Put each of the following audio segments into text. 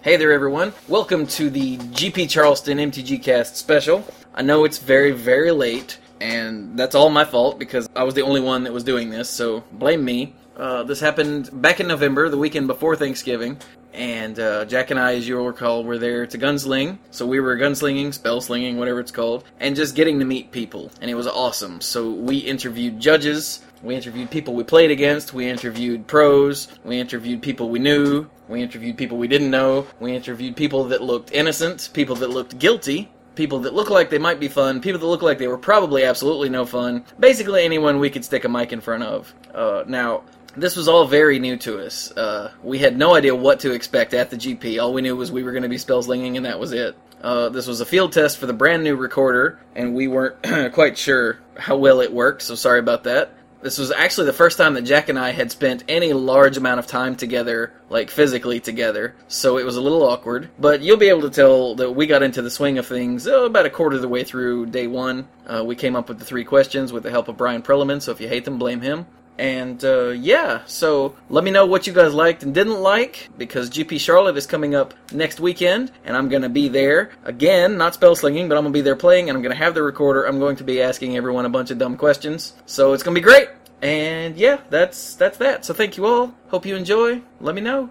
Hey there, everyone. Welcome to the GP Charleston MTG Cast special. I know it's very, very late, and that's all my fault because I was the only one that was doing this, so blame me. Uh, this happened back in November, the weekend before Thanksgiving, and uh, Jack and I, as you'll recall, were there to gunsling. So we were gunslinging, spell slinging, whatever it's called, and just getting to meet people, and it was awesome. So we interviewed judges. We interviewed people we played against. We interviewed pros. We interviewed people we knew. We interviewed people we didn't know. We interviewed people that looked innocent, people that looked guilty, people that look like they might be fun, people that look like they were probably absolutely no fun. Basically, anyone we could stick a mic in front of. Uh, now, this was all very new to us. Uh, we had no idea what to expect at the GP. All we knew was we were going to be spellslinging, and that was it. Uh, this was a field test for the brand new recorder, and we weren't quite sure how well it worked, so sorry about that. This was actually the first time that Jack and I had spent any large amount of time together, like physically together, so it was a little awkward. But you'll be able to tell that we got into the swing of things oh, about a quarter of the way through day one. Uh, we came up with the three questions with the help of Brian Perelman, so if you hate them, blame him. And uh, yeah, so let me know what you guys liked and didn't like because GP Charlotte is coming up next weekend, and I'm going to be there again, not spell slinging, but I'm going to be there playing, and I'm going to have the recorder. I'm going to be asking everyone a bunch of dumb questions, so it's going to be great. And yeah, that's that's that. So thank you all. Hope you enjoy. Let me know.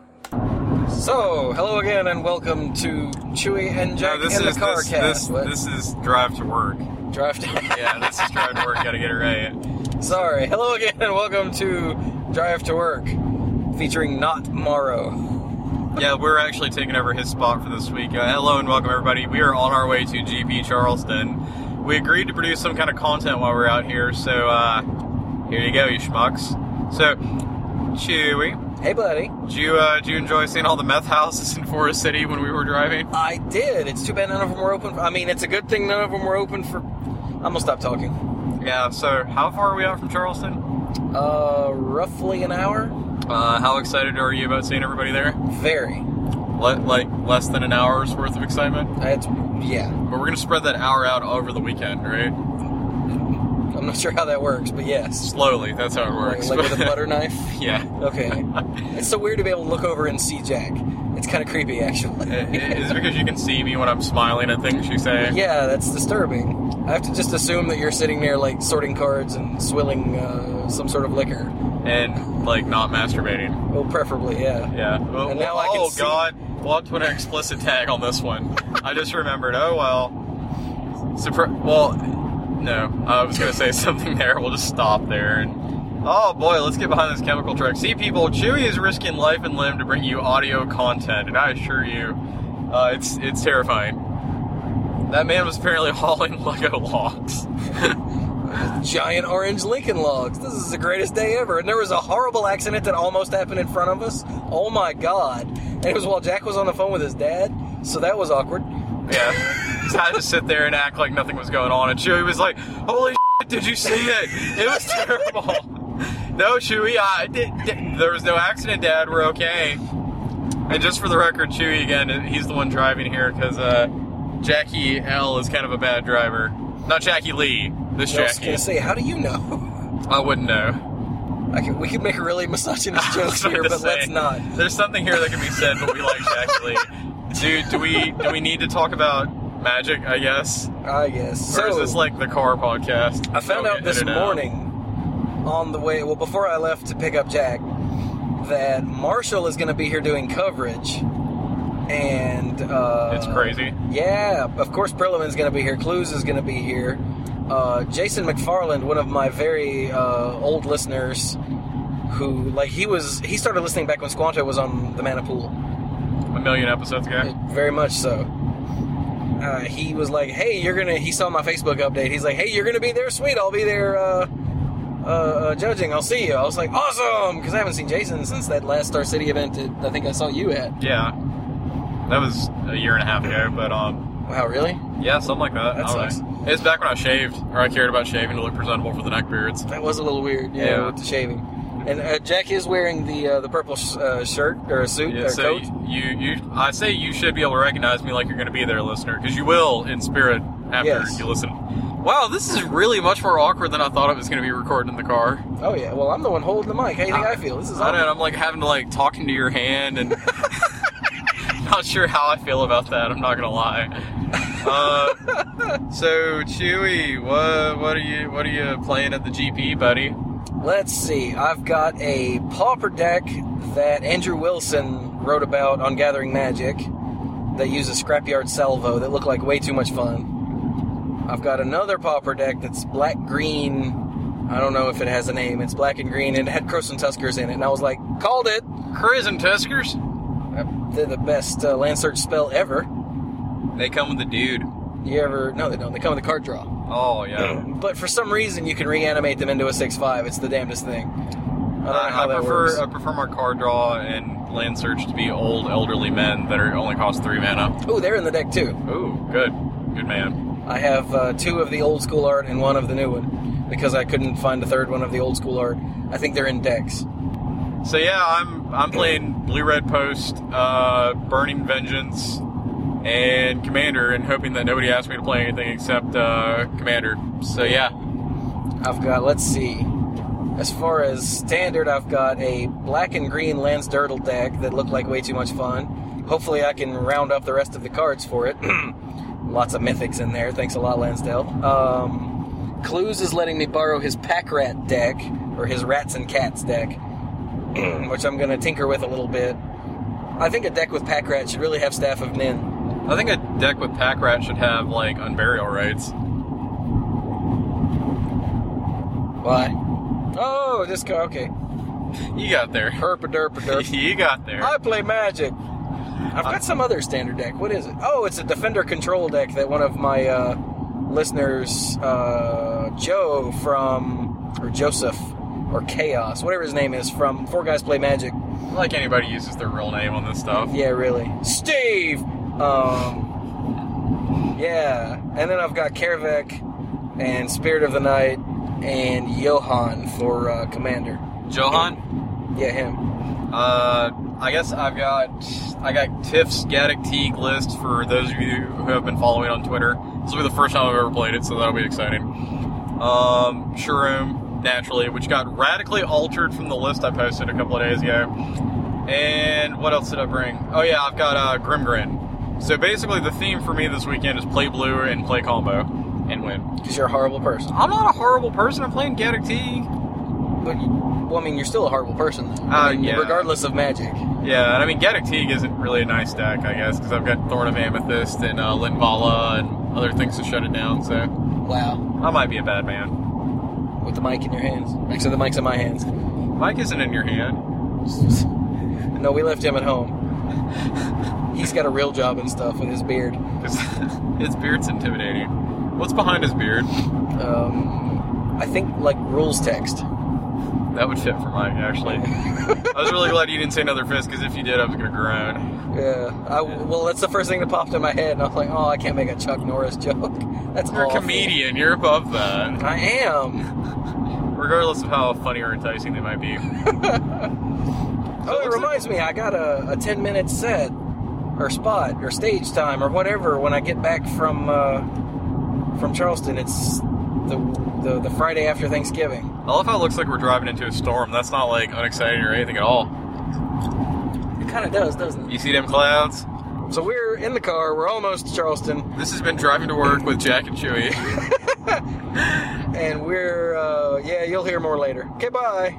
So hello again, and welcome to Chewy and No, Jack this in is the Car this, Cast. this, What? this is drive to work. Drive to- Yeah, this is drive to work. Gotta get it right. Sorry. Hello again, and welcome to Drive to Work, featuring Not Morrow. Yeah, we're actually taking over his spot for this week. Uh, hello and welcome everybody. We are on our way to GP Charleston. We agreed to produce some kind of content while we're out here, so uh, here you go, you schmucks. So, Chewy, Hey, buddy. did you uh, did you enjoy seeing all the meth houses in Forest City when we were driving? I did. It's too bad none of them were open. I mean, it's a good thing none of them were open for. I'm gonna stop talking. Yeah. So, how far are we out from Charleston? Uh, roughly an hour. Uh, how excited are you about seeing everybody there? Very. Le- like less than an hour's worth of excitement. That's yeah. But we're gonna spread that hour out over the weekend, right? I'm not sure how that works, but yes. Slowly, that's how it Like, works. like with a butter knife. yeah. Okay. It's so weird to be able to look over and see Jack. It's kind of creepy, actually. I- i- Is it because you can see me when I'm smiling at things you say? Yeah, that's disturbing. I have to just assume that you're sitting there, like, sorting cards and swilling uh, some sort of liquor. And like not masturbating. Well, preferably, yeah. Yeah. Well, And now oh I can see- God! We'll have to put an explicit tag on this one. I just remembered. Oh well. Supr- well, no. I was gonna say something there. We'll just stop there. And oh boy, let's get behind this chemical truck. See, people, Chewy is risking life and limb to bring you audio content, and I assure you, uh, it's it's terrifying. That man was apparently hauling Lego logs. Giant orange Lincoln logs. This is the greatest day ever. And there was a horrible accident that almost happened in front of us. Oh my god. And it was while Jack was on the phone with his dad, so that was awkward. Yeah. So I had to sit there and act like nothing was going on. And Chewy was like, holy shit, did you see it? It was terrible. no, Chewy, I did, did- There was no accident, Dad. We're okay. And just for the record, Chewy, again, he's the one driving here because uh, Jackie L is kind of a bad driver. Not Jackie Lee. This I was Jackie. gonna say, how do you know? I wouldn't know. I can, we could make a really misogynist I joke was about here, to but say, let's not. There's something here that can be said, but we like Jackie Lee. Dude, do we do we need to talk about magic? I guess. I guess. or is So, this like the car podcast? I found Don't out get this edited morning on the way, well, before I left to pick up Jack, that Marshall is going to be here doing coverage. And uh, It's crazy. Yeah, of course, Perelman's going to be here. Clues is going to be here. Uh, Jason McFarland, one of my very uh, old listeners, who like he was he started listening back when Squanto was on the Manipool, A million episodes ago. very much so. Uh, he was like, "Hey, you're gonna." He saw my Facebook update. He's like, "Hey, you're gonna be there, sweet. I'll be there uh, uh, uh, judging. I'll see you." I was like, "Awesome!" Because I haven't seen Jason since that last Star City event that I think I saw you at. Yeah. That was a year and a half ago, but um, Wow, Oh, really? yeah, something like that. That I don't sucks. know. It's back when I shaved, or I cared about shaving to look presentable for the neckbeards. That was a little weird, yeah, Yeah. with the shaving. And uh, Jack is wearing the uh, the purple sh- uh, shirt or suit Yeah, or so coat. you, you, I say you should be able to recognize me like you're going to be there, listener, because you will in spirit after Yes. you listen. Wow, this is really much more awkward than I thought it was going to be recording in the car. Oh yeah, well I'm the one holding the mic. How do you think I, feel? This is I don't awkward. know. I'm like having to like talking to your hand and not sure how I feel about that. I'm not gonna lie. Uh, so Chewy, what what are you what are you playing at the GP, buddy? Let's see. I've got a pauper deck that Andrew Wilson wrote about on Gathering Magic that uses Scrapyard Salvo that look like way too much fun. I've got another pauper deck that's black green. I don't know if it has a name. It's black and green and it had Crows and Tuskers in it. And I was like, called it. Crimson Tuskers. They're the best uh, land search spell ever. They come with the dude. You ever. No, they don't. They come with a card draw. Oh yeah. But for some reason, you can reanimate them into a six-five. It's the damnedest thing. I don't Uh, know I, how I that prefer works. I prefer my card draw and land search to be old elderly men that are only cost three mana. Oh, they're in the deck too. Ooh, good, good man. I have uh, two of the old school art and one of the new one because I couldn't find the third one of the old school art. I think they're in decks. So yeah, I'm I'm playing Blue Red Post, uh, Burning Vengeance, and Commander, and hoping that nobody asks me to play anything except uh, Commander. So yeah, I've got. Let's see. As far as standard, I've got a black and green Lance Dirtle deck that looked like way too much fun. Hopefully, I can round up the rest of the cards for it. Lots of mythics in there. Thanks a lot, Lansdale. Um, Clues is letting me borrow his pack rat deck, or his rats and cats deck, which I'm going to tinker with a little bit. I think a deck with pack rat should really have Staff of Nin. I think a deck with Pack Rat should have like Unburial Rights. Why? Oh, this guy. Okay. You got there. Herpa derpa derp. you got there. I play Magic. I've got some other standard deck. What is it? Oh, it's a Defender Control deck that one of my uh, listeners, uh, Joe from, or Joseph, or Chaos, whatever his name is, from Four Guys Play Magic. like anybody uses their real name on this stuff. Yeah, really. Steve! Um, yeah. And then I've got Kervek and Spirit of the Night and Johan for uh, Commander. Johan. Yeah, him. Uh, I guess I've got I got Tiff's Gaddick Teague list for those of you who have been following on Twitter. This will be the first time I've ever played it, so that'll be exciting. Um, Shroom, naturally, which got radically altered from the list I posted a couple of days ago. And what else did I bring? Oh yeah, I've got uh, Grimgrin. So basically, the theme for me this weekend is play blue and play combo and win. Because you're a horrible person. I'm not a horrible person. I'm playing Gaddick Teague. But, you, well, I mean, you're still a horrible person, though. Uh, I mean, yeah. Regardless of magic. Yeah, and I mean, Gaddock Teague isn't really a nice deck, I guess, because I've got Thorn of Amethyst and uh, Linvala and other things to shut it down, so Wow. I might be a bad man. With the mic in your hands. Actually, the mic's in my hands. Mike isn't in your hand. No, we left him at home. He's got a real job and stuff with his beard. 'cause his beard's intimidating. What's behind his beard? Um, I think, like, rules text. That would fit for Mike, actually. I was really glad you didn't say another fist, because if you did, I was going to groan. Yeah. I, well, that's the first thing that popped in my head, and I was like, oh, I can't make a Chuck Norris joke. That's You're a awful. comedian, you're above that, I am. regardless of how funny or enticing they might be. Oh, it reminds me, I got a, a 10 minute set, or spot, or stage time, or whatever when I get back from uh, from Charleston. It's the, the, the Friday after Thanksgiving. I love how it looks like we're driving into a storm. That's not, like, unexciting or anything at all. It kind of does, doesn't it? You see them clouds? So we're in the car. We're almost to Charleston, This has been driving to work with Jack and Chewy. and we're uh, yeah. You'll hear more later. Okay, bye.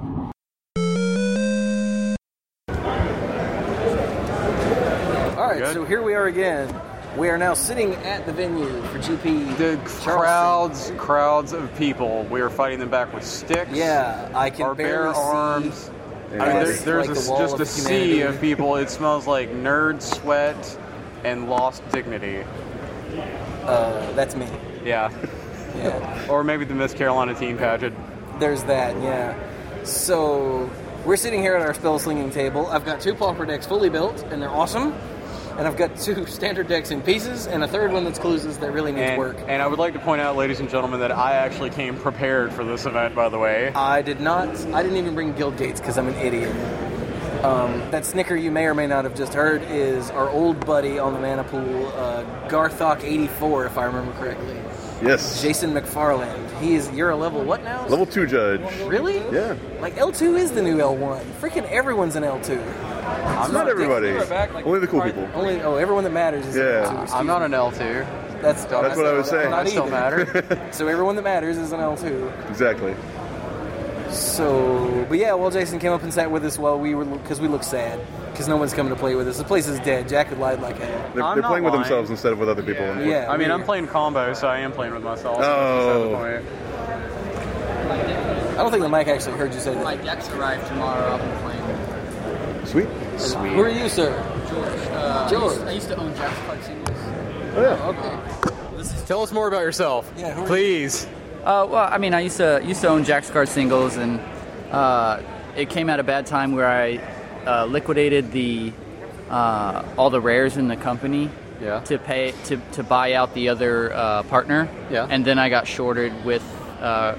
All right, Good. so here we are again. We are now sitting at the venue for GP. The Charleston. crowds, crowds of people. We are fighting them back with sticks. Yeah, I can Our bare barely see- arms. I mean, past, there, there's like, a the s- wall just of a sea humanity. of people. It smells like nerd sweat and lost dignity. Uh, that's me. Yeah. Yeah, Or maybe the Miss Carolina teen pageant. there's that. Yeah. So we're sitting here at our spell slinging table. I've got two pauper decks fully built, and they're awesome. And I've got two standard decks in pieces, and a third one that's clues that really needs And, work. and I would like to point out, ladies and gentlemen, that I actually came prepared for this event, by the way. I did not. I didn't even bring guild gates because I'm an idiot. Um, that snicker you may or may not have just heard is our old buddy on the Manipool, uh, Garthok84, if I remember correctly. Yes. Jason McFarland. He is. You're a level what now? Level two judge. Really? Yeah. Like L2 is the new L1. Freaking everyone's an L2. I'm Not everybody. We're back, like, Only the cool people. Only oh, everyone that matters is Yeah. an L2. I'm not an L tier. That's That's what I was saying. I Not still either. matter. So everyone that matters is an L2. Exactly. So, but yeah, well, Jason came up and sat with us while we were because we look sad because no one's coming to play with us. The place is dead. Jack had lied like hell. They're, I'm they're not playing with lying. themselves instead of with other people. Yeah. Yeah, I mean, I'm we- playing combo, so I am playing with myself. so Oh. that's beside I don't think the mic actually heard you say that. My decks arrive tomorrow. I'll be playing. Sweet. Who are you, sir? George. Uh, I, used, George. I used to own Jack's Card Singles. Oh, yeah. the point. Tell us more about yourself, Yeah, who are you? please. Uh, well, I mean, I used to used to own Jack's Card Singles, and uh, it came at a bad time where I uh, liquidated the uh, all the rares in the company. Yeah. To pay to, to buy out the other uh, partner. Yeah. And then I got shorted with uh,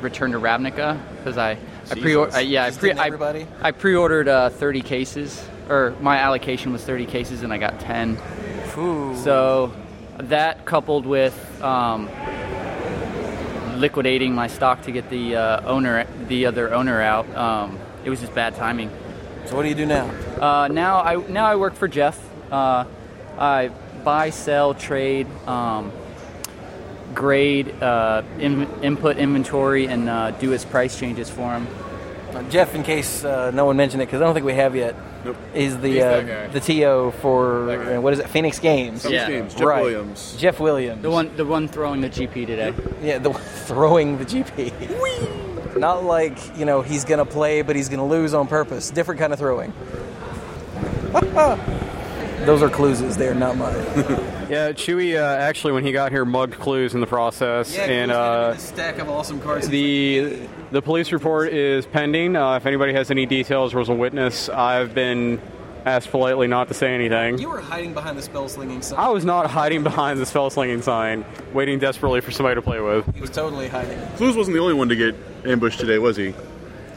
Return to Ravnica because I. I pre Jesus. uh, yeah, I Just pre didn't everybody? I, I pre-ordered uh, 30 cases, or my allocation was 30 cases, and I got 10. So that coupled with um, liquidating my stock to get the uh, owner, the other owner out, um, it was just bad timing. So what do you do now? Uh, now I now I work for Jeff. Uh, I buy, sell, trade, um, grade uh, in, input inventory, and uh, do his price changes for him. Uh, Jeff, in case uh, no one mentioned it, because I don't think we have yet, Nope. is the He's that uh, guy. the TO for That guy. uh, what is it? Phoenix Games. Yeah. James, Jeff Right. Williams. Jeff Williams. The one the one throwing the GP today. Yeah, the one throwing the GP. Not like you know he's gonna play, but he's gonna lose on purpose. Different kind of throwing. Those are clues. They're not mine. Yeah, Chewy uh, actually, when he got here, mugged clues in the process, and uh, stack of awesome cards. the the police report is pending. Uh, if anybody has any details or was a witness, I've been asked politely not to say anything. you were hiding behind the spell slinging sign. I was not hiding behind the spell slinging sign, waiting desperately for somebody to play with. He was totally hiding. Clues wasn't the only one to get ambushed today, was he?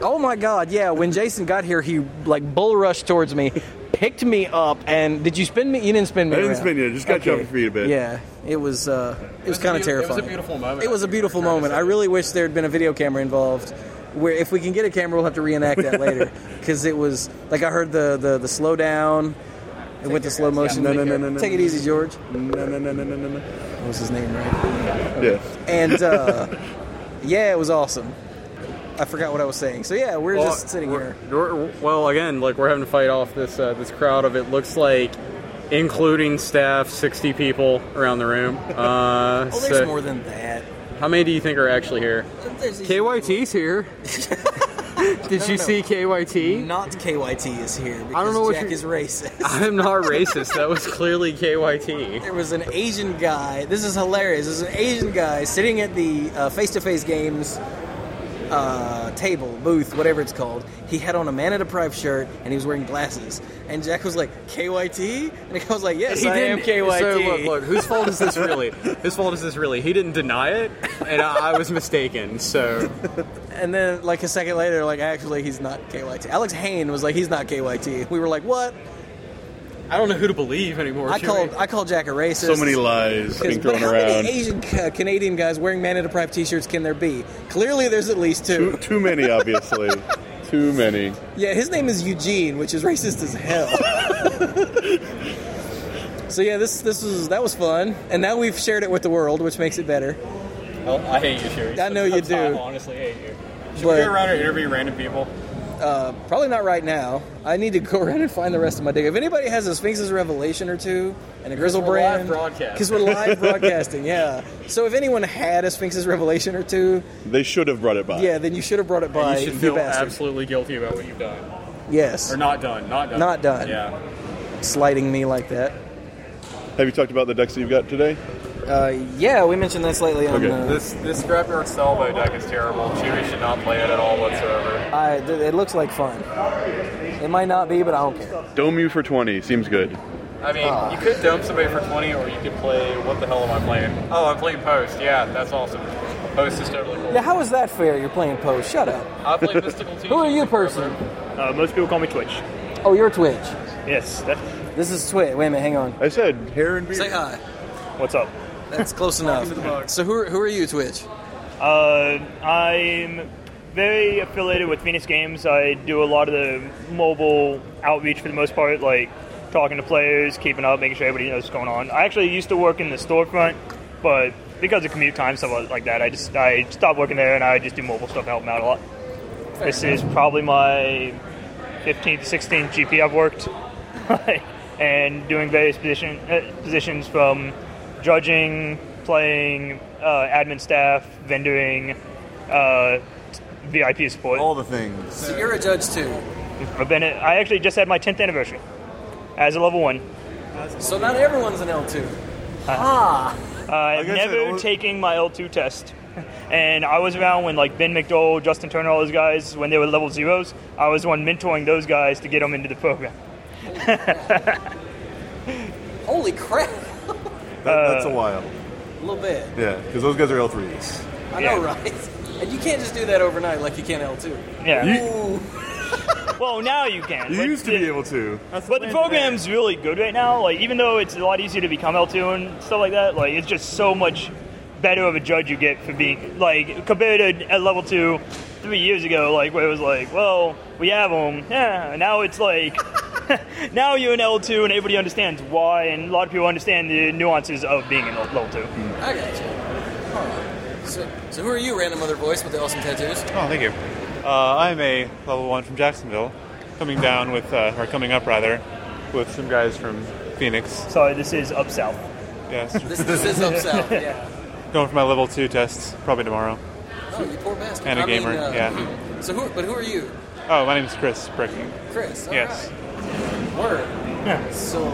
Oh my god! Yeah, when Jason got here, he like bull rushed towards me, picked me up, and did you spin me? You didn't spin me. I didn't around. spin you, just got you off your feet a bit. Yeah, it was. Uh, it was beautiful- it kind of was a terrifying. beautiful moment. It was a beautiful moment. I really wish there had been a video camera involved. Where if we can get a camera, we'll have to reenact that later because it was like I heard the the the slow down. It went to slow motion. No, no, no, no, no, Take it no. easy, George. No, no, no, no, no, no, no. What was his name, right? Yeah. and uh, yeah, it was awesome. I forgot what I was saying. So yeah, we're Well, just sitting we're- here. we're- well, again, like we're having to fight off this uh, this crowd of it looks like, including staff, sixty people around the room. Uh, Oh, so- there's more than that. How many do you think are actually here? There's KYT's here. Did you see KYT? Not KYT is here because I don't know what Jack you- is racist. I'm not racist. That was clearly KYT. There was an Asian guy. This is hilarious. There's an Asian guy sitting at the uh, face-to-face games uh, table, booth, whatever it's called. He had on a Mana Deprived shirt and he was wearing glasses. And Jack was like, "KYT," and I was like, "Yes, I am KYT." So look, look, whose fault is this really? Whose fault is this really? He didn't deny it, and I, I was mistaken. So And then, like a second later, like actually, he's not KYT. Alex Hain was like, he's not KYT. We were like, what? I don't know who to believe anymore. I Chewie. called I called Jack a racist. So many lies 'Cause- being thrown but how around. many Asian ca- Canadian guys wearing Mana Deprived T-shirts can there be? Clearly, there's at least two. Too, too many, obviously. too many. Yeah, his name is Eugene, which is racist as hell. so yeah, this this was that was fun, and now we've shared it with the world, which makes it better. Oh, I hate you, Sherry. I know you do, honestly hate you. Go but around and interview random people. Uh, probably not right now. I need to go around and find the rest of my dig. If anybody has a Sphinx's Revelation or two and a Grizzle we're live brand, broadcasting. because we're live broadcasting, yeah. So if anyone had a Sphinx's Revelation or two, They should have brought it by. yeah, then you should have brought it by. You should feel bastard. absolutely guilty about what you've done. Yes, Or not done. Not done. Not done. Yeah. slighting me like that. Have you talked about the decks that you've got today? Uh, yeah, we mentioned that slightly on. Okay. Uh, This this graveyard salvo deck is terrible. Chewie should not play it at all whatsoever. I, th- it looks like fun. It might not be, but I don't care. Dome you for 20. Seems good. I mean, Oh. you could dump somebody for 20, or you could play. What the hell am I playing? Oh, I'm playing Post. Yeah, that's awesome. Post is totally cool. Yeah, how is that fair? You're playing Post. Shut up. I play Mystical Team. Who are you, person? Uh, most people call me Twitch. Oh, you're Twitch. Yes. That, This is Twitch. Wait a minute, hang on. I said hair and beard. Say hi. what's up? That's close enough. So who, who are you, Twitch? Uh, I'm very affiliated with Phoenix Games. I do a lot of the mobile outreach for the most part, like talking to players, keeping up, making sure everybody knows what's going on. I actually used to work in the storefront, but because of commute time, stuff like that, I just I stopped working there and I just do mobile stuff, help them out a lot. This is probably my 15 to 16 GP I've worked, and doing various position, uh, positions from judging, playing, uh, admin staff, vendoring, uh, VIP support. All the things. So you're a judge too. I've been at- I actually just had my 10th anniversary as a level one. So not everyone's an L2. Uh, I've guess it never al- taken my L2 test. And I was around when like Ben McDowell, Justin Turner, all those guys, when they were level zeros, I was the one mentoring those guys to get them into the program. Holy crap! That, that's a while. A little bit. Yeah, because those guys are L3s. I Yeah. know, right? And you can't just do that overnight like you can L2. Yeah. Ooh. well, now you can. You but used to the- be able to. But the program's really good right now. Like, even though it's a lot easier to become L2 and stuff like that, like, it's just so much better of a judge you get for being, like, compared to at level 2 three years ago, like, where it was like, well, we have them. Yeah. And Now it's like, now you're an L2 and everybody understands why, and a lot of people understand the nuances of being an L- level 2. I got you. Alright. So, so who are you, random other voice with the awesome tattoos? Oh, thank you. Uh, I'm a level one from Jacksonville, coming down with, uh, or coming up rather, with some guys from Phoenix. Sorry, this is up south. Yes, This, this is up south. Yeah. going for my level two tests probably tomorrow. Oh, you poor bastard. And a a gamer, yeah. So who? But who are you, Oh, my name's Chris Bricking. Chris? all Yes. right. Word. So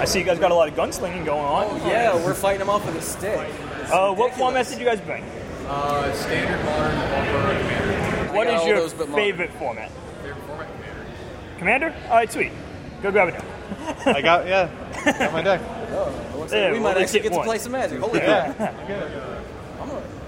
I see you guys got a lot of gunslinging going on. oh, yeah, we're fighting them off with a stick. It's Uh, what format ridiculous. did you guys bring? Uh, standard, modern, lumber, commander. What got is all your those but mine. favorite format? Commander? Alright, sweet. Go grab it now. I got yeah, got my deck. Looks like Yeah, we well, might let's actually get get to one. play some magic. Holy crap! I'm gonna-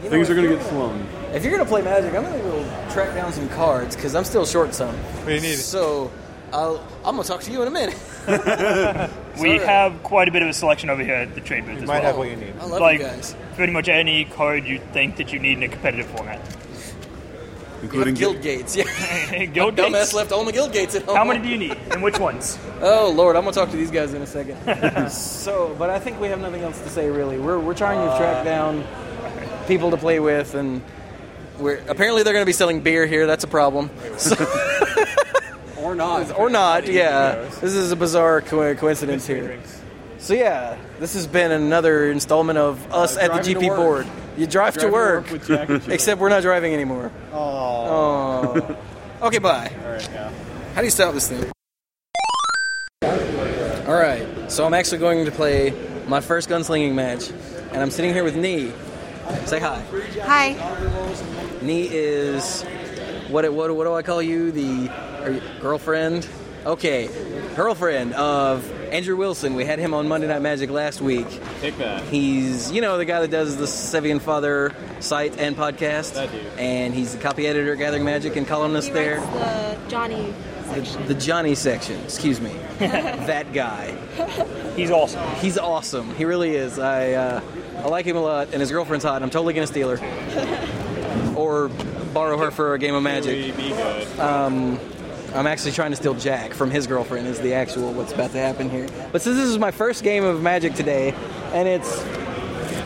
you know, Things are if going to you're get slung. If you're gonna play Magic, I'm gonna go track down some cards because I'm still short some. do you need? So, I'll, I'm gonna talk to you in a minute. We Sorry. have quite a bit of a selection over here at the trade booth as might well. have what you need. I love like you guys. pretty much any card you think that you need in a competitive format. You have Including guild gates, yeah. Guild Dumbass gates? left only guild gates at home. How many do you need, and which ones? Oh Lord, I'm gonna talk to these guys in a second. so, but I think we have nothing else to say really. We're we're trying Uh, to track down people to play with, and we're apparently they're gonna be selling beer here. That's a problem. So- Or not. or not, yeah. This is a bizarre co- coincidence here. So yeah, this has been another installment of us Uh, at the driving to GP work. board. You drive, to work, with Jack and Jill. except we're not driving anymore. Oh. okay, bye. How do you stop this thing? All right, so I'm actually going to play my first gunslinging match, and I'm sitting here with Nee. Say hi. Hi. Nee is what? What? What do I call you? The are you, girlfriend? Okay, girlfriend of Andrew Wilson. We had him on Monday Night Magic last week. Take that. He's you know the guy that does the Sevian Father site and podcast. I do. And he's the copy editor at Gathering Magic and columnist He there. writes the Johnny section. The Johnny section, excuse me. that guy. He's awesome. He's awesome. He really is. I uh, I like him a lot, and his girlfriend's hot. and I'm totally gonna steal her, or borrow her for a game of magic. Um, We be good. I'm actually trying to steal Jack from his girlfriend. Is the actual what's about to happen here? But since this is my first game of Magic today, and it's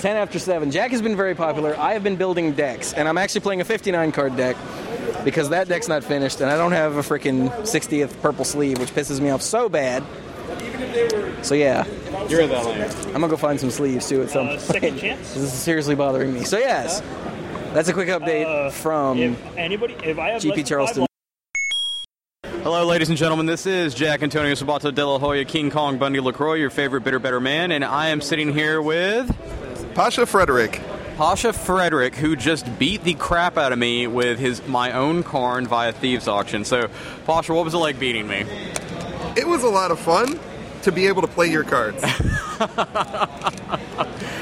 10 after 7, Jack has been very popular. I have been building decks, and I'm actually playing a 59 card deck because that deck's not finished, and I don't have a freaking 60th purple sleeve, which pisses me off so bad. So yeah, You're the liar. I'm gonna go find some sleeves too at some Uh, second point. chance? This is seriously bothering me. So yes, that's a quick update Uh, from if anybody, if I have less than GP five Charleston. Hello, ladies and gentlemen. This is Jack Antonio Sabato de la Hoya, King Kong Bundy LaCroix, your favorite bitter better man, and I am sitting here with Pasha Frederick. Pasha Frederick, who just beat the crap out of me with his my own corn via thieves auction. So, Pasha, what was it like beating me? It was a lot of fun to be able to play your cards.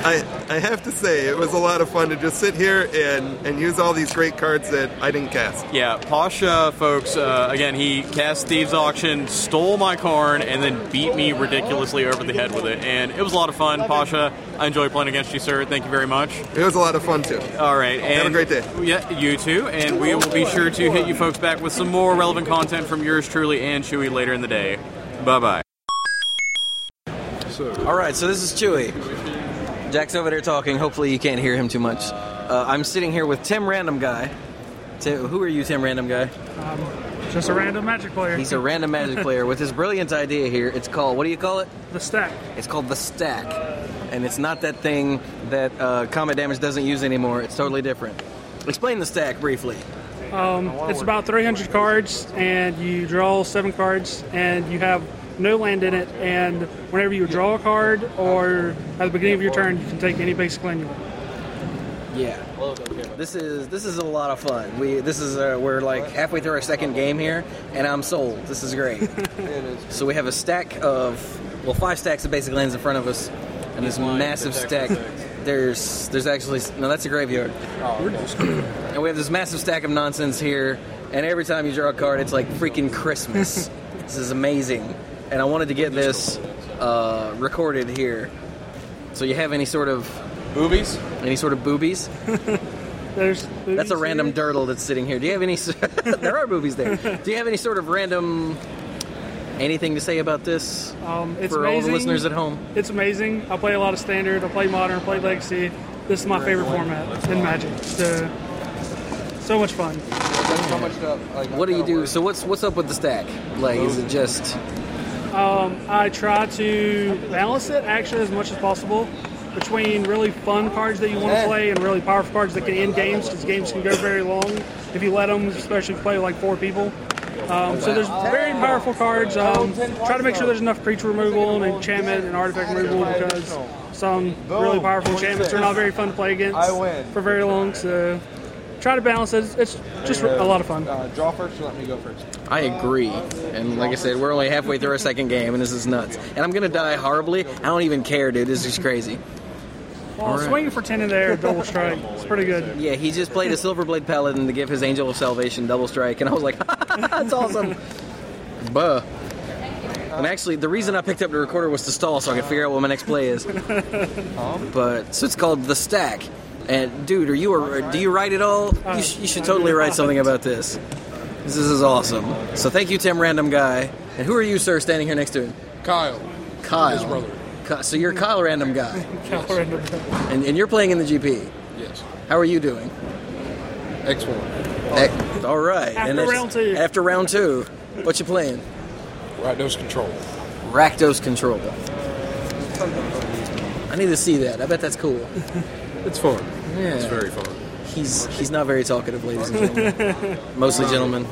I, I have to say, it was a lot of fun to just sit here and, and use all these great cards that I didn't cast. Yeah, Pasha, folks, uh, again, he cast Steve's auction, stole my corn, and then beat me ridiculously over the head with it. And it was a lot of fun, Pasha. I enjoy playing against you, sir. Thank you very much. It was a lot of fun, too. All right. Have a And great day. Yeah, you too. And we will be sure to hit you folks back with some more relevant content from yours truly and Chewy later in the day. Bye bye. All right, so this is Chewy. Jack's over there talking. Hopefully, you can't hear him too much. Uh, I'm sitting here with Tim Random Guy. Tim, who are you, Tim Random Guy? Um, just a random magic player. He's a random magic player with this brilliant idea here. It's called, what do you call it? The stack. It's called the stack. And it's not that thing that uh, Combat Damage doesn't use anymore. It's totally different. Explain the stack briefly. Um, it's about 300 cards, and you draw seven cards, and you have no land in it. And whenever you draw a card, or at the beginning of your turn, you can take any basic land you want. Yeah. This is this is a lot of fun. We this is uh, we're like halfway through our second game here, and I'm sold. This is great. so we have a stack of well, five stacks of basic lands in front of us, and this massive stack. There's there's actually no, that's a graveyard. and we have this massive stack of nonsense here, and every time you draw a card, it's like freaking Christmas. this is amazing, and I wanted to get this uh, recorded here. So you have any sort of boobies? Any sort of boobies? There's that's a random dirtle that's sitting here. Do you have any? s- there are boobies there. Do you have any sort of random anything to say about this Um, it's for all amazing. the listeners at home? It's amazing. I play a lot of standard. I play modern. I play legacy. This is my favorite format in Magic. So, so much fun. what do you do? So what's what's up with the stack? Like, is it just Um, I try to balance it actually as much as possible between really fun cards that you want to play and really powerful cards that can end games because games can go very long if you let them, especially if you play like four people. Um, so there's very powerful cards. Um, try to make sure there's enough creature removal and enchantment and artifact removal because some really powerful enchantments are not very fun to play against for very long. So try to balance it. It's just a lot of fun. Uh, draw first or let me go first? I agree. And like I said, we're only halfway through our second game, and this is nuts. And I'm gonna die horribly. I don't even care, dude. This is crazy. Well, Alright. swinging for ten in there, double strike. It's pretty good. Yeah, he just played a Silverblade Paladin to give his Angel of Salvation double strike, and I was like, that's awesome. buh. And actually, the reason I picked up the recorder was to stall so I could figure out what my next play is. But so it's called the stack. And dude, are you a, do you write it all? You, sh- you should totally write something about this. 'Cause This is awesome. So thank you, Tim Random Guy. And who are you, sir, standing here next to him? Kyle. Kyle. His brother. Ki- So you're Kyle Random Guy, Yes. and, and you're playing in the GP. Yes. How are you doing? Excellent. Ec- All right. After it's- round two. After round two, what you playing? Rakdos Control. Rakdos Control. I need to see that. I bet that's cool. It's fun. Yeah. It's very fun. He's he's not very talkative, ladies and gentlemen. Mostly gentlemen.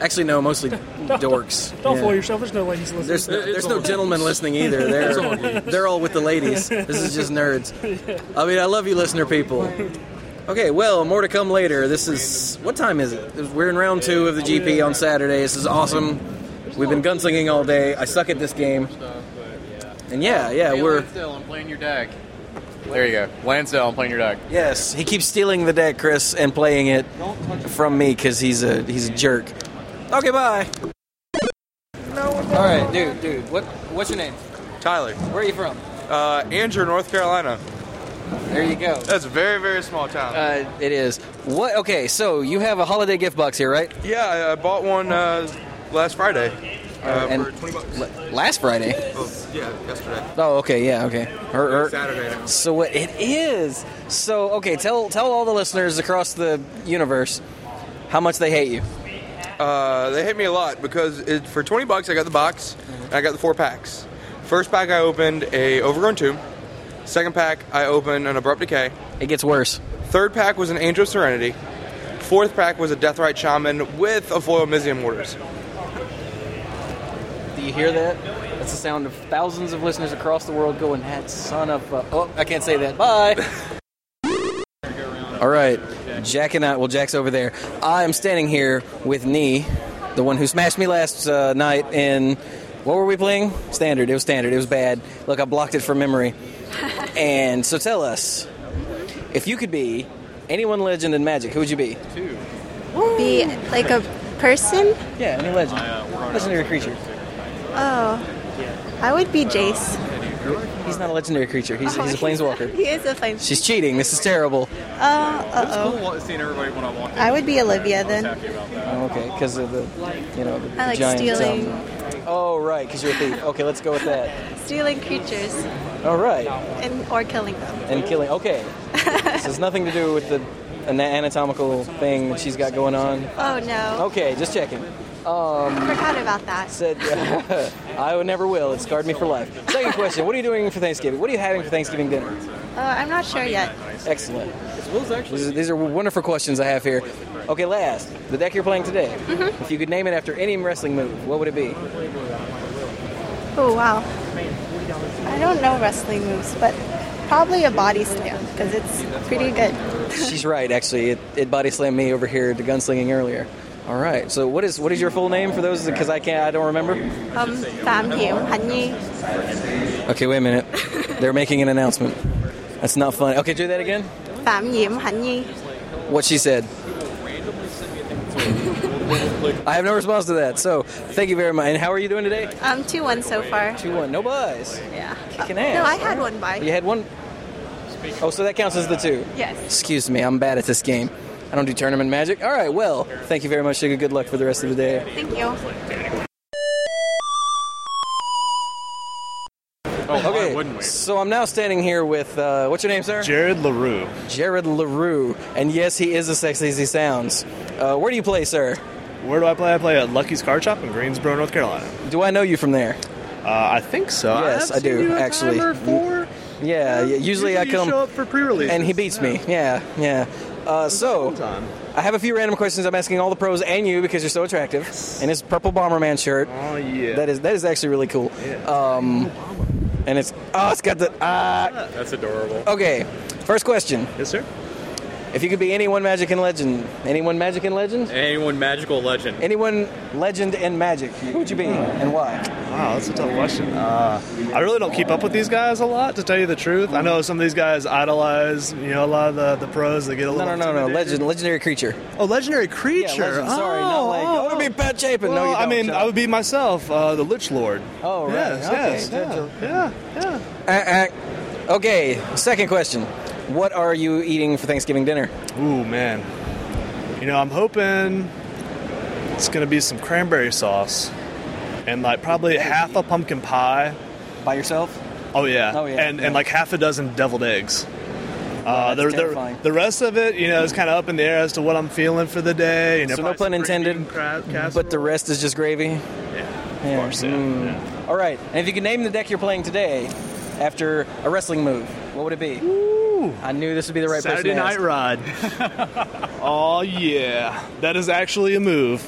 Actually, no, mostly dorks. Don't Yeah. fool yourself. There's no ladies listening. There's no, there's no gentlemen listening either. It's They're all good. they're all with the ladies. This is just nerds. I mean, I love you, listener people. Okay, well, more to come later. This is what time is it? We're in round two of the GP on Saturday. This is awesome. We've been gunslinging all day. I suck at this game. And yeah, yeah, we're I'm playing your deck. There you go. Lansdale, I'm playing your deck. yes. He keeps stealing the deck, Chris, and playing it from me because he's a he's a jerk. Okay, bye. All right, dude, dude, what what's your name? Tyler. Where are you from? Uh, Andrew, North Carolina. There you go. That's a very, very small town. Uh, it is. What? Okay, so you have a holiday gift box here, right? yeah, I, I bought one uh, last Friday uh, And for 20 bucks. Last Friday. Oh, yeah, yesterday. Oh, okay, yeah, okay. Or, or, Saturday. So what it is? So okay, tell tell all the listeners across the universe how much they hate you. Uh, they hit me a lot because it, for 20 bucks I got the box and I got the four packs. First pack I opened a Overgrown Tomb. Second pack I opened an Abrupt Decay. It gets worse. Third pack was an Angel of Serenity. Fourth pack was a Deathrite Shaman with a foil Mizium Mortars. Do you hear that? That's the sound of thousands of listeners across the world going, "That son of a." Oh, I can't say that. Bye. all right, Jack and I. Well, Jack's over there. I am standing here with Nee, the one who smashed me last uh, night in What were we playing? Standard. It was standard. It was bad. Look, I blocked it from memory. and so tell us, if you could be any one legend in Magic, who would you be? Two. Be like a person? Yeah, any legend. legendary creature. Oh. I would be Jace. He's not a legendary creature. He's, Oh, he's a planeswalker. He is a flame. She's cheating. This is terrible. Oh, uh cool seeing everybody when I walked I would be Olivia then. Oh, okay, because of the, you know, the, I the like giant. stealing. um, oh, right, because you're a thief. Okay, let's go with that. Stealing creatures All right, and or killing them. and killing. Okay, this has nothing to do with the ana- anatomical thing that she's got going on. Oh no. Okay, just checking. I Um, forgot about that. said I would never will. It scarred me for life. Second question: What are you doing for Thanksgiving? What are you having for Thanksgiving dinner? Uh, I'm not sure yet. Excellent. These are, these are wonderful questions I have here. Okay, last the deck you're playing today. Mm-hmm. If you could name it after any wrestling move, what would it be? Oh wow. I don't know wrestling moves, but probably a body slam because it's pretty good. She's right, actually. It, it body slammed me over here to gunslinging earlier. All right. So what is what is your full name for those? Because I can't. I don't remember. Um, Fam Kim, Hanyi. Okay, wait a minute. They're making an announcement. That's not funny. Okay, do that again. Fam Yim, Hanyi. What she said. I have no response to that. So thank you very much. And how are you doing today? Um, 2 1 so far. 2 1. No buys. Yeah. Kicking Uh, ass. No, I had one by. You had one. Oh, so that counts as the two. Yes. Excuse me, I'm bad at this game. I don't do tournament magic. All right, well, thank you very much, Sugar. Good luck for the rest of the day. Thank you. Oh, okay. So I'm now standing here with uh, what's your name, sir? Jared Larue. Jared Larue, and yes, he is a sexy as he sounds. Uh, where do you play, sir? Where do I play? I play at Lucky's Card Shop in Greensboro, North Carolina. Do I know you from there? Uh, I think so. yes, I, have seen do you a time actually. or four. Yeah, yeah. Usually, I you come show up for pre-release, and he beats me. Yeah, yeah. Uh, so I have a few random questions I'm asking all the pros and you because you're so attractive. And his purple Bomberman shirt. Oh yeah. That is that is actually really cool. Um, and it's oh it's got the ah. That's adorable. Okay, first question. Yes, sir. If you could be any one magic and legend, any one magic and legend, Anyone magical legend? any one legend and magic, who would you be and why? Wow, that's a tough question. Uh, I really don't keep up with these guys a lot, to tell you the truth. I know some of these guys idolize, you know, a lot of the, the pros. They get a No, little no, no, no. intimidated. Legend, legendary creature. Oh, legendary creature. legend, sorry, not oh, like- I wanna be Pat Chapin. No, Well, you I don't, mean, Chuck. I would be myself, uh, the Lich Lord. Oh, right. Yes, okay. yes, That's yeah, yeah. Uh, uh, okay, second question. What are you eating for Thanksgiving dinner? Ooh, man. You know, I'm hoping it's gonna be some cranberry sauce and like probably half a pumpkin pie. By yourself? Oh yeah. Oh, yeah, And yeah. and like half a dozen deviled eggs. Uh, that's the, the, terrifying. the rest of it, you know, is kind of up in the air as to what I'm feeling for the day. You know, so no probably pun some green intended, but the rest is just gravy? Yeah, Mm. of course, yeah, yeah. All right, and if you could name the deck you're playing today after a wrestling move, what would it be? I knew this would be the right Saturday person to Night ask. Rod. oh yeah, that is actually a move.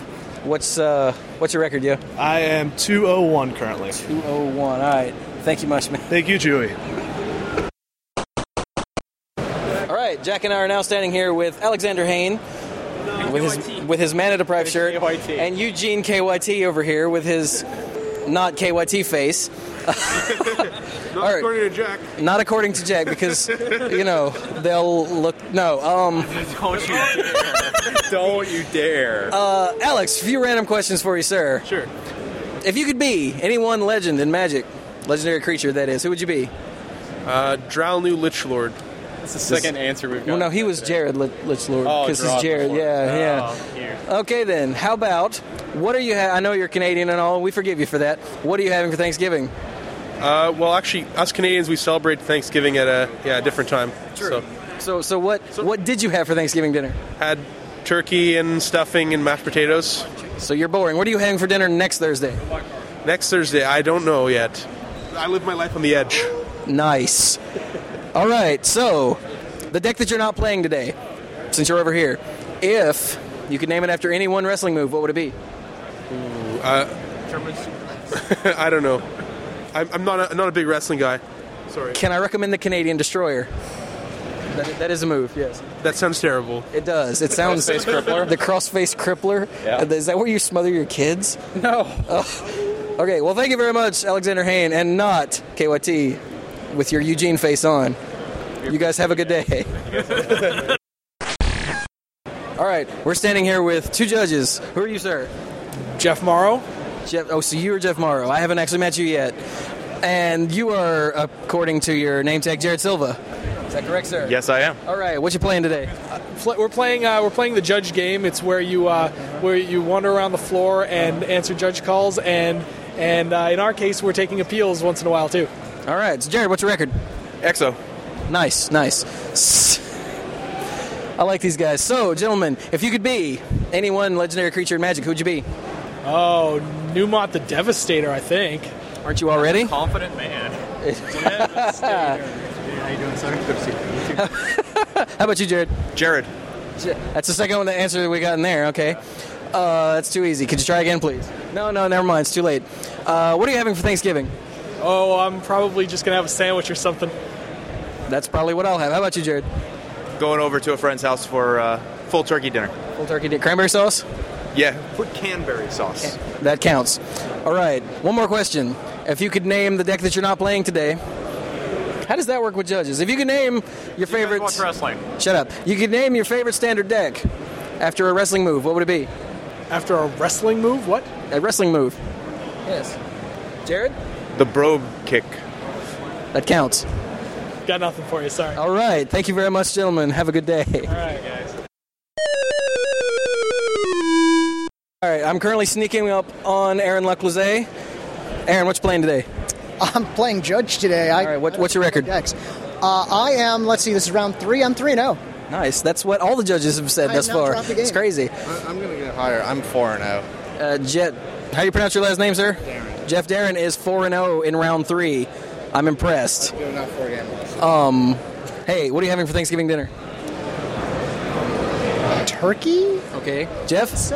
What's uh, what's your record, yo? I am 201 currently. 201. All right. Thank you much, man. Thank you, Chewy. All right, Jack and I are now standing here with Alexander Hain with his with his mana deprived shirt and Eugene KYT over here with his not KYT face. All right. According to Jack. Not according to Jack because you know they'll look no um Don't you dare. Don't you dare. uh Alex, a few random questions for you, sir. Sure. If you could be any one legend in Magic, legendary creature that is, who would you be? Uh, Drow New Lich Lord. That's the second answer we've got. Well, no, he was Jared Lit- Lichlord. Oh, because Gerard he's Jared. Lichlord. Yeah, Oh, yeah. Okay, then. How about what are you? Ha- I know you're Canadian and all. We forgive you for that. What are you having for Thanksgiving? Uh, well, actually, us Canadians we celebrate Thanksgiving at a yeah a different time. So So, so what? what did you have for Thanksgiving dinner? had turkey and stuffing and mashed potatoes. So you're boring. What are you having for dinner next Thursday? Next Thursday, I don't know yet. I live my life on the edge. Nice. All right. So, the deck that you're not playing today, since you're over here, if you could name it after any one wrestling move, what would it be? Uh, I don't know. I'm, I'm not a, not a big wrestling guy. Sorry. Can I recommend the Canadian Destroyer? That, that is a move. Yes. That sounds terrible. It does. It sounds Crossface crippler? the crossface crippler. Yeah. Is that where you smother your kids? No. Ugh. Okay, well, thank you very much, Alexander Hain, and not KYT with your Eugene face on. You guys have a good day. All right, we're standing here with two judges. Who are you, sir? Jeff Morrow. Jeff. Oh, so you are Jeff Morrow. I haven't actually met you yet. And you are, according to your name tag, Jared Silva. Is that correct, sir? Yes, I am. All right, what you playing today? Fl- We're playing. Uh, we're playing the judge game. It's where you uh, where you wander around the floor and answer judge calls, and and uh, in our case, we're taking appeals once in a while too. All right, so Jared, what's your record? EXO. Nice, nice. S- I like these guys. So, gentlemen, if you could be any one legendary creature in Magic, who would you be? Oh, Numot the Devastator, I think. Aren't you already? Confident man. How you doing, about you, Jared? Jared. That's the second one. The answer we got in there. Okay, uh, that's too easy. Could you try again, please? No, no, never mind. It's too late. Uh, what are you having for Thanksgiving? Oh, I'm probably just gonna have a sandwich or something. That's probably what I'll have. How about you, Jared? Going over to a friend's house for uh, full turkey dinner. Full turkey di- cranberry sauce. Yeah. Put Canberry sauce. That counts. All right. One more question. If you could name the deck that you're not playing today, how does that work with judges? If you could name your favorite Watch wrestling. Shut up. You could name your favorite standard deck after a wrestling move. What would it be? After a wrestling move? What? A wrestling move. Yes. Jared? The brobe kick. That counts. Got nothing for you. Sorry. All right. Thank you very much, gentlemen. Have a good day. All right, guys. All right. I'm currently sneaking up on Aaron Lecluse. Aaron, what you playing today? I'm playing judge today. I, All right, what- what's your record? Decks. Uh, I am. Let's see. This is round three. I'm three and zero. Nice. That's what all the judges have said I have thus not far. dropped a It's game. crazy. I'm gonna get Higher. I'm 4 0. Uh, Jet, how do you pronounce your last name, sir? Jeff Darren is 4 and 0 in round 3. I'm impressed. Um, hey, what are you having for Thanksgiving dinner? Turkey? Okay. Jeff?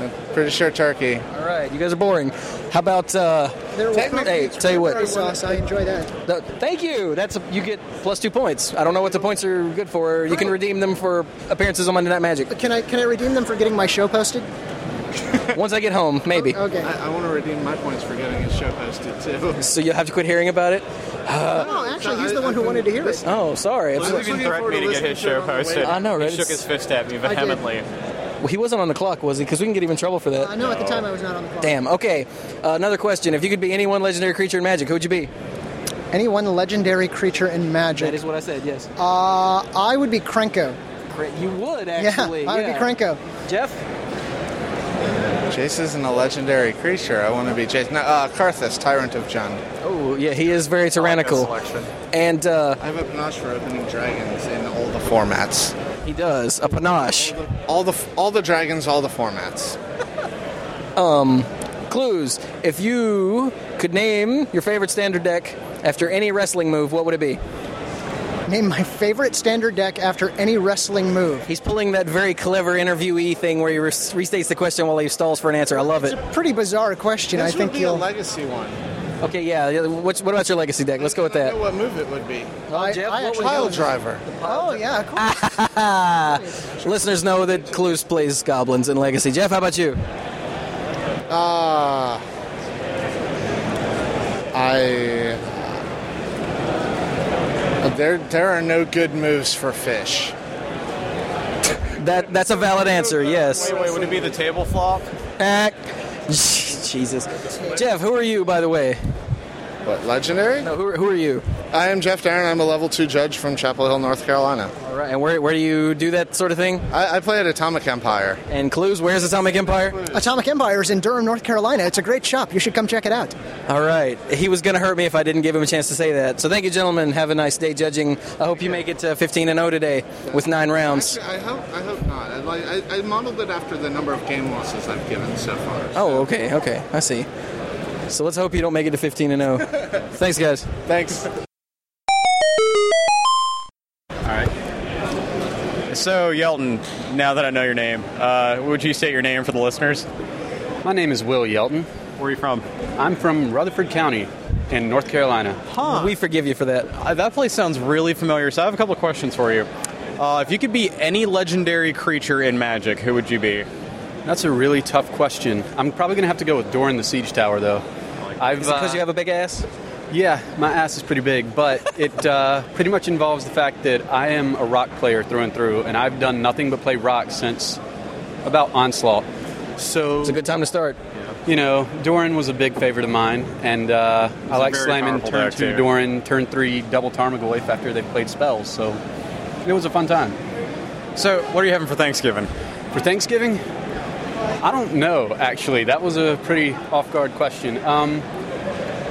I'm pretty sure turkey. All right, you guys are boring. How about uh Hey, tell you what. sauce. I enjoy that. Th- Thank you. That's a, you get plus 2 points. I don't know what the points are good for. You can redeem them for appearances on Monday Night Magic. Can I can I redeem them for getting my show posted? Oh, Once I get home, maybe. Okay. I, I want to redeem my points for getting his show posted too. So you'll have to quit hearing about it. no, actually, he's the one who wanted to hear it. Oh, sorry. Well, he even threatened me to get his show posted. I know, right? He shook his fist at me I did. vehemently. Well, he wasn't on the clock, was he? Because we can get him in trouble for that. I know Uh, at the time I was not on the clock. Damn. Okay. Uh, another question. If you could be any one legendary creature in Magic, who would you be? Any one legendary creature in magic. That is what I said. Yes. Uh, I would be Krenko. You would yeah, I would be Krenko. Jeff? Chase isn't a legendary creature. I want to be Chase. No, uh, Karthus, Tyrant of Jund. Oh, yeah. He is very tyrannical. and uh, I have a panache for opening dragons in all the formats. He does a panache. All the all the dragons, all the formats. um, clues. If you could name your favorite standard deck after any wrestling move, what would it be? Name my favorite standard deck after any wrestling move. He's pulling that very clever interviewee thing where he re- restates the question while he stalls for an answer. I love it. Pretty bizarre question. this I think would be you'll. a legacy one. Okay, yeah. yeah, What's, what about your legacy deck? Let's go with I that. know what move it would be. Oh, Jeff, I actually what would you- Pile driver. Oh yeah, of course. Listeners know that Clues plays goblins in Legacy. Jeff, how about you? Ah. I. uh, There, there are no good moves for fish. That that's a valid answer. Yes. Wait, wait, would it be the table flop? Ah, Jesus. Jeff, who are you, by the way? What legendary? No, who, who are you? I am Jeff Darren. I'm a level two judge from Chapel Hill, North Carolina. All right, and where, where do you do that sort of thing? I, I play at Atomic Empire. And Clues, where's Atomic Empire? Atomic Empire is in Durham, North Carolina. It's a great shop. You should come check it out. All right. He was going to hurt me if I didn't give him a chance to say that. So thank you, gentlemen. Have a nice day judging. I hope you make it to 15 and 0 today with nine rounds. I hope, I hope not. I, like, I, I modeled it after the number of game losses I've given so far. Oh, okay, okay. I see. So let's hope you don't make it to 15 and 0. Thanks, guys. Thanks. All right. So, Yelton, now that I know your name, uh, would you state your name for the listeners? My name is Will Yelton. Where are you from? I'm from Rutherford County in North Carolina. Huh. We forgive you for that. Uh, that place sounds really familiar, so I have a couple of questions for you. Uh, if you could be any legendary creature in Magic, who would you be? That's a really tough question. I'm probably going to have to go with Doran the Siege Tower, though. I've, uh, Is it 'cause you have a big ass? Yeah, my ass is pretty big, but it uh, pretty much involves the fact that I am a rock player through and through, and I've done nothing but play rock since about Onslaught. So it's a good time to start. You know, Doran was a big favorite of mine, and uh, I a like very slamming powerful turn deck, two too. Doran, turn three double Tarmogoyf after they've played spells. So it was a fun time. So what are you having for Thanksgiving? For Thanksgiving, I don't know, actually. That was a pretty off guard question. Um,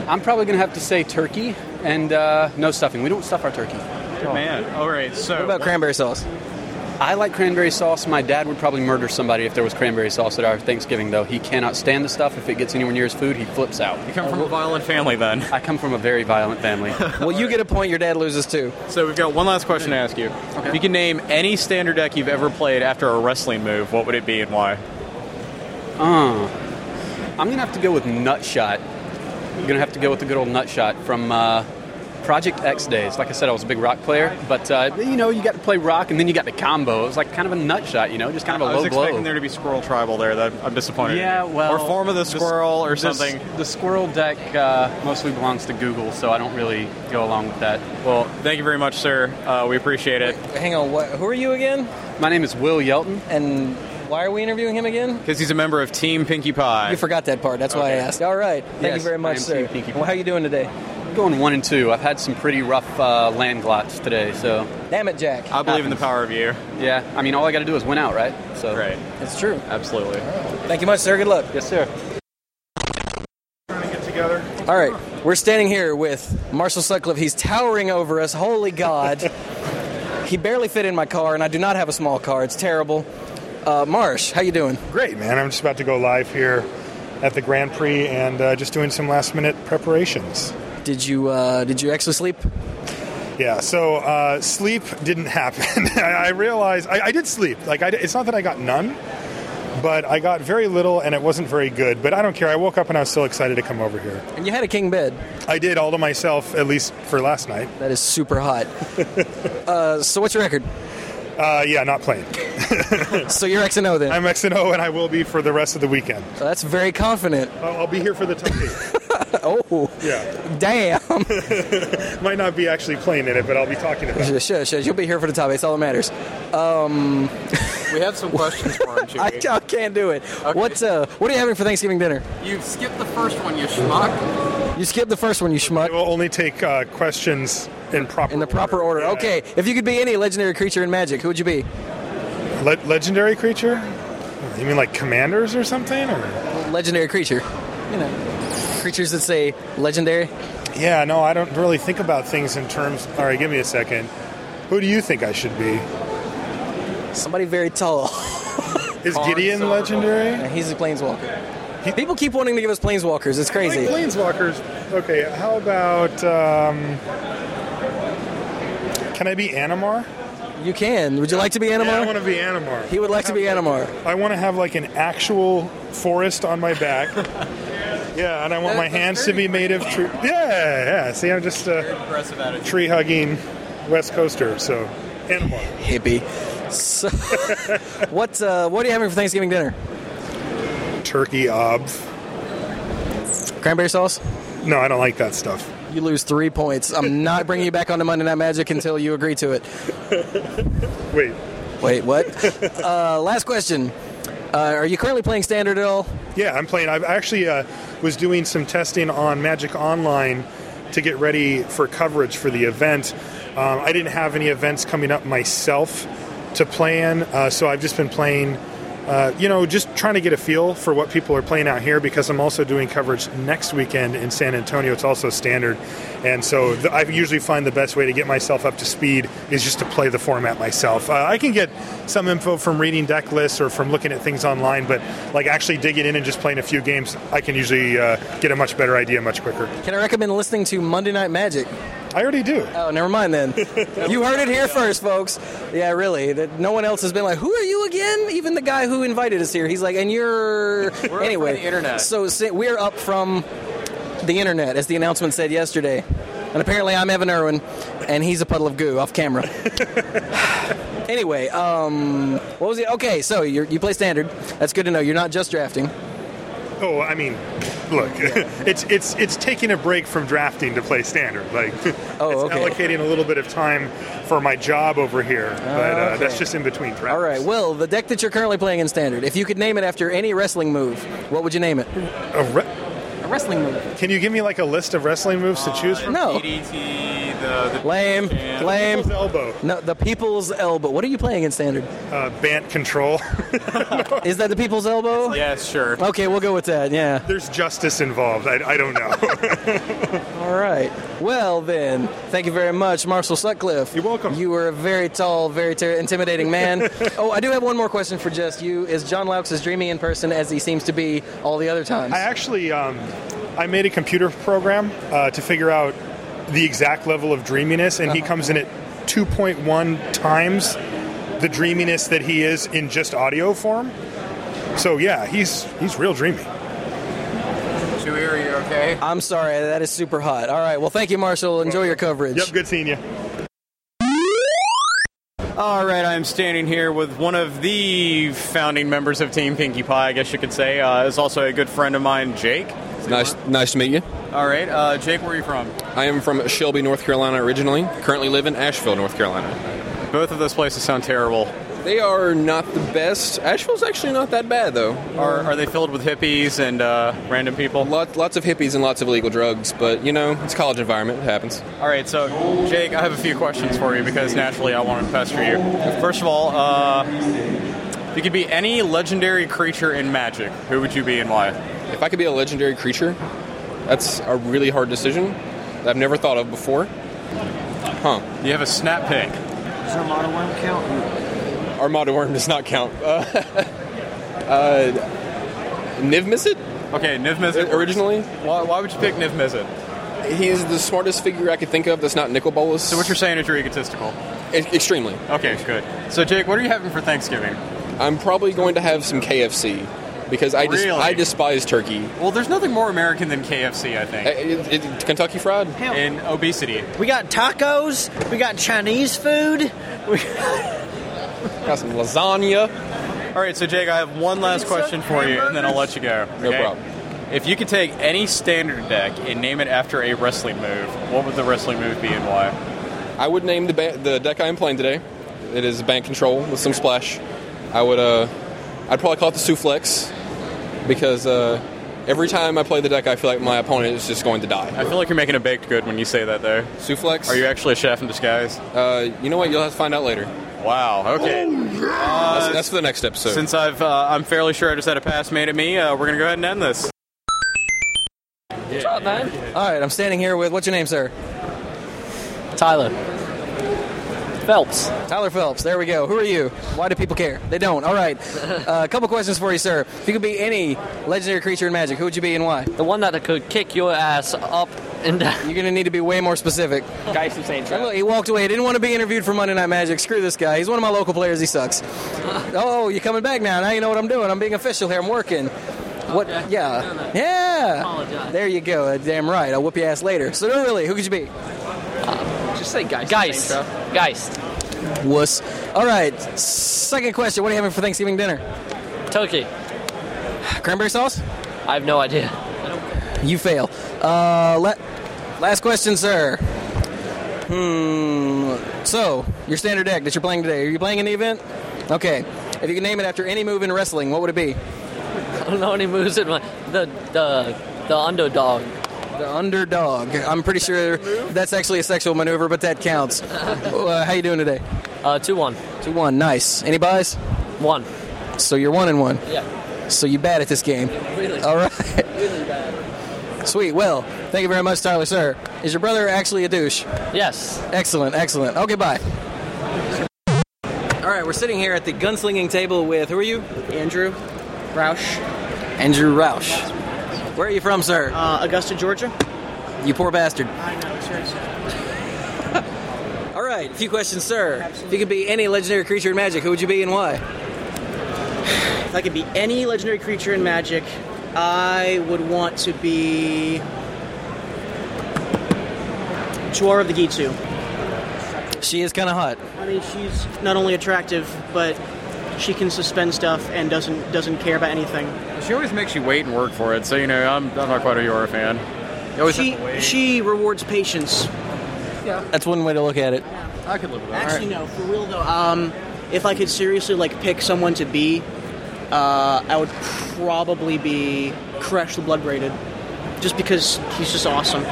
I'm probably going to have to say turkey and uh, no stuffing. We don't stuff our turkey. Good man. All right. So What about cranberry sauce? I like cranberry sauce. My dad would probably murder somebody if there was cranberry sauce at our Thanksgiving, though. He cannot stand the stuff. If it gets anywhere near his food, he flips out. You come from a violent family, then. I come from a very violent family. well, you get a point. Your dad loses too. So we've got one last question to ask you. If you can name any standard deck you've ever played after a wrestling move, what would it be and why? Uh, I'm gonna have to go with Nutshot. I'm gonna have to go with the good old Nutshot from uh, Project X days. Like I said, I was a big rock player, but uh, you know, you got to play rock and then you got the combo. It was like kind of a Nutshot, you know, just kind of a I low was blow. expecting there to be Squirrel Tribal there. That I'm disappointed. Yeah, well, or form of the this- squirrel or this- something. The squirrel deck uh, mostly belongs to Google, so I don't really go along with that. Well, thank you very much, sir. Uh, we appreciate it. Hang on, what, who are you again? My name is Will Yelton. And why are we interviewing him again? Because he's a member of Team Pinkie Pie. You forgot that part. that's why I asked. All right. Thank Yes, you very I much, am sir. Team Pinky Well, how you doing today? I'm going one and two. I've had some pretty rough uh, land glots today, so. Damn it, Jack. I believe in the power of you. Yeah, I mean, all I got to do is win out, right? So. Right. That's true. Absolutely. Thank you much, sir. Good luck. Yes, sir. together. All right, we're standing here with Marshall Sutcliffe. He's towering over us. Holy God! he barely fit in my car, and I do not have a small car. It's terrible. Uh, Marsh, how you doing? Great, man. I'm just about to go live here at the Grand Prix and uh, just doing some last minute preparations. Did you uh, did you actually sleep? Yeah, so uh, sleep didn't happen. I I realized I, I did sleep. Like I, di- it's not that I got none, but I got very little, and it wasn't very good. But I don't care. I woke up and I was still excited to come over here. And you had a king bed. I did all to myself, at least for last night. That is super hot. uh, so what's your record? Uh, yeah, not playing. so you're X and O then. I'm X and O, and I will be for the rest of the weekend. So that's very confident. I'll, I'll be here for the tucky. oh, yeah. Damn. Might not be actually playing in it, but I'll be talking about. it. Shush, shush, you'll be here for the top. It's all that matters. Um, We have some questions for him, too. I, I can't do it. What's uh, what are you having for Thanksgiving dinner? You've skipped the first one, you schmuck. You skipped the first one, you schmuck. We'll only take uh, questions in proper in the Proper order. Okay, if you could be any legendary creature in Magic, who would you be? Le- legendary creature? You mean like commanders or something? Or legendary creature? You know, creatures that say legendary. yeah, no, I don't really think about things in terms. All right, give me a second. Who do you think I should be? Somebody very tall. Oh. Is Gideon legendary? he's a planeswalker. People keep wanting to give us planeswalkers. It's crazy. Like planeswalkers. Okay, how about um, can I be Animar? You can. Would you like to be Animar? Yeah, I want to be Animar. He would like to be Animar. I want to have like an actual forest on my back. yeah, and I want my hands to be made of tree. Yeah, yeah. See, I'm just Impressive a attitude. tree hugging West Coaster. So Animar. Hippie. So, what uh, what are you having for Thanksgiving dinner? Turkey ob. Cranberry sauce. No, I don't like that stuff. You lose three points. I'm not bringing you back onto Monday Night Magic until you agree to it. Wait. Wait, what? uh, last question. Uh, are you currently playing standard at all? Yeah, I'm playing. I actually uh, was doing some testing on Magic Online to get ready for coverage for the event. Um, I didn't have any events coming up myself to plan, uh, so I've just been playing. Uh, you know, just trying to get a feel for what people are playing out here because I'm also doing coverage next weekend in San Antonio. It's also standard. And so th- I usually find the best way to get myself up to speed is just to play the format myself. Uh, I can get some info from reading deck lists or from looking at things online, but like actually digging in and just playing a few games, I can usually uh, get a much better idea much quicker. Can I recommend listening to Monday Night Magic? I already do. Oh, never mind then. you heard it here first, folks. Yeah, really. That no one else has been like, "Who are you again?" Even the guy who invited us here, he's like, "And you're from anyway." the internet. So si- we're up from the internet, as the announcement said yesterday. And apparently, I'm Evan Irwin, and he's a puddle of goo off camera. anyway, um, what was it? Okay, so you're, you play standard. That's good to know. You're not just drafting. Oh, I mean, look, it's it's it's taking a break from drafting to play standard. Like, Oh, it's allocating a little bit of time for my job over here, but uh, Okay. that's just in between drafts. All right, Will, the deck that you're currently playing in standard, if you could name it after any wrestling move, what would you name it? A, wrestling move. Oh, Can you give me like a list of wrestling moves to choose from? No. E DDT, the, the Lame, Yeah. lame. People's Uh, elbow. No, the people's elbow. What are you playing in standard? Uh, Bant control. Is that the people's elbow? yeah, sure. Okay, we'll go with that. Yeah. There's justice involved. I, I don't know. All right. Well, then, thank you very much, Marshall Sutcliffe. You're welcome. You were a very tall, very ter- intimidating man. oh, I do have one more question for just you. Is John Laux as dreamy in person as he seems to be all the other times? I actually, um, I made a computer program uh, to figure out the exact level of dreaminess, and he Uh-huh. comes in at 2.1 times the dreaminess that he is in just audio form. So yeah, he's he's real dreamy. Too eerie, okay? I'm sorry, that is super hot. All right, well, thank you, Marshall. Enjoy your coverage. Yep, good seeing you. All right, I'm standing here with one of the founding members of Team Pinkie Pie, I guess you could say. Uh, is also a good friend of mine, Jake. Nice, nice to meet you. All right, uh, Jake, where are you from? I am from Shelby, North Carolina originally. Currently live in Asheville, North Carolina. Both of those places sound terrible. They are not the best. Asheville's actually not that bad though. Are, are they filled with hippies and uh, random people? Lots, lots of hippies and lots of illegal drugs, but you know, it's a college environment. It happens. All right, so Jake, I have a few questions for you because naturally I want to pester you. First of all, uh, if you could be any legendary creature in Magic, who would you be and why? If I could be a legendary creature, that's a really hard decision that I've never thought of before. Huh? You have a snap pick. Does our model worm count? Armada worm does not count. Uh, uh, Niv Mizzet? Okay, Niv Mizzet. Originally? Why, why would you pick Niv Mizzet? He's the smartest figure I could think of that's not Nicol Bolas. So what you're saying is you're egotistical? extremely. Okay, good. So Jake, what are you having for Thanksgiving? I'm probably going to have some KFC because I des- Really? I despise turkey. Uh, Well, there's nothing more American than KFC, I think. It, Kentucky Fried? And obesity. We got tacos. We got Chinese food. We Got some lasagna. All right, so Jake, I have one last question for you, and then I'll let you go. No problem. If you could take any standard deck and name it after a wrestling move, what would the wrestling move be and why? I would name the ba- the deck I am playing today. It is bank control with some splash. I would uh, I'd probably call it the Suflex because uh, every time I play the deck, I feel like my opponent is just going to die. I feel like you're making a baked good when you say that, though. Suflex? Are you actually a chef in disguise? Uh, you know what? You'll have to find out later. Wow. Okay. Uh, that's, that's for the next episode. Since I've, uh, I'm fairly sure I just had a pass made at me, uh, we're gonna go ahead and end this. All right, I'm standing here with what's your name, sir? Tyler. Phelps. Tyler Phelps. There we go. Who are you? Why do people care? They don't. All right. Uh, a couple questions for you, sir. If you could be any legendary creature in Magic, who would you be and why? The one that could kick your ass up and down. You're gonna need to be way more specific. Guys from St. Look, he walked away. He didn't want to be interviewed for Monday Night Magic. Screw this guy. He's one of my local players. He sucks. oh, you're coming back now. Now you know what I'm doing. I'm being official here. I'm working. What? Yeah. Yeah. There you go. Uh, Damn right. I'll whoop your ass later. So, no, really, who could you be? Uh, Just say guys. Geist. Geist. Wuss. All right. Second question. What are you having for Thanksgiving dinner? Turkey. Cranberry sauce? I have no idea. You fail. Uh, let, last question, sir. Hmm. So, your standard deck that you're playing today, are you playing in the event? Okay. If you could name it after any move in wrestling, what would it be? I don't know any moves in my the the the underdog. The underdog. I'm pretty sure that's actually a sexual maneuver, but that counts. uh, how you doing today? Uh, two one. Two one. Nice. Any buys? One. So you're one and one. Yeah. So you bad at this game. Really. All right. Really bad. Sweet. Well, thank you very much, Tyler, sir. Is your brother actually a douche? Yes. Excellent. Excellent. Okay. Bye. All right. We're sitting here at the gunslinging table with who are you? Andrew Roush. Andrew Roush. Where are you from, sir? Uh, Augusta, Georgia. You poor bastard. I know, seriously. All right. A few questions, sir. If you could be any legendary creature in Magic, who would you be and why? If I could be any legendary creature in Magic, I would want to be Chuar of the Gitu. She is kind of hot. I mean, she's not only attractive, but she can suspend stuff and doesn't doesn't care about anything. She always makes you wait and work for it, so you know I'm, I'm not quite a Yora fan. You always She have to wait. she rewards patience. Yeah. That's one way to look at it. I could live with that. Actually, no, for real though. Um, if I could seriously like pick someone to be, uh, I would probably be Crash the Blood Braided, just because he's just awesome.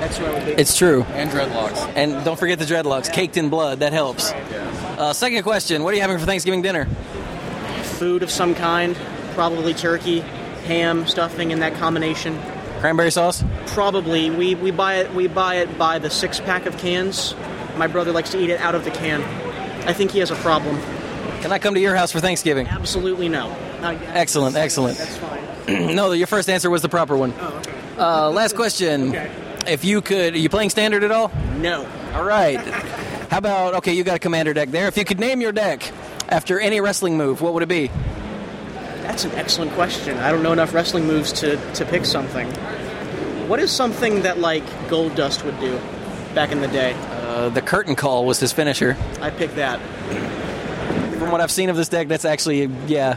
That's who I would be. It's true. And dreadlocks. And don't forget the dreadlocks, caked in blood. That helps. Uh, second question: What are you having for Thanksgiving dinner? Food of some kind, probably turkey, ham, stuffing, and that combination. Cranberry sauce? Probably. We we buy it we buy it by the six pack of cans. My brother likes to eat it out of the can. I think he has a problem. Can I come to your house for Thanksgiving? Absolutely no. I- Excellent, excellent. That's fine. Oh, no, your first answer was the proper one. Uh, last question: If you could, are you playing standard at all? No. All right. How about okay? You got a commander deck there. If you could name your deck after any wrestling move, what would it be? That's an excellent question. I don't know enough wrestling moves to, to pick something. What is something that like Gold Dust would do back in the day? Uh, the curtain call was his finisher. I picked that. From what I've seen of this deck, that's actually yeah,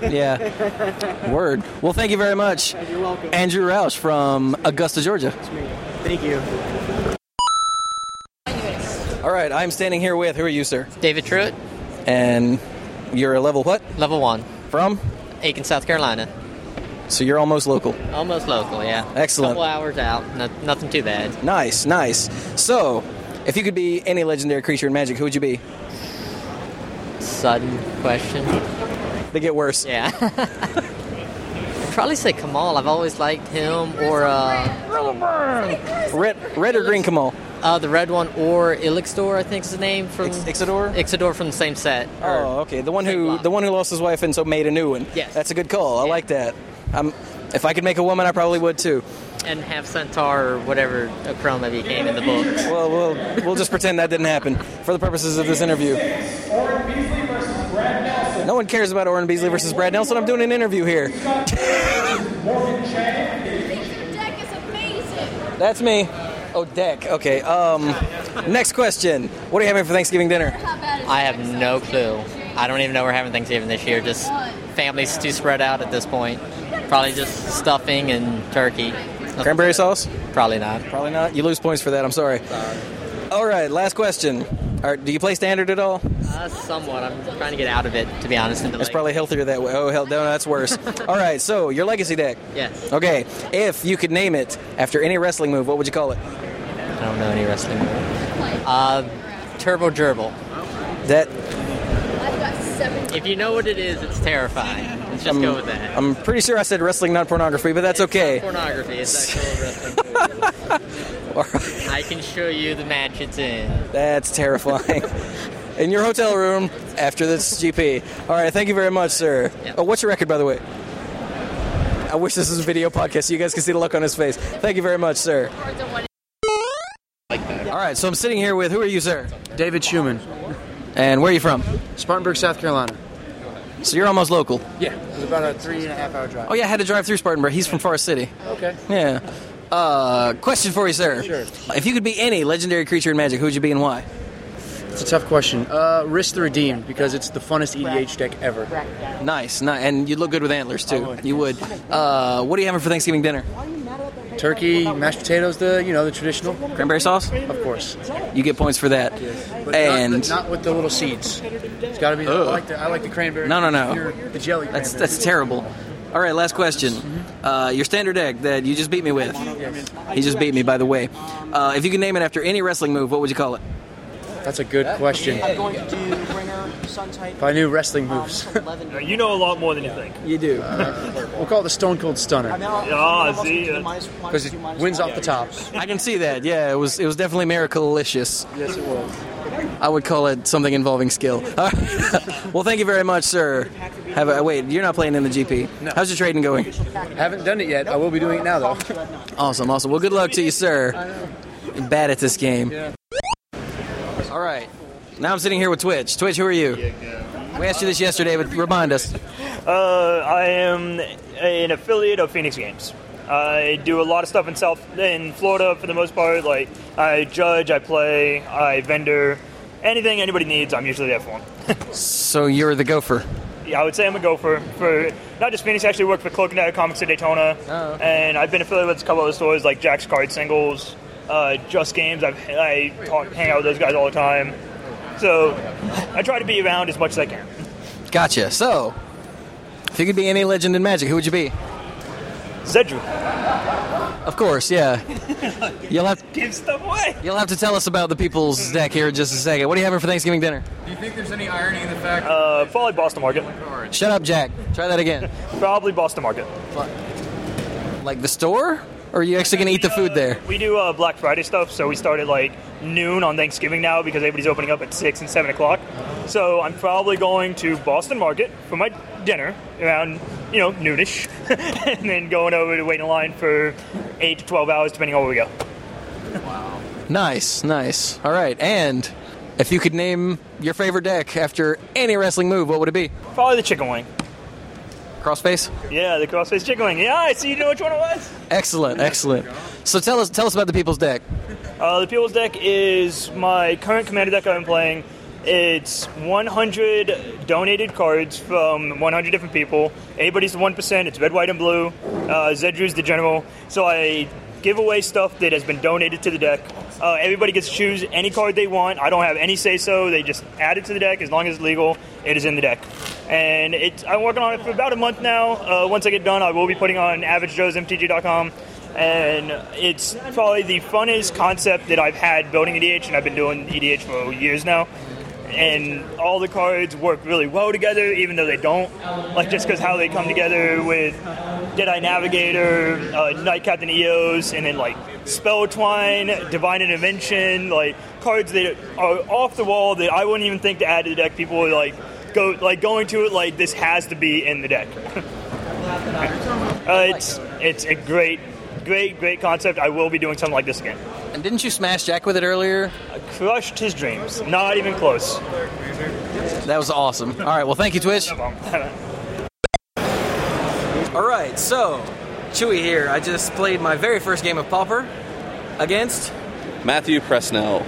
yeah. Word. Well, thank you very much. You're welcome. Andrew Roush from Augusta, Georgia. Thank you. All right, I'm standing here with, who are you, sir? David Truitt. And you're a level what? Level one. From? Aiken, South Carolina. So you're almost local. Almost local, yeah. Excellent. Couple hours out. No, nothing too bad. Nice, nice. So, if you could be any legendary creature in Magic, who would you be? Sudden question. They get worse. Yeah. Probably say Kamal. I've always liked him or uh, red, red or green Kamal. Uh, the red one or Elixir, I think is the name from Ixidor. Ixidor from the same set. Oh, okay. The one who the one who lost his wife and so made a new one. Yes. That's a good call. I like that. i if I could make a woman, I probably would too. And have Centaur or whatever Acroma became in the book. Well, we'll we'll just pretend that didn't happen for the purposes of this interview. No one cares about Oren Beasley versus Brad Nelson. I'm doing an interview here. That's me. Oh, deck. Okay. Um, next question. What are you having for Thanksgiving dinner? I have no clue. I don't even know we're having Thanksgiving this year. Just families too spread out at this point. Probably just stuffing and turkey. Cranberry sauce? Probably not. Probably not. You lose points for that. I'm sorry. All right. Last question. All right. Do you play standard at all? Uh, somewhat. I'm trying to get out of it, to be honest. In the It's probably healthier that way. Oh hell, no, that's worse. All right, so your legacy deck. Yes. Okay, if you could name it after any wrestling move, what would you call it? I don't know any wrestling move. Uh, turbo gerbil. That If you know what it is, it's terrifying. Let's just I'm, go with that. um, I'm pretty sure I said wrestling, not pornography, but that's okay. Pornography. It's actual wrestling move. I can show you the match it's in. That's terrifying. In your hotel room after this GP. All right, thank you very much, sir. Oh, what's your record, by the way? I wish this was a video podcast so you guys can see the look on his face. Thank you very much, sir. All right, so I'm sitting here with who are you, sir? David Schuman. And where are you from? Spartanburg, South Carolina. So you're almost local. Yeah. It was about a three and a half hour drive. Oh yeah, I had to drive through Spartanburg. He's from Forest City. Okay. Yeah. Uh, question for you, sir. Sure. If you could be any legendary creature in Magic, who would you be and why? It's a tough question. Uh, Risk the Redeemed because it's the funnest EDH deck ever. Oh, Nice, nice, and you'd look good with antlers too. You would. Uh, what are you having for Thanksgiving dinner? Turkey, mashed potatoes, the you know the traditional. Cranberry sauce? Of course. You get points for that. But not- and but not, with the little seeds. It's got to be. I Ugh. like the I like the cranberry. No, no, no. Your- The jelly. that's cranberry. that's terrible. All right, last question. Uh, your standard deck that you just beat me with. He just beat me, by the way. Uh, if you could name it after any wrestling move, what would you call it? That's a good question. I'm going to do Ringer, Sun Titan. If I knew wrestling moves, uh, You know a lot more than you think. you do. we'll call it the Stone Cold Stunner. Ah, see, uh, Because it wins off the top. I can see that. Yeah, it was it was definitely miraculous. Yes, it was. I would call it something involving skill. All right. well, thank you very much, sir. Have a, wait, you're not playing in the GP. How's your trading going? Haven't done it yet. I will be doing it now, though. Awesome, awesome. Well, good luck to you, sir. You're bad at this game. All right. Now I'm sitting here with Twitch. Twitch, who are you? We asked you this yesterday, but remind us. Uh, I am an affiliate of Phoenix Games. I do a lot of stuff in South in Florida for the most part. Like I judge, I play, I vendor, anything anybody needs. I'm usually there for them. So you're the gopher. yeah, I would say I'm a gopher for not just Phoenix. I actually work for Cloak and Dagger Comics in Daytona, Oh. and I've been affiliated with a couple other stores like Jack's Card Singles, uh, Just Games. I've, I talk, hang out with those guys all the time, so I try to be around as much as I can. Gotcha. So, if you could be any legend in magic, who would you be? Zedru. Of course, yeah. You'll have give stuff away. Hmm. You'll have to tell us about the people's deck here in just a second. What are you having for Thanksgiving dinner? Do you think there's any irony in the fact? Uh, probably Boston Market. Shut up, Jack. Try that again. probably Boston Market. Like the store, or are you actually gonna eat the food there? We do uh, Black Friday stuff, so we start at like noon on Thanksgiving now because everybody's opening up at six and seven o'clock. So I'm probably going to Boston Market for my dinner around you know noonish, and then going over to wait in line for eight to twelve hours depending on where we go. Nice, nice. All right, and if you could name your favorite deck after any wrestling move, what would it be? Probably the chicken wing. Crossface. Yeah, the crossface chicken wing. Yeah, I see. You know which one it was. Excellent, excellent. So tell us, tell us about the people's deck. Uh, the People's deck is my current commander deck I've been playing. It's 100 donated cards from 100 different people. Anybody's the 1%, it's red, white, and blue. Uh, Zedru's the general. So I give away stuff that has been donated to the deck. Uh, everybody gets to choose any card they want. I don't have any say so. They just add it to the deck as long as it's legal. It is in the deck. And it's, I'm working on it for about a month now. Uh, once I get done, I will be putting on averagejoesmtg.com and it's probably the funnest concept that I've had building EDH, and I've been doing EDH for years now. And all the cards work really well together, even though they don't. Like just because how they come together with Deadeye Navigator, uh, Night Captain Eos, and then like Spell Twine, Divine Intervention, like cards that are off the wall that I wouldn't even think to add to the deck. People are like go like going to it like this has to be in the deck. Uh, it's it's a great, great, great concept. I will be doing something like this again. And didn't you smash Jack with it earlier? I crushed his dreams. Not even close. That was awesome. All right, well, thank you, Twitch. All right, so Chewy here. I just played my very first game of Pauper against, Matthew Presnell.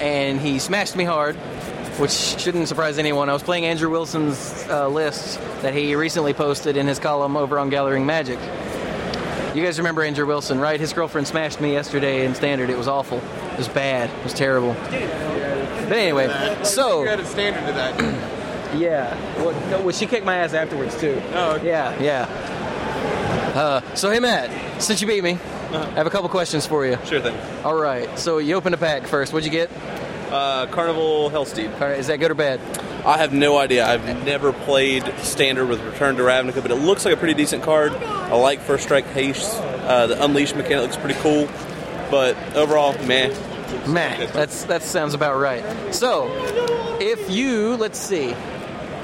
and he smashed me hard, which shouldn't surprise anyone. I was playing Andrew Wilson's uh, list that he recently posted in his column over on Gathering Magic. You guys remember Andrew Wilson, right? His girlfriend smashed me yesterday in Standard. It was awful. It was bad. It was terrible. But anyway, so You had a standard to that. Yeah. Well, no, well, she kicked my ass afterwards too. Oh. Yeah, yeah. Uh, so hey, Matt, since you beat me, I have a couple questions for you. Uh-huh. Sure thing. All right. So you opened a pack first. What'd you get? Uh, Carnival Hellsteed. All right. Is that good or bad? I have no idea. I've never played standard with Return to Ravnica, but it looks like a pretty decent card. I like First Strike Haste. Uh, the Unleash mechanic looks pretty cool, but overall, meh. Meh. That's that sounds about right. So, if you let's see,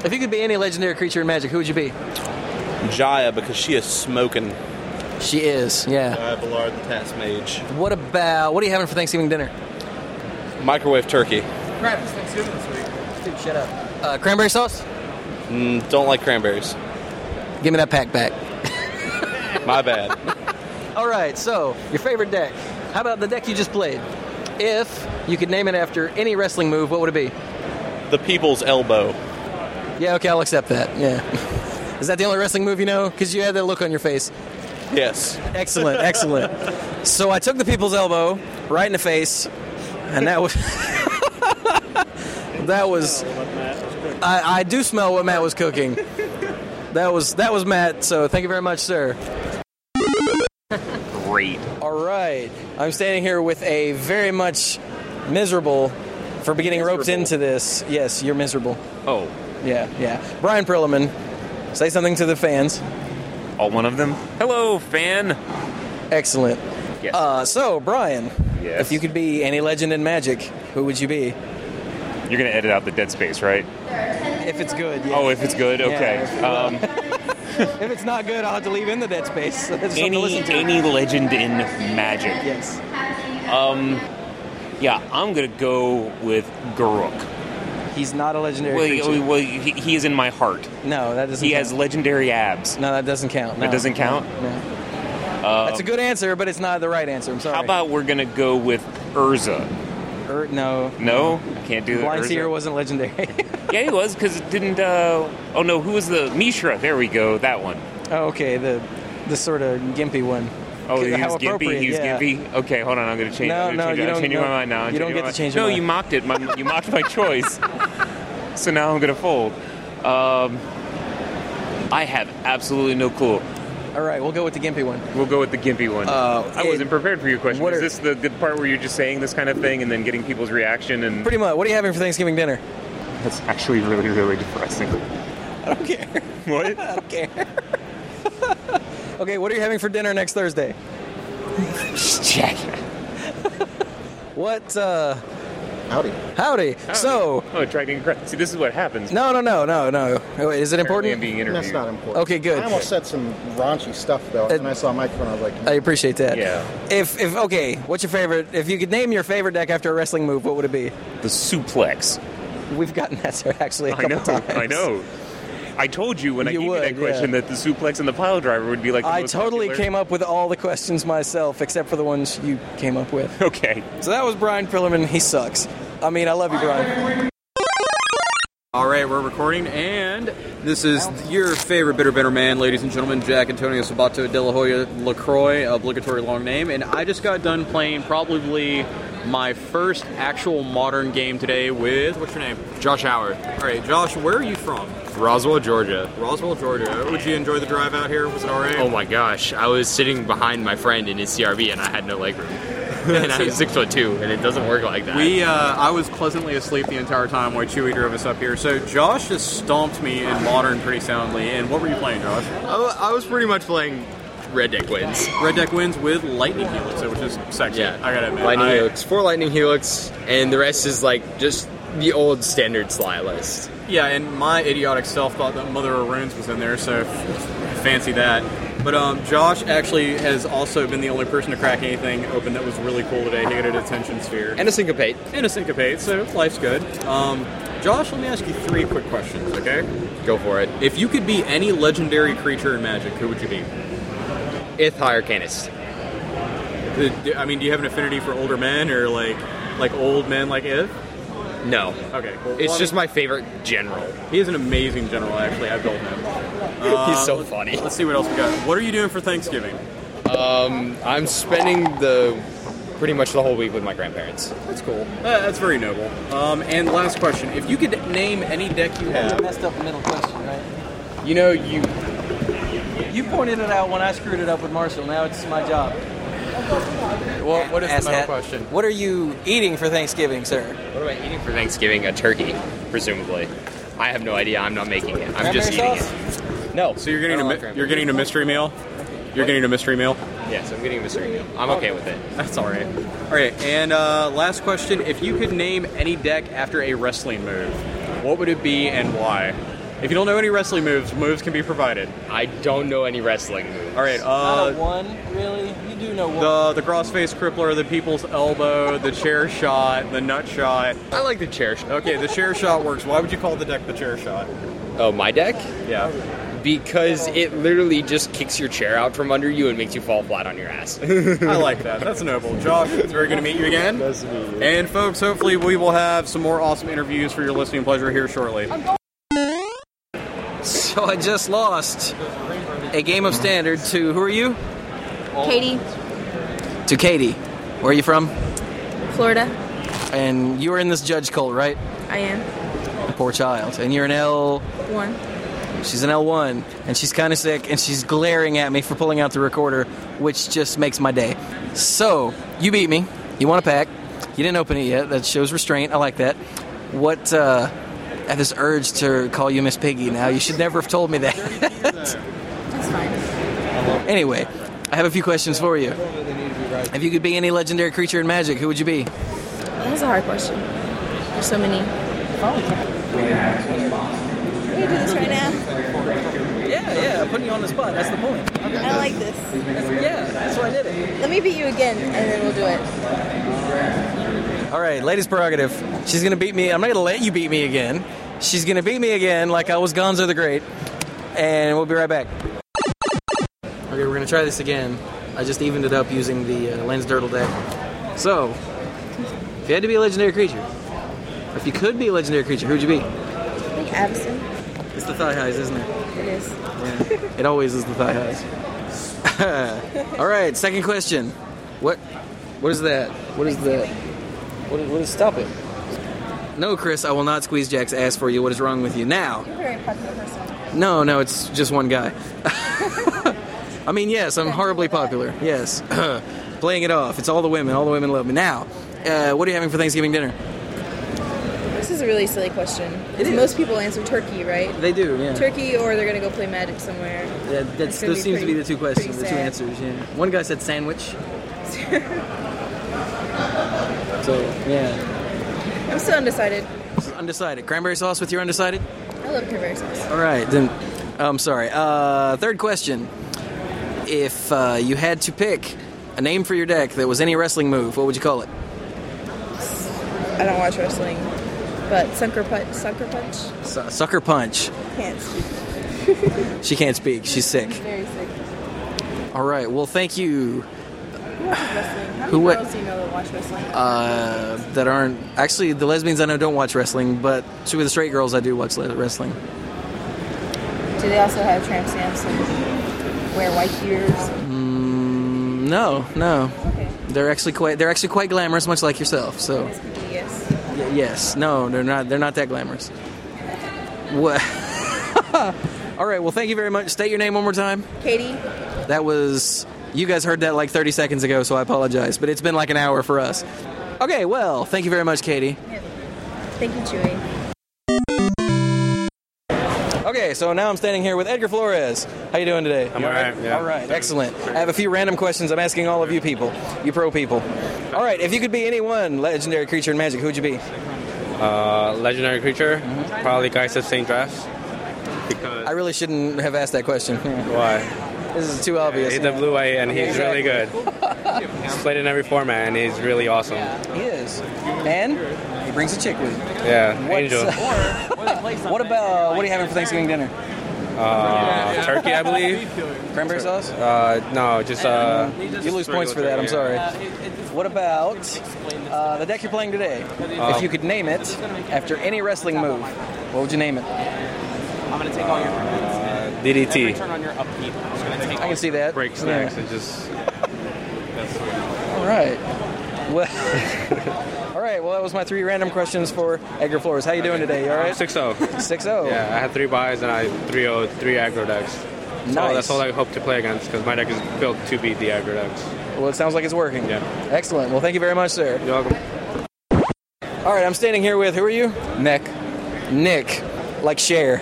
if you could be any legendary creature in Magic, who would you be? Jaya because she is smoking. She is. Yeah. Jaya Uh, Ballard, the Task Mage. What about what are you having for Thanksgiving dinner? Microwave turkey. Crap, it's Thanksgiving this week. Dude, shut up. Uh, cranberry sauce. Mm, don't like cranberries. Give me that pack back. My bad. All right, so your favorite deck. How about the deck you just played? If you could name it after any wrestling move, what would it be? The People's Elbow. Yeah, okay, I'll accept that. Yeah. Is that the only wrestling move you know? Because you had that look on your face. Yes. Excellent, excellent. So I took the people's elbow right in the face, and that was that was. I, I do smell what Matt was cooking. That was that was Matt. So thank you very much, sir. Great. All right. I'm standing here with a very much miserable for getting roped into this. Yes, you're miserable. Oh. Yeah, yeah. Brian Perliman, say something to the fans. All one of them? Hello, fan. Excellent. Uh, so, Brian, Yes. if you could be any legend in magic, who would you be? You're going to edit out the dead space, right? If it's good, yeah. Oh, if it's good, Yeah, okay. if- um, if it's not good, I'll have to leave in the dead space. So there's something any to listen to. Um, any legend in magic? Yes. Um, yeah, I'm going to go with Garuk. He's not a legendary Well, creature. well, he, he is in my heart. No, that doesn't. He has legendary abs. No, that doesn't count. That No, doesn't no, count. no. Uh, That's a good answer, but it's not the right answer. I'm sorry. How about we're going to go with Urza? Er, no. No, can't do that. Blind Seer wasn't legendary. yeah, he was because it didn't. Uh, oh no, who was the Mishra? There we go, that one. Oh, okay, the the sort of gimpy one. Oh, he How was gimpy. appropriate, He was yeah. gimpy. Okay, hold on. I'm gonna change. No, I'm gonna no, change, you I'm don't- changing no, my mind now. I'm you don't changing get my to mind. change your No, mind. you mocked it. My, you mocked my choice. So now I'm gonna fold. Um, I have absolutely no clue. All right, we'll go with the gimpy one. We'll go with the gimpy one. Uh, I wasn't prepared for your question. what Is are- this the, the part where you're just saying this kind of thing and then getting people's reaction? And Pretty much. What are you having for Thanksgiving dinner? that's actually really, really depressing. What? I don't care. okay, what are you having for dinner next Thursday? Jack. what? Uh, Howdy. Howdy. So. Oh, it dragged in crap. See, this is what happens. No, no, no, no, no. Oh, Is it important? I'm being interviewed. That's not important. Okay, good. I almost said some raunchy stuff Uh, though, and I saw a microphone. I was like, I appreciate that. Yeah. If, if okay, what's your favorite? If you could name your favorite deck after a wrestling move, what would it be? The suplex. We've gotten that sir, actually a I couple know. times. I know. I told you when I You gave would, you that question yeah. that the suplex and the pile driver would be like. The I most totally popular. came up with all the questions myself, except for the ones you came up with. Okay. So that was Brian Pillerman. He sucks. I mean, I love you, Brian. All right, we're recording, and this is your favorite bitter, bitter man, ladies and gentlemen, Jack Antonio Sabato de la Hoya LaCroix, obligatory long name. And I just got done playing probably my first actual modern game today with, what's your name? Josh Howard. All right, Josh, where are you from? Roswell, Georgia. Roswell, Georgia. Would you enjoy the drive out here? Was it all right? Oh my gosh, I was sitting behind my friend in his CRV and I had no leg room. and I'm six foot two, and it doesn't work like that. We, uh, I was pleasantly asleep the entire time while Chewy drove us up here. So Josh just stomped me in modern pretty soundly. And what were you playing, Josh? I was pretty much playing Red Deck wins. Red Deck wins with Lightning Helix, which is sexy. Yeah, I gotta admit. Lightning I- Helix, four Lightning Helix, and the rest is like just the old standard sly list. Yeah, and my idiotic self thought that Mother of Runes was in there, so fancy that. But um, Josh actually has also been the only person to crack anything open that was really cool today. He got a detention sphere. And a syncopate. And a syncopate, so life's good. Um, Josh, let me ask you three quick questions, okay? Go for it. If you could be any legendary creature in Magic, who would you be? Ith Hyrcanus. Uh, I mean, do you have an affinity for older men or like like old men like Ith? No. Okay, cool. It's Well, just my favorite general. He is an amazing general, actually. I've built him. He's so let- funny. Let's see what else we got. What are you doing for Thanksgiving? Um, I'm spending the pretty much the whole week with my grandparents. That's cool. Uh, that's very noble. Um, and last question: If you could name any deck you have, messed up the middle question, right? You know, you You pointed it out when I screwed it up with Marshall. Now it's my job. Well, what is the middle question? What are you eating for Thanksgiving, sir? What am I eating for Thanksgiving? A turkey, presumably. I have no idea. I'm not making it. I'm just eating Cranberry it. No. So you're getting a I mi- don't like you're getting a mystery meal. You're getting a mystery meal. Yes, I'm getting a mystery meal. I'm okay with it. That's all right. All right, and uh, last question: If you could name any deck after a wrestling move, what would it be and why? If you don't know any wrestling moves, moves can be provided. I don't know any wrestling moves. All right. Not a Uh, one, really. You do know one. the the crossface crippler, the people's elbow, the chair shot, the nut shot. I like the chair shot. Okay, the chair shot works. Why would you call the deck the chair shot? Oh, my deck? Yeah. Because it literally just kicks your chair out from under you and makes you fall flat on your ass. I like that. That's noble. Josh, it's very good to meet you again. Nice to meet you. And folks, hopefully we will have some more awesome interviews for your listening pleasure here shortly. So I just lost A game of standard to who are you? Katie, To Katie. Where are you from? Florida. And you were in this judge cult, right? I am Poor child. And you're an L. one. She's an L1, and she's kind of sick, and she's glaring at me for pulling out the recorder, which just makes my day. So, you beat me. You want a pack. You didn't open it yet. That shows restraint. I like that. What, uh, I have this urge to call you Miss Piggy now. You should never have told me that. That's fine. Anyway, I have a few questions for you. If you could be any legendary creature in magic, who would you be? That's a hard question. There's so many. Can you do this right now? Yeah, yeah, I'm putting you on the spot. That's the point. I like this. Yeah, that's why I did it. Let me beat you again, and then we'll do it. All right, ladies' prerogative. She's gonna beat me. I'm not gonna let you beat me again. She's gonna beat me again, like I was Gonzo the Great. And we'll be right back. Okay, we're gonna try this again. I just evened it up using the uh, Lens Dirtle deck. So, if you had to be a legendary creature, if you could be a legendary creature, who'd you be? Absinthe. It's the thigh highs, isn't it? It is. Yeah. it always is the thigh highs. All right, second question. What? What is that? What is that? What is, what is stop it? No, Chris, I will not squeeze Jack's ass for you. What is wrong with you now? You're a very popular person. No, no, it's just one guy. I mean, yes, I'm horribly popular. Yes. Playing it off. It's all the women. All the women love me. Now, uh, what are you having for Thanksgiving dinner? This is a really silly question. It is. Most people answer turkey, right? They do, yeah. Turkey, or they're gonna go play magic somewhere. That, It's that's, gonna be those seems to be pretty- the two questions, the two pretty sad. answers. Yeah. One guy said sandwich. So yeah, I'm still undecided. undecided. Cranberry sauce with your undecided. I love cranberry sauce. All right, then. I'm sorry. Uh, third question: If uh, you had to pick a name for your deck that was any wrestling move, what would you call it? I don't watch wrestling, but sucker punch. Sucker punch. Su- sucker punch. Can't. She can't speak. She's sick. Very sick. All right. Well, thank you. Who watches wrestling? How many Who what- girls do you know that watch wrestling? Uh, that aren't actually the lesbians I know don't watch wrestling, but two of the straight girls I do watch le- wrestling. Do they also have tramp stamps and wear white ears? Mm, no, no. Okay. They're actually quite they're actually quite glamorous, much like yourself. So Yes. y- yes, no, they're not they're not that glamorous. What? All right. Well, thank you very much. State your name one more time. Katie. That was you guys heard that like 30 seconds ago, so I apologize, but it's been like an hour for us. Okay. Well, thank you very much, Katie. Thank you, Chewy. Okay, so now I'm standing here with Edgar Flores. How you doing today? I'm all right. All right, excellent. I have a few random questions I'm asking all of you people, you pro people. All right, if you could be any one legendary creature in Magic, who'd you be? Uh, legendary creature, probably Geist of St. Drafts. Because I really shouldn't have asked that question. why? This is too obvious. He's a blue white and he's Exactly. really good. he's played in every format and he's really awesome. He is, and he brings a chick with him. Yeah, angel. what about what are you having for Thanksgiving dinner? Uh, turkey, I believe. Cranberry sauce? Uh, no, just uh. You lose points for that. I'm sorry. What about uh, the deck you're playing today? Uh, if you could name it after any wrestling move, what would you name it? I'm gonna take all your Uh, DDT. I can see that. Break Yeah. snacks and just. That's All right. Well, all right. Well, that was my three random questions for Edgar Flores. How you doing today? You all right? Six zero. Six oh. zero. Yeah, I had three buys and I 3-0, three aggro decks. So Nice. that's all I hope to play against because my deck is built to beat the aggro decks. Well, it sounds like it's working. Yeah. Excellent. Well, thank you very much, sir. You're welcome. All right, I'm standing here with who are you? Nick. Nick, like Cher.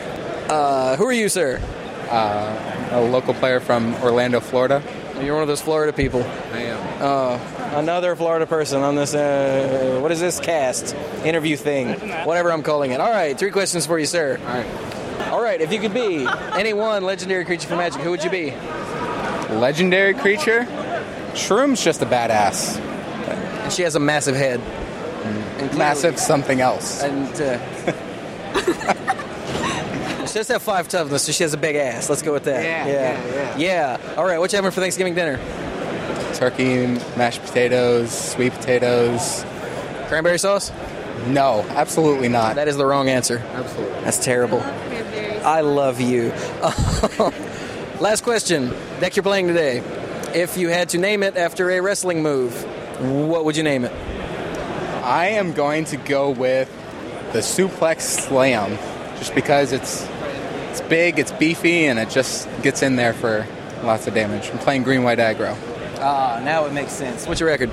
Uh, who are you, sir? Uh, a local player from Orlando, Florida. You're one of those Florida people. I am. Uh, another Florida person on this. Uh, what is this cast interview thing? Whatever I'm calling it. All right, three questions for you, sir. All right. All right. If you could be any one legendary creature from Magic, who would you be? Legendary creature? Shroom's just a badass. And she has a massive head. Massive something else. And uh, she does have five toughness, so she has a big ass. Let's go with that. Yeah, yeah, yeah. All right, what you having for Thanksgiving dinner? Turkey, mashed potatoes, sweet potatoes. Cranberry sauce? No, absolutely not. That is the wrong answer. Absolutely. That's terrible. I love you. Last question. Deck you're playing today. If you had to name it after a wrestling move, what would you name it? I am going to go with the suplex slam, just because it's it's big, it's beefy, and it just gets in there for lots of damage. I'm playing green white aggro. Ah, now it makes sense. What's your record?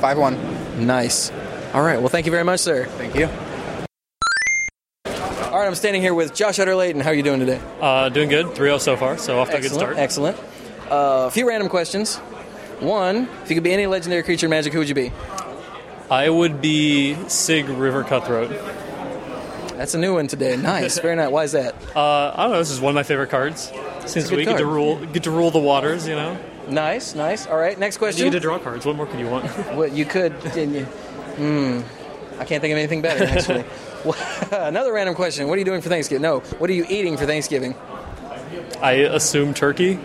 5 1. Nice. All right, well, thank you very much, sir. Thank you. All right, I'm standing here with Josh Utterlayton. How are you doing today? Uh, doing good, 3 so far, so off to a good excellent, start. Excellent. Uh, a few random questions. One, if you could be any legendary creature in Magic, who would you be? I would be Sig River Cutthroat. That's a new one today. Nice, very nice. Why is that? Uh, I don't know. This is one of my favorite cards. a Since good we get to card. rule get to rule the waters, you know. Nice, nice. All right, next question. You get to draw cards. What more could you want? What you could? Didn't you? Hmm. I can't think of anything better actually. Another random question. What are you doing for Thanksgiving? No. What are you eating for Thanksgiving? I uh, assume turkey.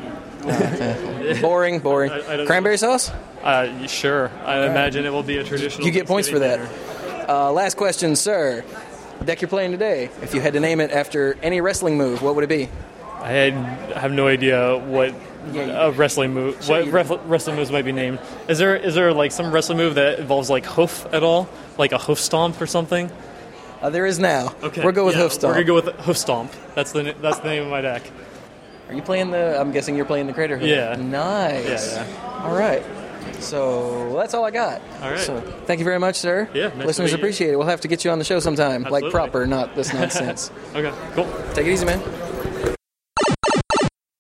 boring, boring. Cranberry sauce? Uh, sure. I imagine it will be a traditional. You get points for Thanksgiving that. Uh, last question, sir. The deck you're playing today, if you had to name it after any wrestling move, what would it be? I had I have no idea what uh, wrestling move Sure what you ref, wrestling moves might be named. Is there is there like some wrestling move that involves like hoof at all, like a hoof stomp or something? Uh, there is now. Okay, We'll go with yeah, hoof stomp. We're gonna go with hoof stomp. That's the n- that's the name of my deck. Are you playing the? I'm guessing you're playing the crater hook. Yeah. Nice. Yeah, All right. So that's all I got. All right. So thank you very much, sir. Yeah, nice to Listeners meet you. appreciate it. We'll have to get you on the show sometime, Absolutely. like proper, not this nonsense. okay, cool. Take it easy, man.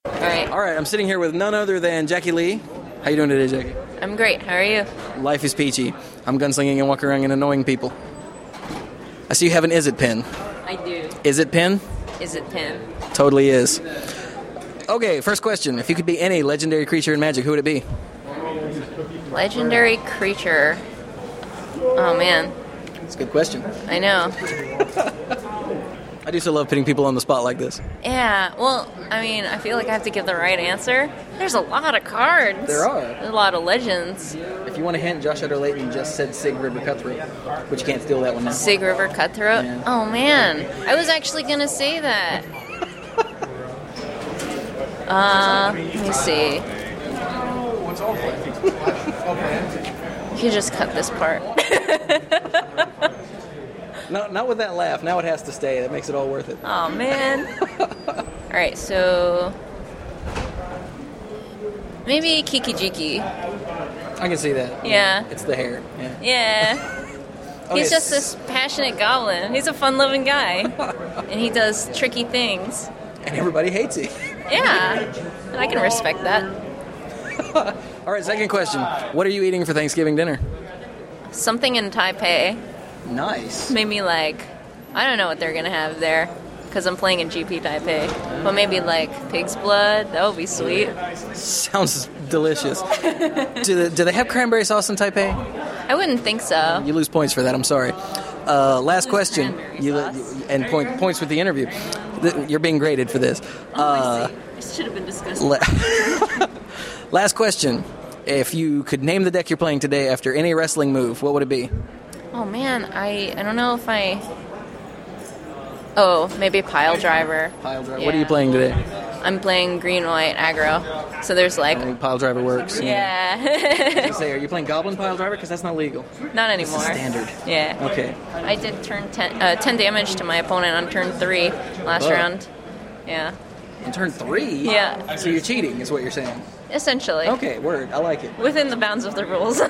All right. All right. I'm sitting here with none other than Jackie Lee. How you doing today, Jackie? I'm great. How are you? Life is peachy. I'm gunslinging and walking around and annoying people. I see you have an is it pin. I do. Is it pin? Is it Pim? Totally is. Okay, first question. If you could be any legendary creature in magic, who would it be? Legendary creature. Oh man, That's a good question. I know. I do so love putting people on the spot like this. Yeah. Well, I mean, I feel like I have to give the right answer. There's a lot of cards. There are. There's a lot of legends. If you want to hint, Josh Utter Layton just said Sig River Cutthroat, but you can't steal that one now. Sig River Cutthroat. Oh man, I was actually gonna say that. Uh, let me see. You can just cut this part. No, not with that laugh. Now it has to stay. That makes it all worth it. Oh man. All right, so maybe Kiki Jiki. I can see that. Yeah. It's the hair. Yeah. Yeah. Okay, He's just this passionate goblin. He's a fun-loving guy, and he does tricky things. And everybody hates it. Yeah, and I can respect that. All right, second question. What are you eating for Thanksgiving dinner? Something in Taipei Nice. made me like, I don't know what they're gonna have there, because I'm playing in GP Taipei. But maybe like pig's blood. That would be sweet. Sounds delicious. do, they, do they have cranberry sauce in Taipei? I wouldn't think so. You lose points for that. I'm sorry. Uh, last question. You, you- and point, points with the interview. Th- You're being graded for this. Oh, Uh, It should have been discussed. La- Last question. If you could name the deck you're playing today after any wrestling move, what would it be? Oh man, I I don't know if I. Oh, maybe pile driver. Pile driver. What are you playing today? I'm playing green white aggro, so there's like. Pile driver works. I Yeah. was gonna say, are you playing Goblin Pile Driver? Because that's not legal. Not This is anymore. standard. Yeah. Okay. I did turn ten, uh, 10 damage to my opponent on turn 3 last Oh. round. Yeah. In turn three. Yeah. So you're cheating, is what you're saying. Essentially. Okay. Word. I like it. Within the bounds of the rules.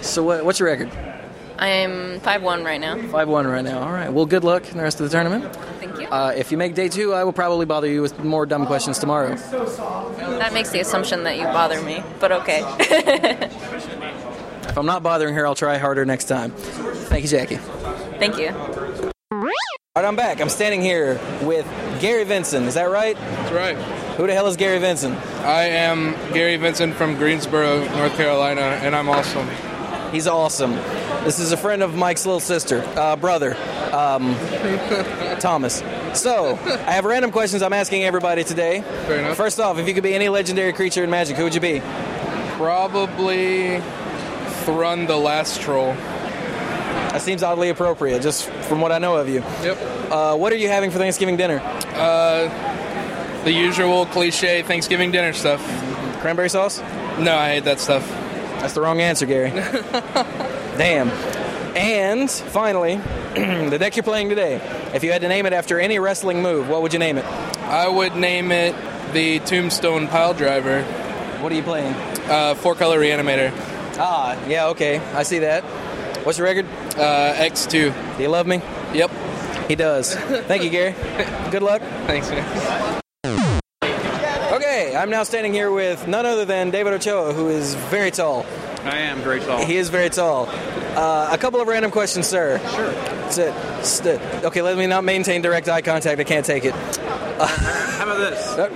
So what, what's your record? I'm 5 1 right now. Five one right now. All right. Well, good luck in the rest of the tournament. Thank you. Uh, if you make day two, I will probably bother you with more dumb questions tomorrow. That makes the assumption that you bother me, but okay. If I'm not bothering her, I'll try harder next time. Thank you, Jackie. Thank you. All right, I'm back. I'm standing here with Gary Vinson. Is that right? That's right. Who the hell is Gary Vinson? I am Gary Vincent from Greensboro, North Carolina, and I'm awesome. He's awesome. This is a friend of Mike's little sister, uh, brother, um, Thomas. So, I have random questions I'm asking everybody today. Fair enough. First off, if you could be any legendary creature in Magic, who would you be? Probably Thrun the Last Troll. That seems oddly appropriate, just from what I know of you. Yep. Uh, what are you having for Thanksgiving dinner? Uh, the usual cliche Thanksgiving dinner stuff. Cranberry sauce? No, I hate that stuff. That's the wrong answer, Gary. Damn. And finally, the deck you're playing today. If you had to name it after any wrestling move, what would you name it? I would name it the Tombstone Pile Driver. What are you playing? Uh, four color reanimator. Ah, yeah, okay. I see that. What's your record? Uh, X2. Do you love me? Yep. He does. Thank you, Gary. Good luck. Thanks, man. Okay, I'm now standing here with none other than David Ochoa, who is very tall. I am very tall. He is very tall. Uh, a couple of random questions, sir. Sure. That's it. St- okay, let me not maintain direct eye contact. I can't take it. Uh, How about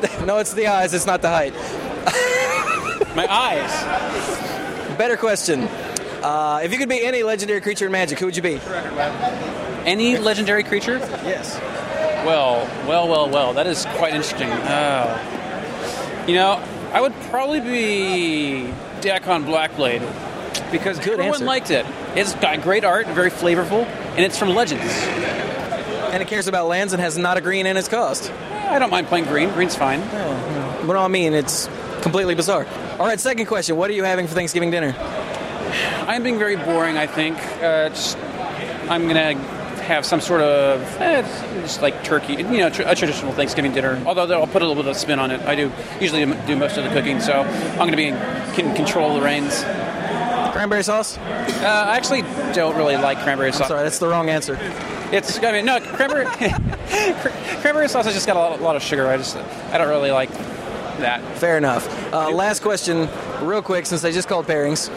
this? no, it's the eyes. It's not the height. My eyes. Better question. Uh, if you could be any legendary creature in Magic, who would you be? Any legendary creature? Yes. Well, well, well, well. That is quite interesting. Oh. You know, I would probably be Dakon Blackblade because everyone answer. liked it. It's got great art, very flavorful, and it's from Legends. and it cares about lands and has not a green in its cost. I don't mind playing green. Green's fine. But no, I mean it's completely bizarre. All right, second question: What are you having for Thanksgiving dinner? I'm being very boring. I think uh, just, I'm gonna have some sort of eh, it's just like turkey, you know, tr- a traditional Thanksgiving dinner. Although I'll put a little bit of spin on it. I do usually do most of the cooking, so I'm gonna be in can control of the reins. Cranberry sauce? Uh, I actually don't really like cranberry sauce. sorry, that's the wrong answer. It's I mean no cranberry cranberry sauce has just got a lot, a lot of sugar. I just I don't really like that. Fair enough. Uh, last question, real quick, since I just called pairings.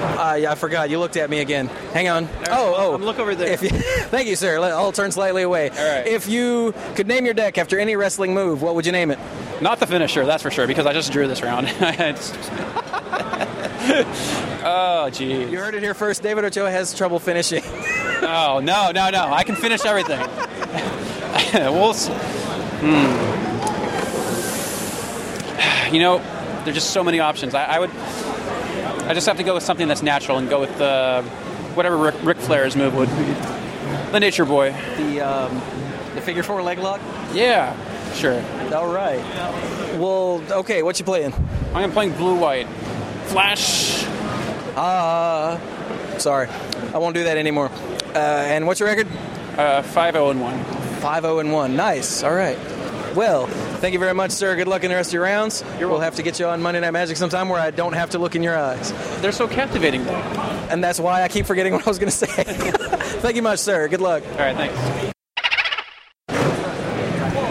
Uh, yeah, I forgot. You looked at me again. Hang on. oh, oh. um, look over there. If you, thank you, sir. Let- I'll turn slightly away. All right. If you could name your deck after any wrestling move, what would you name it? Not the finisher, that's for sure, because I just drew this round. It's- oh, gee. You heard it here first. David Ochoa has trouble finishing. Oh, no, no, no. I can finish everything. we'll s- hmm. You know, there's just so many options. I, I would. I just have to go with something that's natural and go with uh, whatever Ric, Ric Flair's move would be. The Nature Boy. The, uh, um, the figure four leg lock? Yeah, sure. All right. Well, okay, what you playing? I'm playing blue white. Flash. Ah. sorry. I won't do that anymore. Uh, and what's your record? Uh, 5 0 and 1. 5 0 and 1. Nice. All right. Well, thank you very much, sir. Good luck in the rest of your rounds. we'll have to get you on Monday Night Magic sometime where I don't have to look in your eyes. They're so captivating, though. And that's why I keep forgetting what I was going to say. thank you much, sir. Good luck. All right, thanks.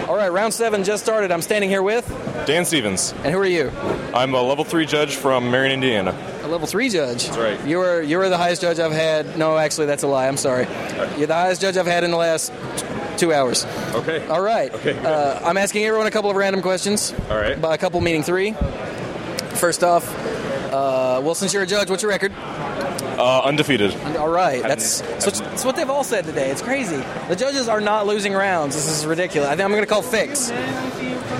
All right, round seven just started. I'm standing here with Dan Stevens. And who are you? I'm a level three judge from Marion, Indiana. a level three judge. That's right. You were you were the highest judge I've had. No, actually, that's a lie. I'm sorry. You're the highest judge I've had in the last two hours. Okay. All right. Okay. Uh, I'm asking everyone a couple of random questions. All right. By a couple meaning three. First off, uh, well, since you're a judge, what's your record? Uh, undefeated. All right, that's so it's- it's what they've all said today. It's crazy. The judges are not losing rounds. This is ridiculous. I think I'm going to call fix.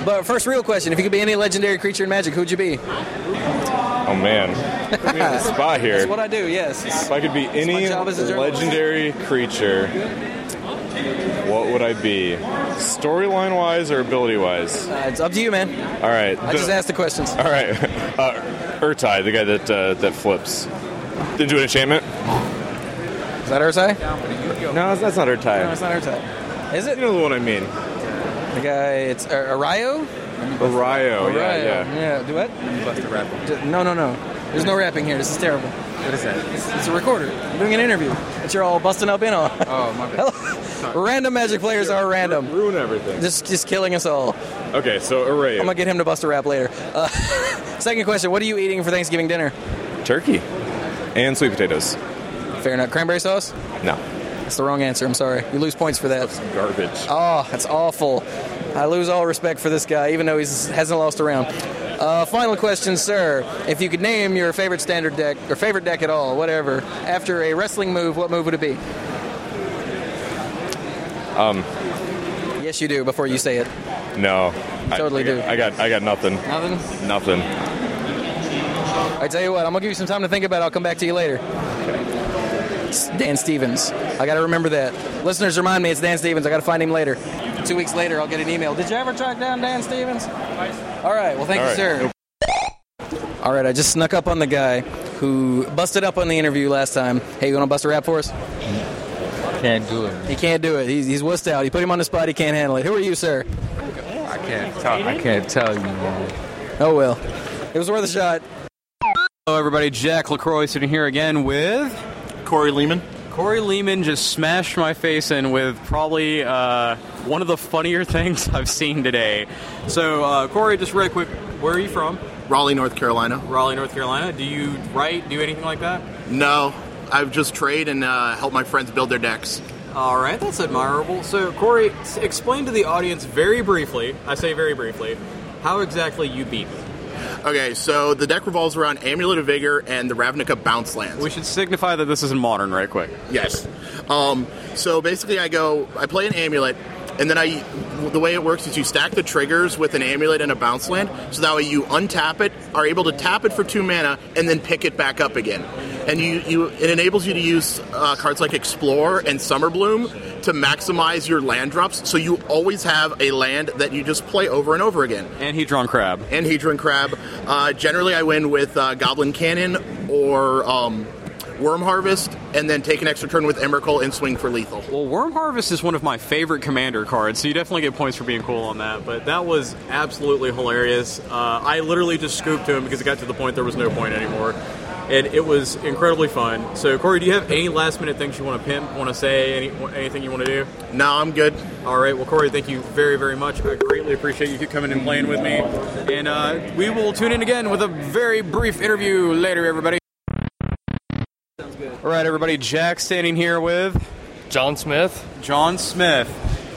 But first, real question: If you could be any legendary creature in Magic, who'd you be? Oh man, Put me on the spot here. That's what I do. Yes. If I could be That's my any job as a journalist. legendary creature, what would I be? Storyline wise or ability wise? Uh, it's up to you, man. All right. I just asked the questions. All right. Uh, Urtai, the guy that uh, that flips. Did you do an enchantment? Is that Urtai? No, that's not Urtai. No, it's not Urtai. Is it? You know the one I mean. The guy, it's uh, Arayo. Arayo, yeah, Arayo, yeah. yeah. Do what? D- No, no, no. There's no rapping here. This is terrible. What is that? It's, it's a recorder. I'm doing an interview that you're all busting up in on. Oh my bad. random magic players are random. Ruin everything. Just, just killing us all. Okay, so Arayo. I'm gonna get him to bust a rap later. Uh, second question: What are you eating for Thanksgiving dinner? Turkey. And sweet potatoes. Fair enough. Cranberry sauce? No. That's the wrong answer. I'm sorry. You lose points for that. garbage. Oh, that's awful. I lose all respect for this guy, even though he hasn't lost a round. Uh, final question, sir. If you could name your favorite standard deck, or favorite deck at all, whatever, after a wrestling move, what move would it be? Um, Yes, you do, before you say it. no. Totally I, I do. Got, I got I got nothing. Nothing? Nothing. I tell you what, I'm going to give you some time to think about it. I'll come back to you later. It's Dan Stevens. I got to remember that. Listeners, remind me it's Dan Stevens. I got to find him later. Two weeks later, I'll get an email. Did you ever track down Dan Stevens? All right. Well, thank All you, right. sir. All right, I just snuck up on the guy who busted up on the interview last time. Hey, you want to bust a rap for us? Can't do it. He can't do it. He's, he's wussed out. He put him on the spot. He can't handle it. Who are you, sir? I can't tell. I can't tell you, man. Oh, well. It was worth a shot. Hello, everybody. Jack LaCroix sitting here again with Corey Lehman. Corey Lehman just smashed my face in with probably uh, one of the funnier things I've seen today. So, uh, Corey, just really quick, where are you from? Raleigh, North Carolina. Raleigh, North Carolina. Do you write, do anything like that? No, I've just trade and uh, help my friends build their decks. All right, that's admirable. So, Corey, s- explain to the audience very briefly, I say very briefly, how exactly you beat me. Okay, so the deck revolves around Amulet of Vigor and the Ravnica Bounce Lands. We should signify that this is in modern, right quick. Yes. Um, so basically, I go, I play an amulet, and then I, the way it works is you stack the triggers with an amulet and a bounce land, so that way you untap it, are able to tap it for two mana, and then pick it back up again. And you, you it enables you to use uh, cards like Explore and Summer Bloom to maximize your land drops, so you always have a land that you just play over and over again. And Hedron Crab. And Hedron Crab. Uh, generally, I win with uh, Goblin Cannon or um, Worm Harvest, and then take an extra turn with Emrakul and swing for lethal. Well, Worm Harvest is one of my favorite commander cards, so you definitely get points for being cool on that. But that was absolutely hilarious. Uh, I literally just scooped to him because it got to the point there was no point anymore, and it was incredibly fun. So, Corey, do you have any last minute things you want to pimp, want to say, any, anything you want to do? No, I'm good. All right. Well, Corey, thank you very, very much. I greatly appreciate you coming and playing with me, and uh, we will tune in again with a very brief interview later, everybody. All right, everybody. Jack standing here with John Smith. John Smith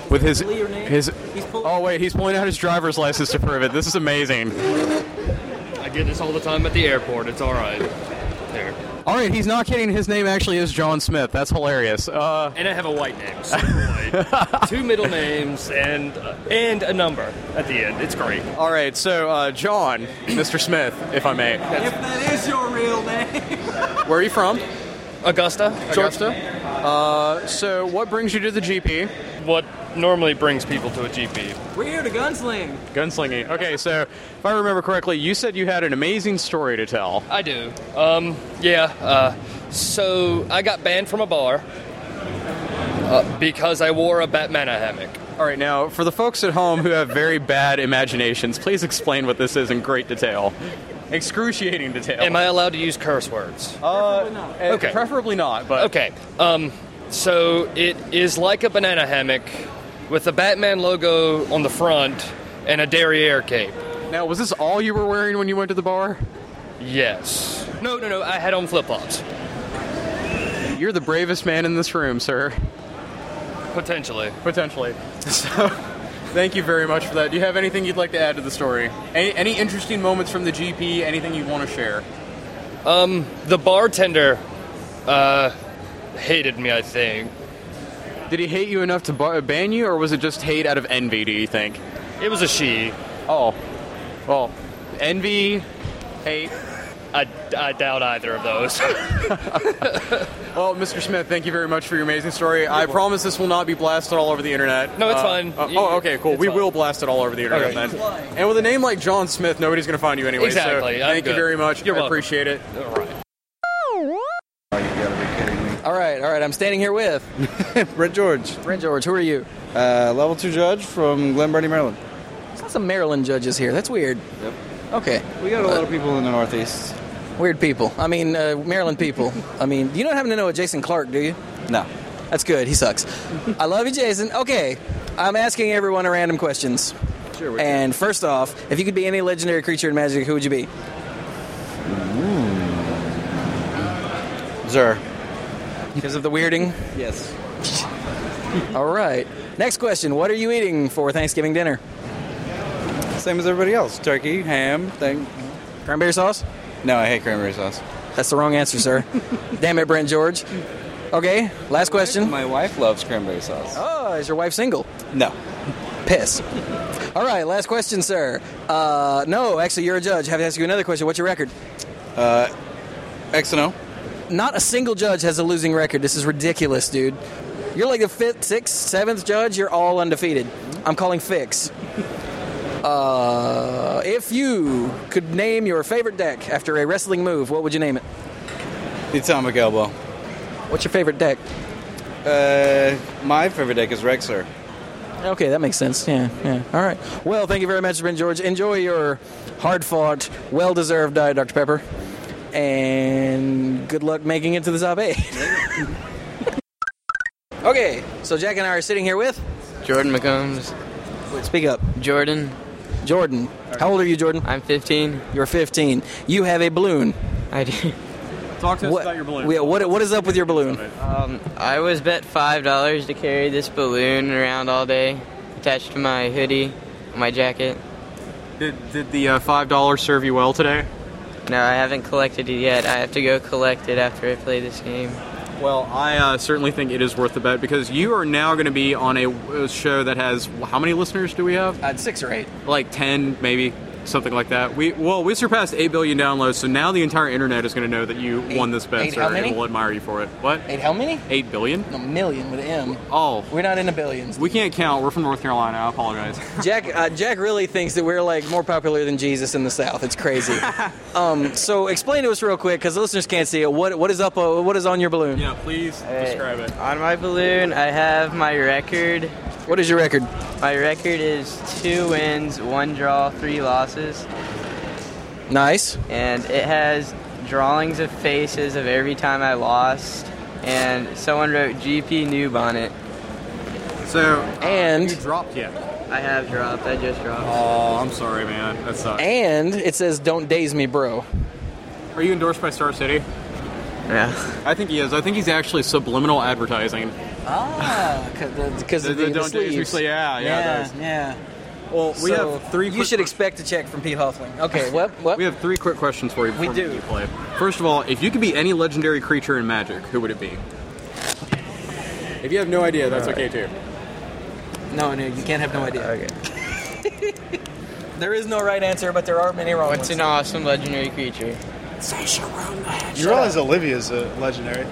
with his his. Oh wait, he's pulling out his driver's license to prove it. This is amazing. I get this all the time at the airport. It's all right. There. All right, he's not kidding. His name actually is John Smith. That's hilarious. Uh, And I have a white name, super white. Two middle names and uh, and a number at the end. It's great. all right, so uh, John, Mr. Smith, if I may. That's- That is your real name. Where are you from? Augusta. Georgia. Uh, so, what brings you to the GP? What normally brings people to a GP? We're here to gunsling. Gunslinging. Okay, so if I remember correctly, you said you had an amazing story to tell. I do. Um, yeah. Uh, so I got banned from a bar uh, because I wore a Batmana hammock. All right, now for the folks at home who have very bad imaginations, please explain what this is in great detail. Excruciating detail. Am I allowed to use curse words? Uh, not. Okay. Preferably not, but. Okay. Um, so it is like a banana hammock with the Batman logo on the front and a derriere cape. Now, was this all you were wearing when you went to the bar? Yes. No, no, no. I had on flip flops. You're the bravest man in this room, sir. Potentially. Potentially. So, thank you very much for that. Do you have anything you'd like to add to the story? Any, any interesting moments from the GP? Anything you want to share? Um, the bartender uh, hated me, I think. Did he hate you enough to bar- ban you, or was it just hate out of envy? Do you think? It was a she. Oh, well, envy, hate. I, I doubt either of those. Well, Mr. Smith, thank you very much for your amazing story. I promise this will not be blasted all over the internet. No, it's Uh, fine. uh, oh, okay, cool. We will blast it all over the internet Okay. then. And with a name like John Smith, nobody's going to find you anyway. so Exactly, I'm thank good. you very much. You're I welcome. appreciate it. All right. All right, all right. I'm standing here with Brent George. Brent George, who are you? Uh, level two judge from Glen Burnie, Maryland. There's not some Maryland judges here. That's weird. Yep. Okay. We got a lot of people in the Northeast. Weird people. I mean, uh, Maryland people. I mean, you don't happen to know a Jason Clark, do you? No. That's good. He sucks. I love you, Jason. Okay. I'm asking everyone a random questions. Sure. And first off, if you could be any legendary creature in Magic, who would you be? Zer. Because of the weirding? Yes. All right. Next question. What are you eating for Thanksgiving dinner? Same as everybody else. Turkey, ham, thing. Cranberry sauce? No, I hate cranberry sauce. That's the wrong answer, sir. Damn it, Brent George. Okay, last question. My wife loves cranberry sauce. Oh, is your wife single? No. Piss. All right, last question, sir. Uh, no, actually, you're a judge. Have to ask you another question. What's your record? Uh, X and O. Not a single judge has a losing record. This is ridiculous, dude. You're like the fifth, sixth, seventh judge. You're all undefeated. I'm calling fix. Uh, if you could name your favorite deck after a wrestling move, what would you name it? The Atomic Elbow. What's your favorite deck? Uh, my favorite deck is Rexer. Okay, that makes sense. Yeah, yeah. All right. Well, thank you very much, Ben George. Enjoy your hard fought, well deserved diet, Dr. Pepper. And good luck making it to the top eight. okay, so Jack and I are sitting here with Jordan McCombs. Wait, speak up. Jordan. Jordan. How old are you, Jordan? I'm 15. You're 15. You have a balloon. I do. Talk to us about your balloon. Yeah, what, what is up with your balloon? Um, I was bet five dollars to carry this balloon around all day, attached to my hoodie, my jacket. Did, did the uh, five dollars serve you well today? No, I haven't collected it yet. I have to go collect it after I play this game. Well, I uh, certainly think it is worth the bet because you are now going to be on a uh, show that has how many listeners do we have? Uh, six or eight. Like ten, maybe. something like that. We well, we surpassed eight billion downloads, so now the entire internet is going to know that you won this bet, eight sir, how and many? will admire you for it. What? Eight how many? Eight billion. A million with an M. Oh, we're not in the billions. We can't count. We're from North Carolina. I apologize. Jack uh, Jack really thinks that we're like more popular than Jesus in the South. It's crazy. um, so explain to us real quick, because the listeners can't see it. What what is up? Uh, what is on your balloon? Yeah, please describe it. On my balloon, I have my record. What is your record? My record is two wins, one draw, three losses, Nice. and it has drawings of faces of every time I lost, and someone wrote GP noob on it. So uh, and you dropped yet? I have dropped. I just dropped. Oh, I'm sorry, man. That sucks. And it says, "Don't daze me, bro." Are you endorsed by Star City? Yeah. I think he is. I think he's actually subliminal advertising. Ah, because The- the of the, the don't daze me, sleeves. so yeah, yeah, those. yeah. Well, we have three. You should expect a check from Pete Hoffling. Okay, what? what? We have three quick questions for you. We before do. You play. First of all, if you could be any legendary creature in Magic, who would it be? If you have no idea, that's okay too. No, no, you can't have no idea. there is no right answer, but there are many wrong What's ones. an awesome legendary creature? Say You realize Olivia's a legendary.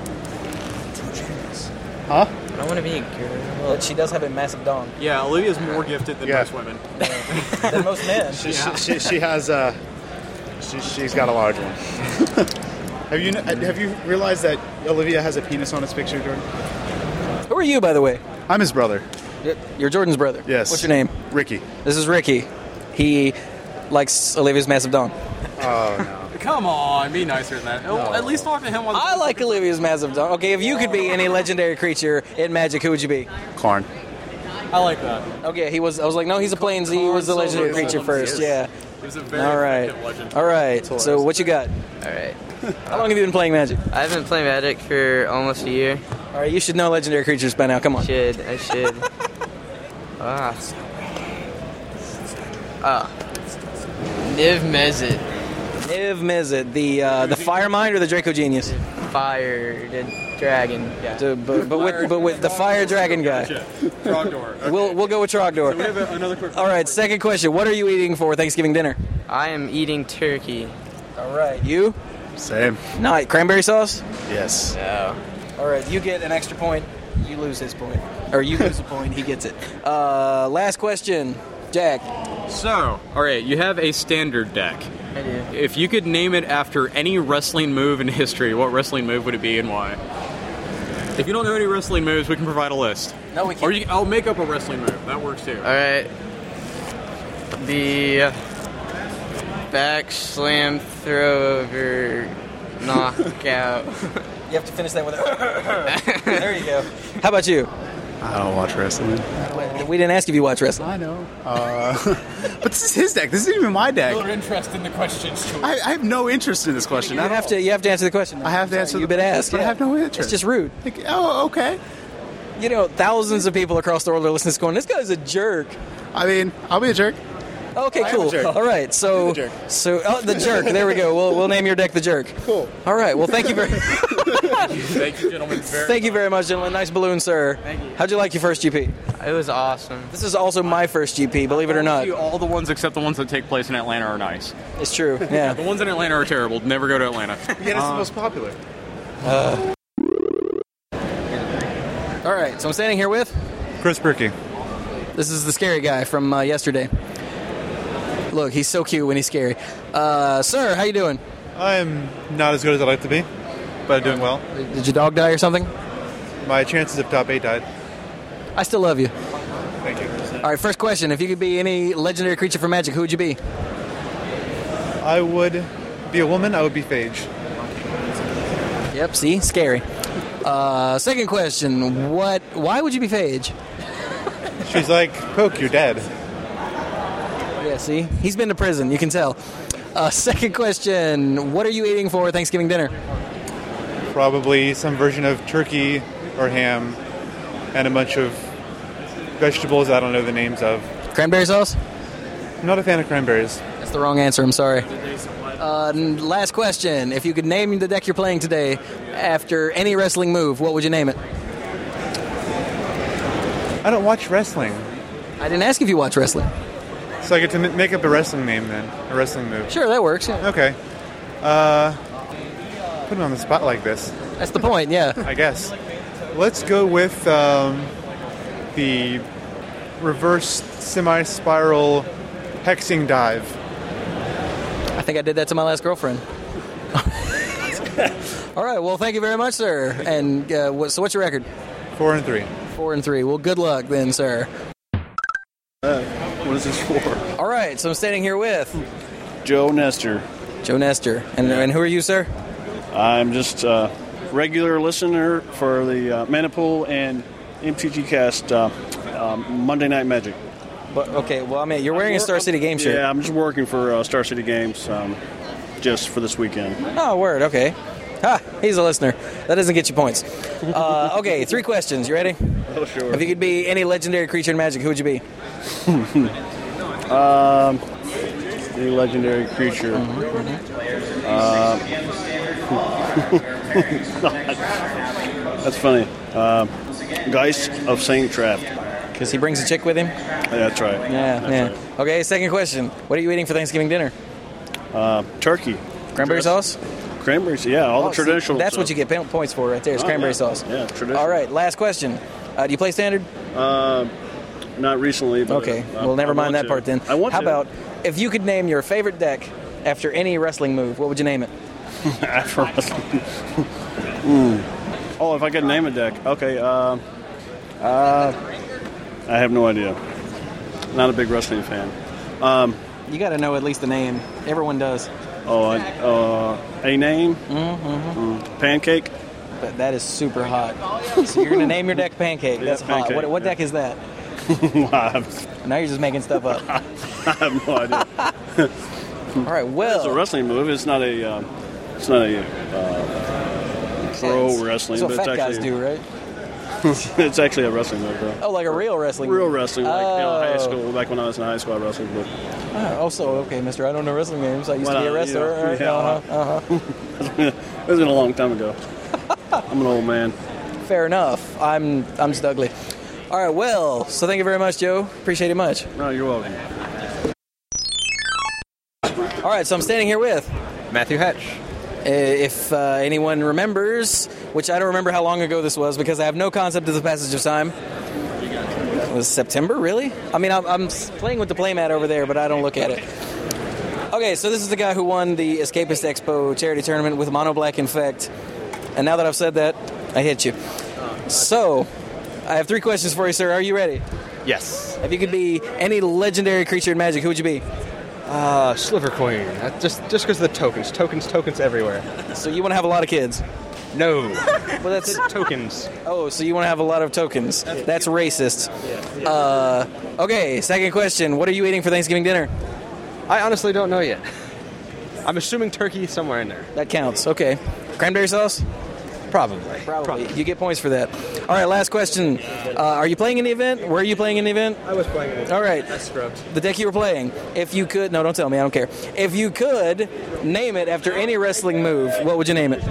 Huh? I want to be a girl. Well, she does have a massive dong. Yeah, Olivia's more gifted than Yeah. most women. than most men. She, she, she, she has a. She, she's got a large one. have you have you realized that Olivia has a penis on his picture, Jordan? Who are you, by the way? I'm his brother. You're Jordan's brother. Yes. What's your name? Ricky. This is Ricky. He likes Olivia's massive dong. Oh no. Come on, be nicer than that. Oh, At least talk to him. On the I like Olivia's massive dong. Okay, if you could be any legendary creature in Magic, who would you be? Karn. I like that. Okay, he was. I was like, no, he's a plains. He was a legendary Silver creature Plains, first. yes. Yeah. He was a very All right. effective legend. All right. So what you got? All right. How long have you been playing Magic? I've been playing Magic for almost a year. All right, you should know legendary creatures by now. Come on. Should I should? ah. Ah. Niv Mizzet. Niv Mizzet, the uh, the fire mind or the Draco genius? Fire the dragon. Yeah. The- but, but with but with the fire dragon guy. Trogdor. We'll we'll go with Trogdor. we have a- another quick. All right, second question. What are you eating for Thanksgiving dinner? I am eating turkey. All right. You? Same. Not cranberry sauce? Yes. All right, you get an extra point. You lose his point. Or you lose a point, he gets it. Uh, last question, Jack. So, all right, you have a standard deck. I do. If you could name it after any wrestling move in history, what wrestling move would it be and why? If you don't know any wrestling moves, we can provide a list. No, we can't. Or you, I'll make up a wrestling move. That works too. All right. The back slam throw over knockout. You have to finish that with a. there you go. How about you? I don't watch wrestling. We didn't ask if you watch wrestling. I know. Uh, but this is his deck. This isn't even my deck. interest in the questions. I, I have no interest in this question. You at have all. to. You have to answer the question. I have to answer. You've the been asked. but I yeah. have no interest. It's just rude. Like, oh, okay. You know, thousands of people across the world are listening. to this Going, this guy's a jerk. I mean, I'll be a jerk. Okay, I am a cool. jerk. All right, so so oh, the jerk. There we go. We'll, we'll name your deck the jerk. Cool. All right. Well, thank you very Thank you, gentlemen. thank you very much, gentlemen. Nice balloon, sir. Thank you. How'd you like your first GP? It was awesome. This is also my first GP. Believe it or not, All the ones except the ones that take place in Atlanta are nice. it's true. Yeah. the ones in Atlanta are terrible. Never go to Atlanta. Um, Yeah, it's the most popular. Uh, all right. So I'm standing here with. Chris Bricky. This is the scary guy from uh, yesterday. Look, he's so cute when he's scary. Uh, sir, how you doing? I'm not as good as I'd like to be, but doing well. Did your dog die or something? My chances of top eight died. I still love you. Thank you. All right, first question. If you could be any legendary creature from Magic, who would you be? I would be a woman. I would be Phage. Yep. See, scary. Uh, second question. What? Why would you be Phage? She's like, poke, you're dead. Yeah. See, he's been to prison. You can tell. Uh, second question. What are you eating for Thanksgiving dinner? Probably some version of turkey or ham, and a bunch of vegetables I don't know the names of. Cranberry sauce? I'm not a fan of cranberries. That's the wrong answer. I'm sorry. Uh, n- last question. If you could name the deck you're playing today after any wrestling move, what would you name it? I don't watch wrestling. I didn't ask if you watch wrestling. So I get to m- make up a wrestling name then, a wrestling move. Sure, that works. Okay. Uh, put me on the spot like this. That's the point. Yeah. I guess. Let's go with um, the reverse semi-spiral hexing dive. I think I did that to my last girlfriend. All right. Well, thank you very much, sir. And uh, what, so, what's your record? Four and three. Four and three. Well, good luck then, sir. Uh, what is this for? All right. So I'm standing here with Joe Nestor. Joe Nestor. And, and who are you, sir? I'm just a regular listener for the uh, Manipool and MTG Cast uh, um, Monday Night Magic. But okay, well, I mean, you're wearing a Star City game shirt. Yeah, I'm just working for uh, Star City Games um, just for this weekend. Oh, word. Okay. Ha, he's a listener. That doesn't get you points. Uh, okay, three questions. You ready? Oh, sure. If you could be any legendary creature in magic, who would you be? um, the legendary creature. Mm-hmm. Uh, that's funny. Uh, Geist of Saint Trapped. Because he brings a chick with him? that's right. Yeah, yeah. Okay, second question. What are you eating for Thanksgiving dinner? Uh, turkey. Cranberry sauce? Cranberries, yeah, all Oh, the see, traditional. that's what you stuff. get pin- points for right there. Is Oh, cranberry yeah. sauce. Yeah, traditional. All right, last question. Uh, do you play standard? Uh, not recently. But Okay. uh, well, never I want mind that to. part then. I want How to. about if you could name your favorite deck after any wrestling move, what would you name it? after wrestling. Mm. Oh, if I could name a deck. Okay. Uh, uh, I have no idea. Not a big wrestling fan. Um, you got to know at least the name. Everyone does. Oh, I, uh, a name. Mm, Mm-hmm. Pancake. But that is super hot. So you're gonna name your deck Pancake. Uh, Yeah, That's hot. Pancake, What, what deck is that? now you're just making stuff up. I have no idea. All right. Well, it's a wrestling move. It's not a. Um, it's not a. Uh, pro That's- wrestling. that's but what fat it's guys actually, do, right? it's actually a wrestling move, though. Oh, like a real wrestling. Real move. wrestling, like you know, Oh. high school. Back when I was in high school, I wrestled. But Oh, also, okay, Mister. I don't know wrestling games. I used Well, to be a uh, wrestler. yeah, All right. yeah. Uh-huh. Uh-huh. it was been a long time ago. I'm an old man. Fair enough. I'm I'm just ugly. All right, well, so thank you very much, Joe. Appreciate it much. No, you're welcome. All right, so I'm standing here with Matthew Hatch. If uh, anyone remembers, which I don't remember how long ago this was because I have no concept of the passage of time. It was September, really? I mean, I'm, I'm s- playing with the playmat over there, but I don't look at it. Okay, so this is the guy who won the Escapist Expo charity tournament with Mono Black Infect. And now that I've said that, I hit you. So, I have three questions for you, sir. Are you ready? Yes. If you could be any legendary creature in magic, who would you be? Uh, Sliver Queen. That just just because of the tokens, tokens, tokens everywhere. So you want to have a lot of kids? No. well, that's tokens. Oh, so you want to have a lot of tokens? That's racist. Uh, okay, second question. What are you eating for Thanksgiving dinner? I honestly don't know yet. I'm assuming turkey somewhere in there. That counts. Okay. Cranberry sauce? Probably. Probably. You get points for that. All right, last question. Uh, are you playing in the event? Were you playing in the event? I was playing it. All right. I scrubbed. The deck you were playing. If you could, no, don't tell me. I don't care. If you could name it after any wrestling move, what would you name it?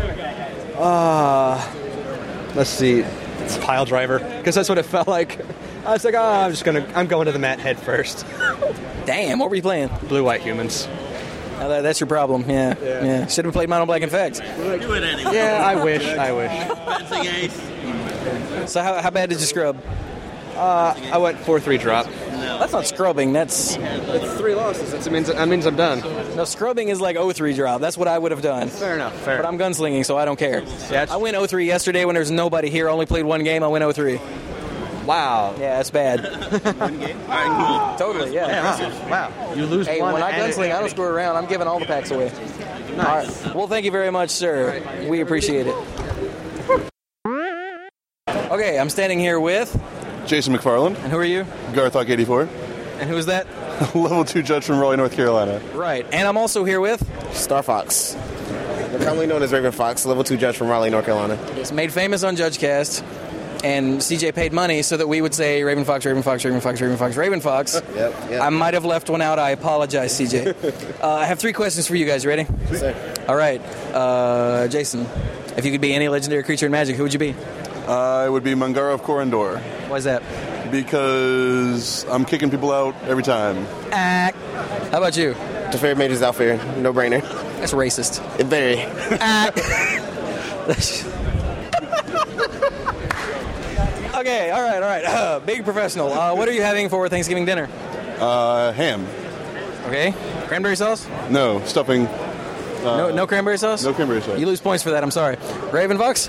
Uh, let's see. It's pile driver because that's what it felt like. I was like, oh, I'm just gonna, I'm going to the mat head first. Damn, what were you playing? Blue white humans. Now that- that's your problem. Yeah. Yeah. Should have played Mono Black Infect. Do it anyway. Yeah, I wish. I wish. So how, how bad did you scrub? Uh, I went four three drop. That's not scrubbing. That's That's three losses. That's, it means that means I'm done. No, scrubbing is like 03 drop. That's what I would have done. Fair enough. Fair. But I'm gunslinging, so I don't care. that's- I went 03 yesterday when there was nobody here. I only played one game. I went 03. Wow. Yeah, that's bad. one game? Totally, yeah. wow. You lose Hey, one. when I and it- gunsling, I don't screw around. I'm giving all the packs away. Nice. Well, thank you very much, sir. We appreciate it. Okay, I'm standing here with. Jason McFarland. And who are you? Garthok84. And who is that? Level 2 judge from Raleigh, North Carolina. Right, and I'm also here with. Star Fox. They're commonly known as Raven Fox, level two judge from Raleigh, North Carolina. It's made famous on JudgeCast, and CJ paid money so that we would say Raven Fox, Raven Fox, Raven Fox, Raven Fox, Raven Fox. Yep, I might have left one out. I apologize, CJ. uh, I have three questions for you guys. Ready? All right, uh, Jason. If you could be any legendary creature in Magic, who would you be? Uh, it would be Mungara of Corindor. Why is that? because I'm kicking people out every time. How about you? Teferi Major's out there. No brainer. That's racist. Very. Okay, all right, all right. big professional. Uh, what are you having for Thanksgiving dinner? Uh, ham. Okay. Cranberry sauce? No, stuffing. uh, no, no cranberry sauce? No cranberry sauce. You lose points for that, I'm sorry. Raven Vox?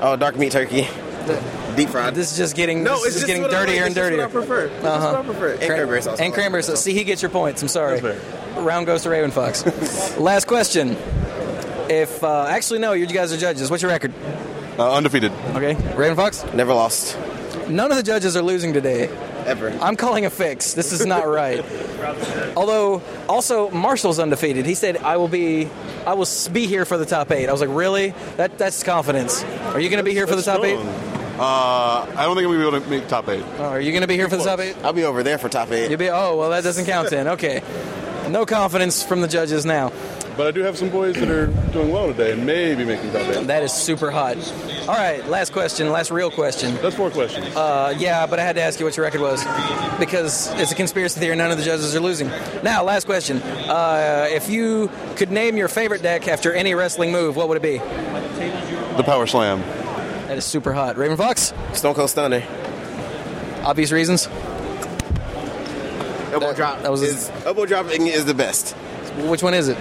Oh, dark meat turkey. Deep fried. This is just getting this is just getting dirtier and dirtier. prefer. It's just Uh-huh. what I prefer. And Cran- cranberry sauce. And cranberry sauce. See, he gets your points. I'm sorry. Round goes to Raven Fox. Last question. If uh, actually no, you guys are judges. What's your record? Uh, undefeated. Okay. Raven Fox? Never lost. None of the judges are losing today. Ever. I'm calling a fix. This is not right. Although, also Marshall's undefeated. He said, "I will be, I will s- be here for the top eight. I was like, "Really? That that's confidence. Are you going to be here for the top eight? Uh, I don't think I'm gonna be able to make top eight. Oh, are you going to be here for the top eight? I'll be over there for top eight. You'll be. Oh, well, that doesn't count then. Okay. No confidence from the judges now. But I do have some boys that are doing well today and maybe making top eight. That is super hot. All right, last question, last real question. That's four questions. Uh, yeah, but I had to ask you what your record was because it's a conspiracy theory. None of the judges are losing. Now, last question. Uh, if you could name your favorite deck after any wrestling move, what would it be? The power slam. That is super hot. Raven Fox? Stone Cold Stunner. Obvious reasons? Elbow drop. That was is, elbow dropping is the best. Which one is it?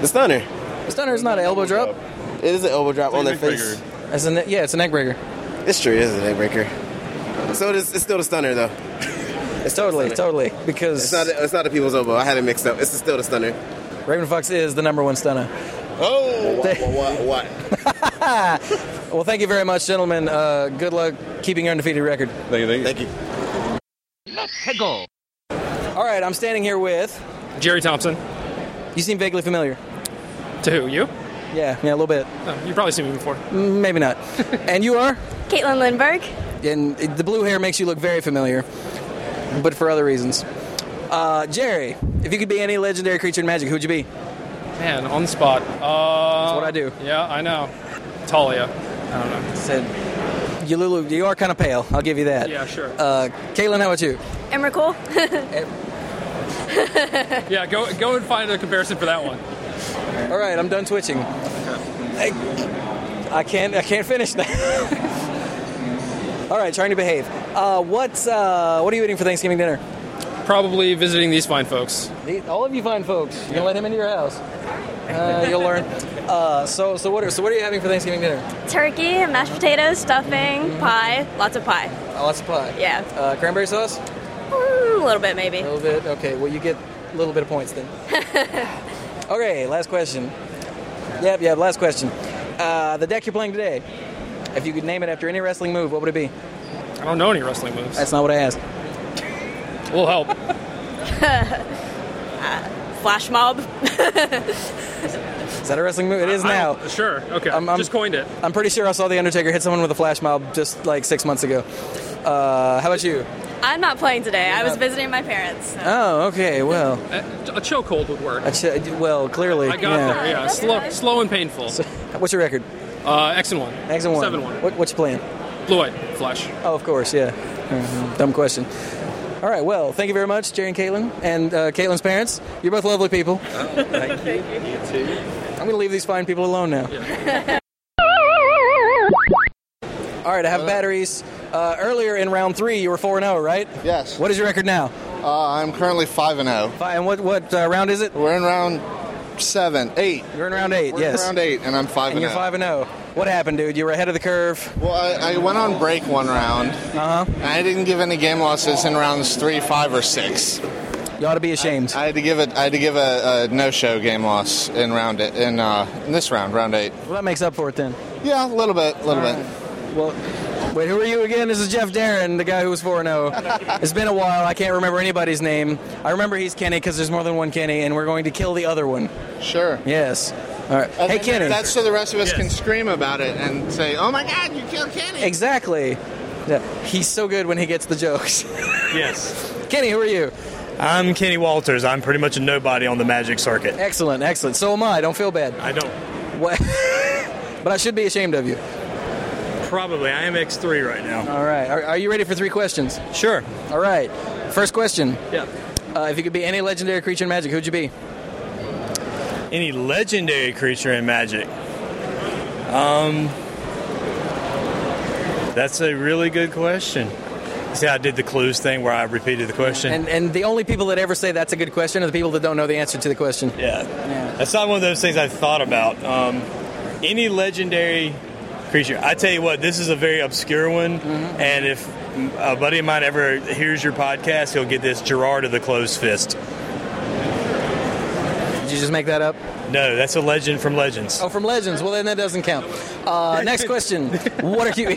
The stunner. The stunner is not an elbow drop. It is an elbow drop It's on a their neck face. As a ne- yeah, it's a neck breaker. It's true. It is a neck breaker. So it is, it's still the stunner though. It's totally, totally because it's not it's not the people's elbow. I had it mixed up. It's still the stunner. Raven Fox is the number one stunner. Oh, what, what, what? well, thank you very much, gentlemen. Uh, good luck keeping your undefeated record. Thank you. Thank you. Hegel. All right, I'm standing here with Jerry Thompson. You seem vaguely familiar. To who? You? Yeah, yeah, a little bit. Oh, you've probably seen me before. Mm, Maybe not. and you are? Caitlin Lindberg. And the blue hair makes you look very familiar, but for other reasons. Uh, Jerry, if you could be any legendary creature in Magic, who'd you be? Man, on the spot. Uh, That's what I do. Yeah, I know. Talia. I don't know. Said, you, Lulu, you are kind of pale. I'll give you that. Yeah, sure. Uh, Caitlin, how about you? Emma Cole. yeah, go go and find a comparison for that one. All right, I'm done twitching. I, I can't. I can't finish now. All right, trying to behave. Uh, what's uh, what are you eating for Thanksgiving dinner? Probably visiting these fine folks. The- All of you fine folks, you can let him into your house. Uh, you'll learn. Uh, so, so what are so what are you having for Thanksgiving dinner? Turkey, mashed potatoes, stuffing, pie, lots of pie. Uh, lots of pie. Yeah. Uh, cranberry sauce. Mm, a little bit maybe. A little bit. Okay. Well, you get a little bit of points then. okay. Last question. Yep. Yep. Last question. Uh, the deck you're playing today. If you could name it after any wrestling move, what would it be? I don't know any wrestling moves. That's not what I asked. We'll help. uh, flash mob. Is that a wrestling move? It is now. sure. Okay. I'm, just coined it. I'm pretty sure I saw the Undertaker hit someone with a flash mob just like six months ago. Uh, how about you? I'm not playing today. I was not- visiting my parents. Oh, okay. Well, A chokehold would work. I ch- well, clearly. I got yeah. there. Yeah, slow, slow and painful. What's your record? Uh, X and one. X and one. Seven one. What, what you playing? Blue eyed flash. Oh, of course. Yeah. Mhm. Dumb question. All right. Well, thank you very much, Jerry and Caitlin, and uh, Caitlin's parents. You're both lovely people. Thank you. I'm going to leave these fine people alone now. All right, I have batteries. Uh, earlier in round three, you were four and zero, right? Yes. What is your record now? Uh, I'm currently five and zero. And what what uh, round is it? We're in round seven, eight. You're in round eight. We're yes. in round eight, and oh. I'm five. And you're five and zero. What happened, dude? You were ahead of the curve. Well, I, I went on break one round. Uh huh. And I didn't give any game losses in rounds three, five, or six. You ought to be ashamed. I, I had to give a, I had to give a, a no-show game loss in round eight, in uh, in this round, round eight. Well, that makes up for it then. Yeah, a little bit, a little bit. Well, wait, who are you again? This is Jeff Darren, the guy who was 4 0. it's been a while. I can't remember anybody's name. I remember he's Kenny because there's more than one Kenny, and we're going to kill the other one. Sure. Yes. All right. And hey, then Kenny. That's so the rest of us can scream about it and say, "Oh my God, you killed Kenny!" Exactly. Yeah. He's so good when he gets the jokes. Yes. Kenny, who are you? I'm Kenny Walters. I'm pretty much a nobody on the magic circuit. excellent, excellent. So am I. Don't feel bad. I don't. What? but I should be ashamed of you. Probably. I am X3 right now. All right. Are, are you ready for three questions? Sure. All right. First question. Yeah. Uh, if you could be any legendary creature in magic, who'd you be? Any legendary creature in magic? Um, that's a really good question. See, I did the clues thing where I repeated the question. And and the only people that ever say that's a good question are the people that don't know the answer to the question. Yeah. That's not one of those things I've thought about. Um, any legendary creature. I tell you what, this is a very obscure one, Mm-hmm. and if a buddy of mine ever hears your podcast, he'll get this Gerard of the Closed Fist. Did you just make that up? No, that's a legend from Legends. Oh, from Legends. Well, then that doesn't count. Uh, next question. What are you?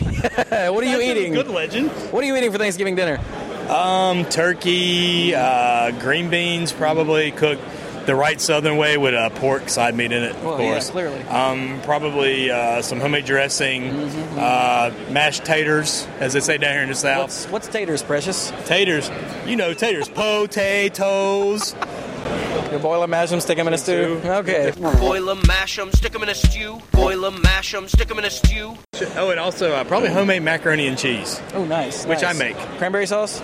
what are you eating? Good Legend. What are you eating for Thanksgiving dinner? Um, turkey, uh, green beans, probably cooked the right Southern way with uh, pork side meat in it, of Well, yeah, course. clearly. Um, probably uh, some homemade dressing, Mm-hmm. uh, mashed taters, as they say down here in the South. What's, what's taters, precious? Taters, you know taters, potatoes. You boil them, mash them, stick them in a stew. Okay. Boil 'em, mash 'em, stick 'em in a stew. Boil 'em, mash 'em, stick 'em in a stew. Oh, and also uh, probably homemade macaroni and cheese, Oh, nice. which nice. I make. Cranberry sauce.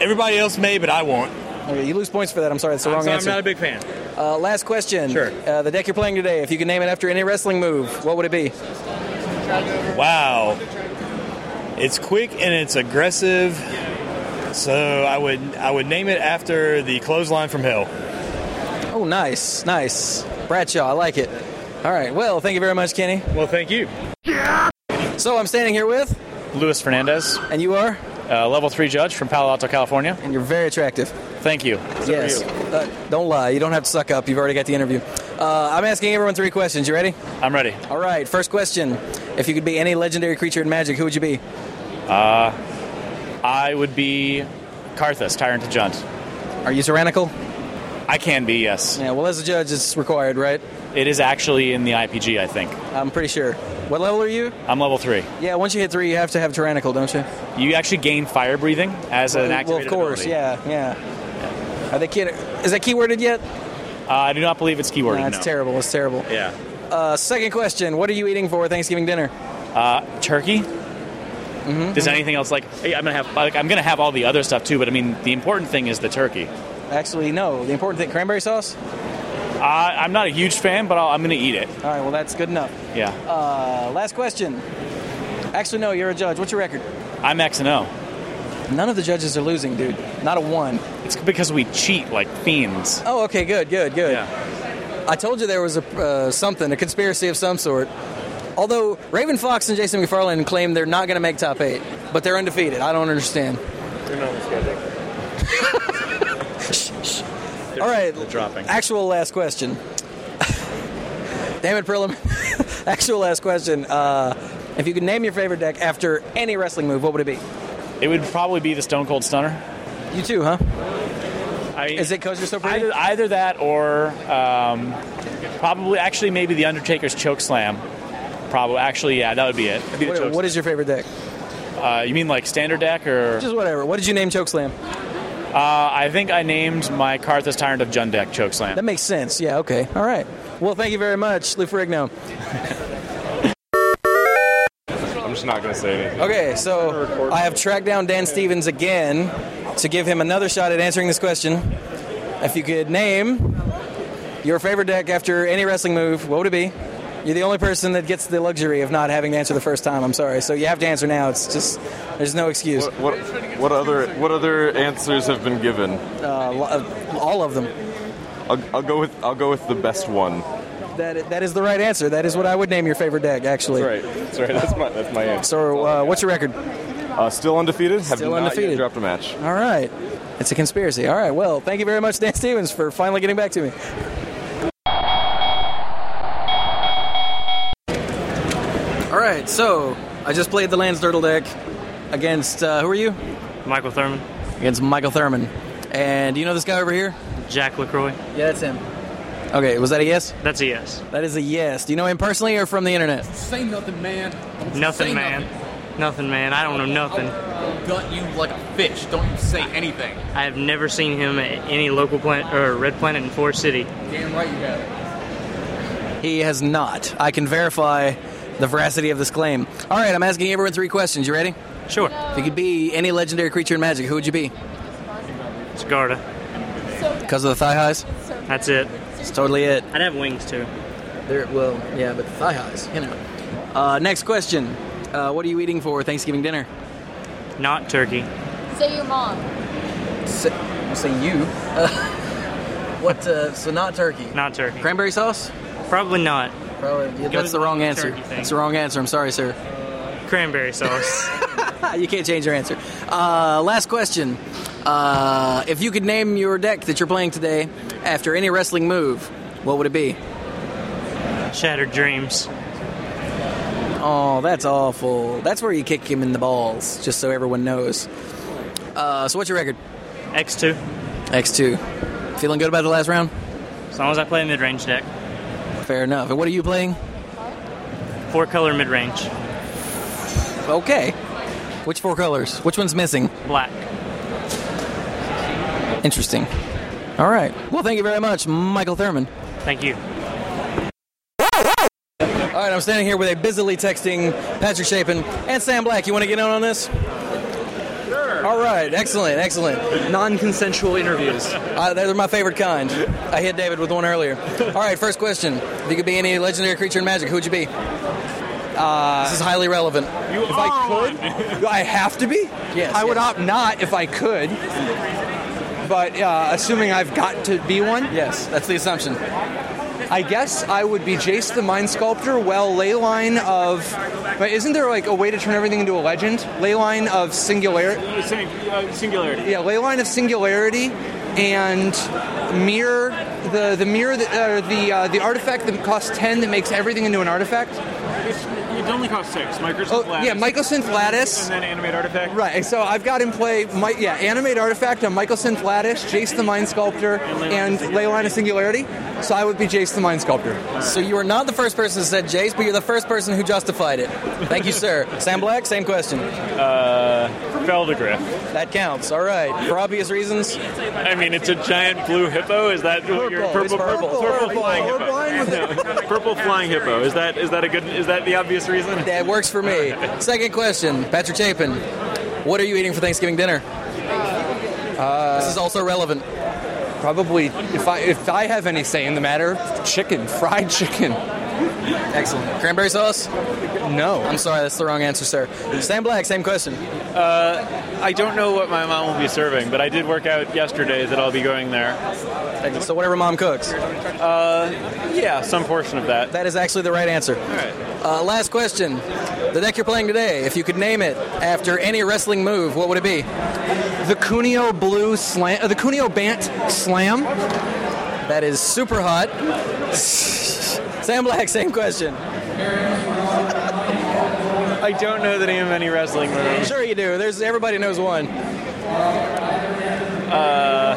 Everybody else made, but I won't. Okay, you lose points for that. I'm sorry, it's the I'm wrong sorry, I'm answer. not a big fan. Uh, last question. Sure. Uh, the deck you're playing today, if you could name it after any wrestling move, what would it be? Wow. It's quick and it's aggressive. So I would I would name it after the clothesline from hell. Oh, nice, nice. Bradshaw, I like it. All right. Well, thank you very much, Kenny. Well, thank you. So I'm standing here with Luis Fernandez. And you are? Uh, level 3 judge from Palo Alto, California. And you're very attractive. Thank you. yes. Uh, don't lie. You don't have to suck up. You've already got the interview. Uh, I'm asking everyone three questions. You ready? I'm ready. All right. First question: If you could be any legendary creature in Magic, who would you be? Uh, I would be Karthus, Tyrant to Junt. Are you tyrannical? I can be, yes. Yeah, well, as a judge, it's required, right? It is actually in the IPG, I think. I'm pretty sure. What level are you? I'm level 3. Yeah. Once you hit three, you have to have tyrannical, don't you? You actually gain fire breathing as an well, of activated course. ability. Yeah. Yeah. Are they kid? Is that keyworded yet? Uh, I do not believe it's keyworded, No, it's no. terrible. It's terrible. Yeah. Uh, second question: What are you eating for Thanksgiving dinner? Uh, turkey. Mm-hmm. Does anything else like hey, I'm gonna have like, I'm gonna have all the other stuff too, but I mean the important thing is the turkey. Actually, no. The important thing: cranberry sauce. Uh, I'm not a huge fan, but I'll, I'm gonna eat it. All right. Well, that's good enough. Yeah. Uh, last question. Actually, no. You're a judge. What's your record? I'm X and O. None of the judges are losing, dude. Not a one. It's because we cheat like fiends. Oh, okay. Good. Good. Good. I told you there was a uh, something, a conspiracy of some sort. Although Raven Fox and Jason McFarland claim they're not going to make top eight, but they're undefeated. I don't understand. They're not All right. dropping. Actual last question. Damn it, Prelim. Actual last question. Uh, if you could name your favorite deck after any wrestling move, what would it be? It would probably be the Stone Cold Stunner. You too, huh? I mean, Is it because you're so pretty? Either, either that or um, probably actually maybe the Undertaker's choke slam. Probably actually yeah, that would be it. It'd be the What- choke what is your favorite deck? slam. uh, you mean like standard deck or? Just whatever. What did you name Chokeslam? uh, I think I named my Karthus Tyrant of Jun deck choke slam. That makes sense. Yeah, okay. All right. Well, thank you very much, Lou Ferrigno. I'm just not gonna say anything. Okay, so I have tracked down Dan Stevens again to give him another shot at answering this question. If you could name your favorite deck after any wrestling move, what would it be? You're the only person that gets the luxury of not having to answer the first time. I'm sorry. So you have to answer now. It's just, there's no excuse. What what other what other answers have been given? Uh, lo- uh, all of them. I'll, I'll go with I'll go with the best one. That, that is the right answer. That is what I would name your favorite deck, actually. That's right. That's right. That's my that's my answer. So, uh, what's your record? Uh, still undefeated. Have Still not yet undefeated. dropped a match. All right. It's a conspiracy. All right. Well, thank you very much, Dan Stevens, for finally getting back to me. All right. So I just played the Lansdurtle deck against uh, who are you? Michael Thurman. Against Michael Thurman. And do you know this guy over here? Jack LaCroix. Yeah, that's him. Okay. Was that a yes? That's a yes. That is a yes. Do you know him personally or from the internet? Say nothing, man. Nothing, man. Nothing. man. I don't know nothing. Gut you like a fish. Don't you say anything. I have never seen him at any local planet or Red Planet in Forest City. Damn right you have. He has not. I can verify the veracity of this claim. All right, I'm asking everyone three questions. You ready? Sure. If you could be any legendary creature in magic, who would you be? Sigarda. Because of the thigh highs? That's it. That's totally it. I'd have wings too. There, well, yeah, but thigh highs, you know. Uh, next question. Uh, what are you eating for Thanksgiving dinner? Not turkey. Say your mom. Say, say you. Uh, what? Uh, so not turkey. Not turkey. Cranberry sauce? Probably not. Probably. yeah, It that's goes the wrong with the answer. turkey thing. That's the wrong answer. I'm sorry, sir. Cranberry sauce. you can't change your answer. Uh, last question. Uh, if you could name your deck that you're playing today after any wrestling move, what would it be? Shattered Dreams. Oh, that's awful. That's where you kick him in the balls, just so everyone knows. Uh, so, what's your record? X2. X2. Feeling good about the last round? As long as I play mid range deck. Fair enough. And what are you playing? Four color mid range. Okay. Which four colors? Which one's missing? Black. Interesting. All right. Well, thank you very much, Michael Thurman. Thank you. All right, I'm standing here with a busily texting Patrick Chapin and Sam Black. You want to get in on this? Sure. All right, excellent, excellent. Non-consensual interviews. Uh, they're my favorite kind. I hit David with one earlier. All right, first question: If you could be any legendary creature in Magic, who would you be? Uh, this is highly relevant. You if I could, do I have to be. Yes, I would yes. opt not if I could. But uh, assuming I've got to be one. Yes, that's the assumption. I guess I would be Jace the Mind Sculptor. Well, Leyline of. But isn't there like a way to turn everything into a legend? Leyline of Singularity. Uh, Singularity. Yeah, Leyline of Singularity and Mirror, the the mirror, that, uh, the uh, the artifact that costs ten that makes everything into an artifact. It only costs six. Microsynth Oh, Lattice. yeah, Michaelsynth Lattice. And then Animate Artifact. Right, so I've got him play, my, yeah, Animate Artifact on Michaelsynth Lattice, Jace the Mind Sculptor, and Leyline of Singularity. So I would be Jace the Mind Sculptor. So you are not the first person that said Jace, but you're the first person who justified it. Thank you, sir. Sam Black, same question. Uh, Feldegriff. That counts. All right. For obvious reasons. I mean, it's a giant blue hippo. Is that what you're Purple. It's purple. purple Purple. flying hippo? No, purple flying hippo. Is that is that a good? Is that the obvious reason? That works for me. Second question, Patrick Chapin. What are you eating for Thanksgiving dinner? Uh, this is also relevant. Probably, if I if I have any say in the matter, chicken, fried chicken. Excellent. Cranberry sauce? No. I'm sorry, that's the wrong answer, sir. Sam Black, same question. Uh, I don't know what my mom will be serving, but I did work out yesterday that I'll be going there. So whatever mom cooks. Uh, yeah, some portion of that. That is actually the right answer. All right. Uh, last question. The deck you're playing today, if you could name it after any wrestling move, what would it be? The Cuneo Blue Slam, uh, the Cuneo Bant Slam. That is super hot. Sam Black, same question. I don't know the name of any wrestling move. Sure you do. There's everybody knows one. Uh,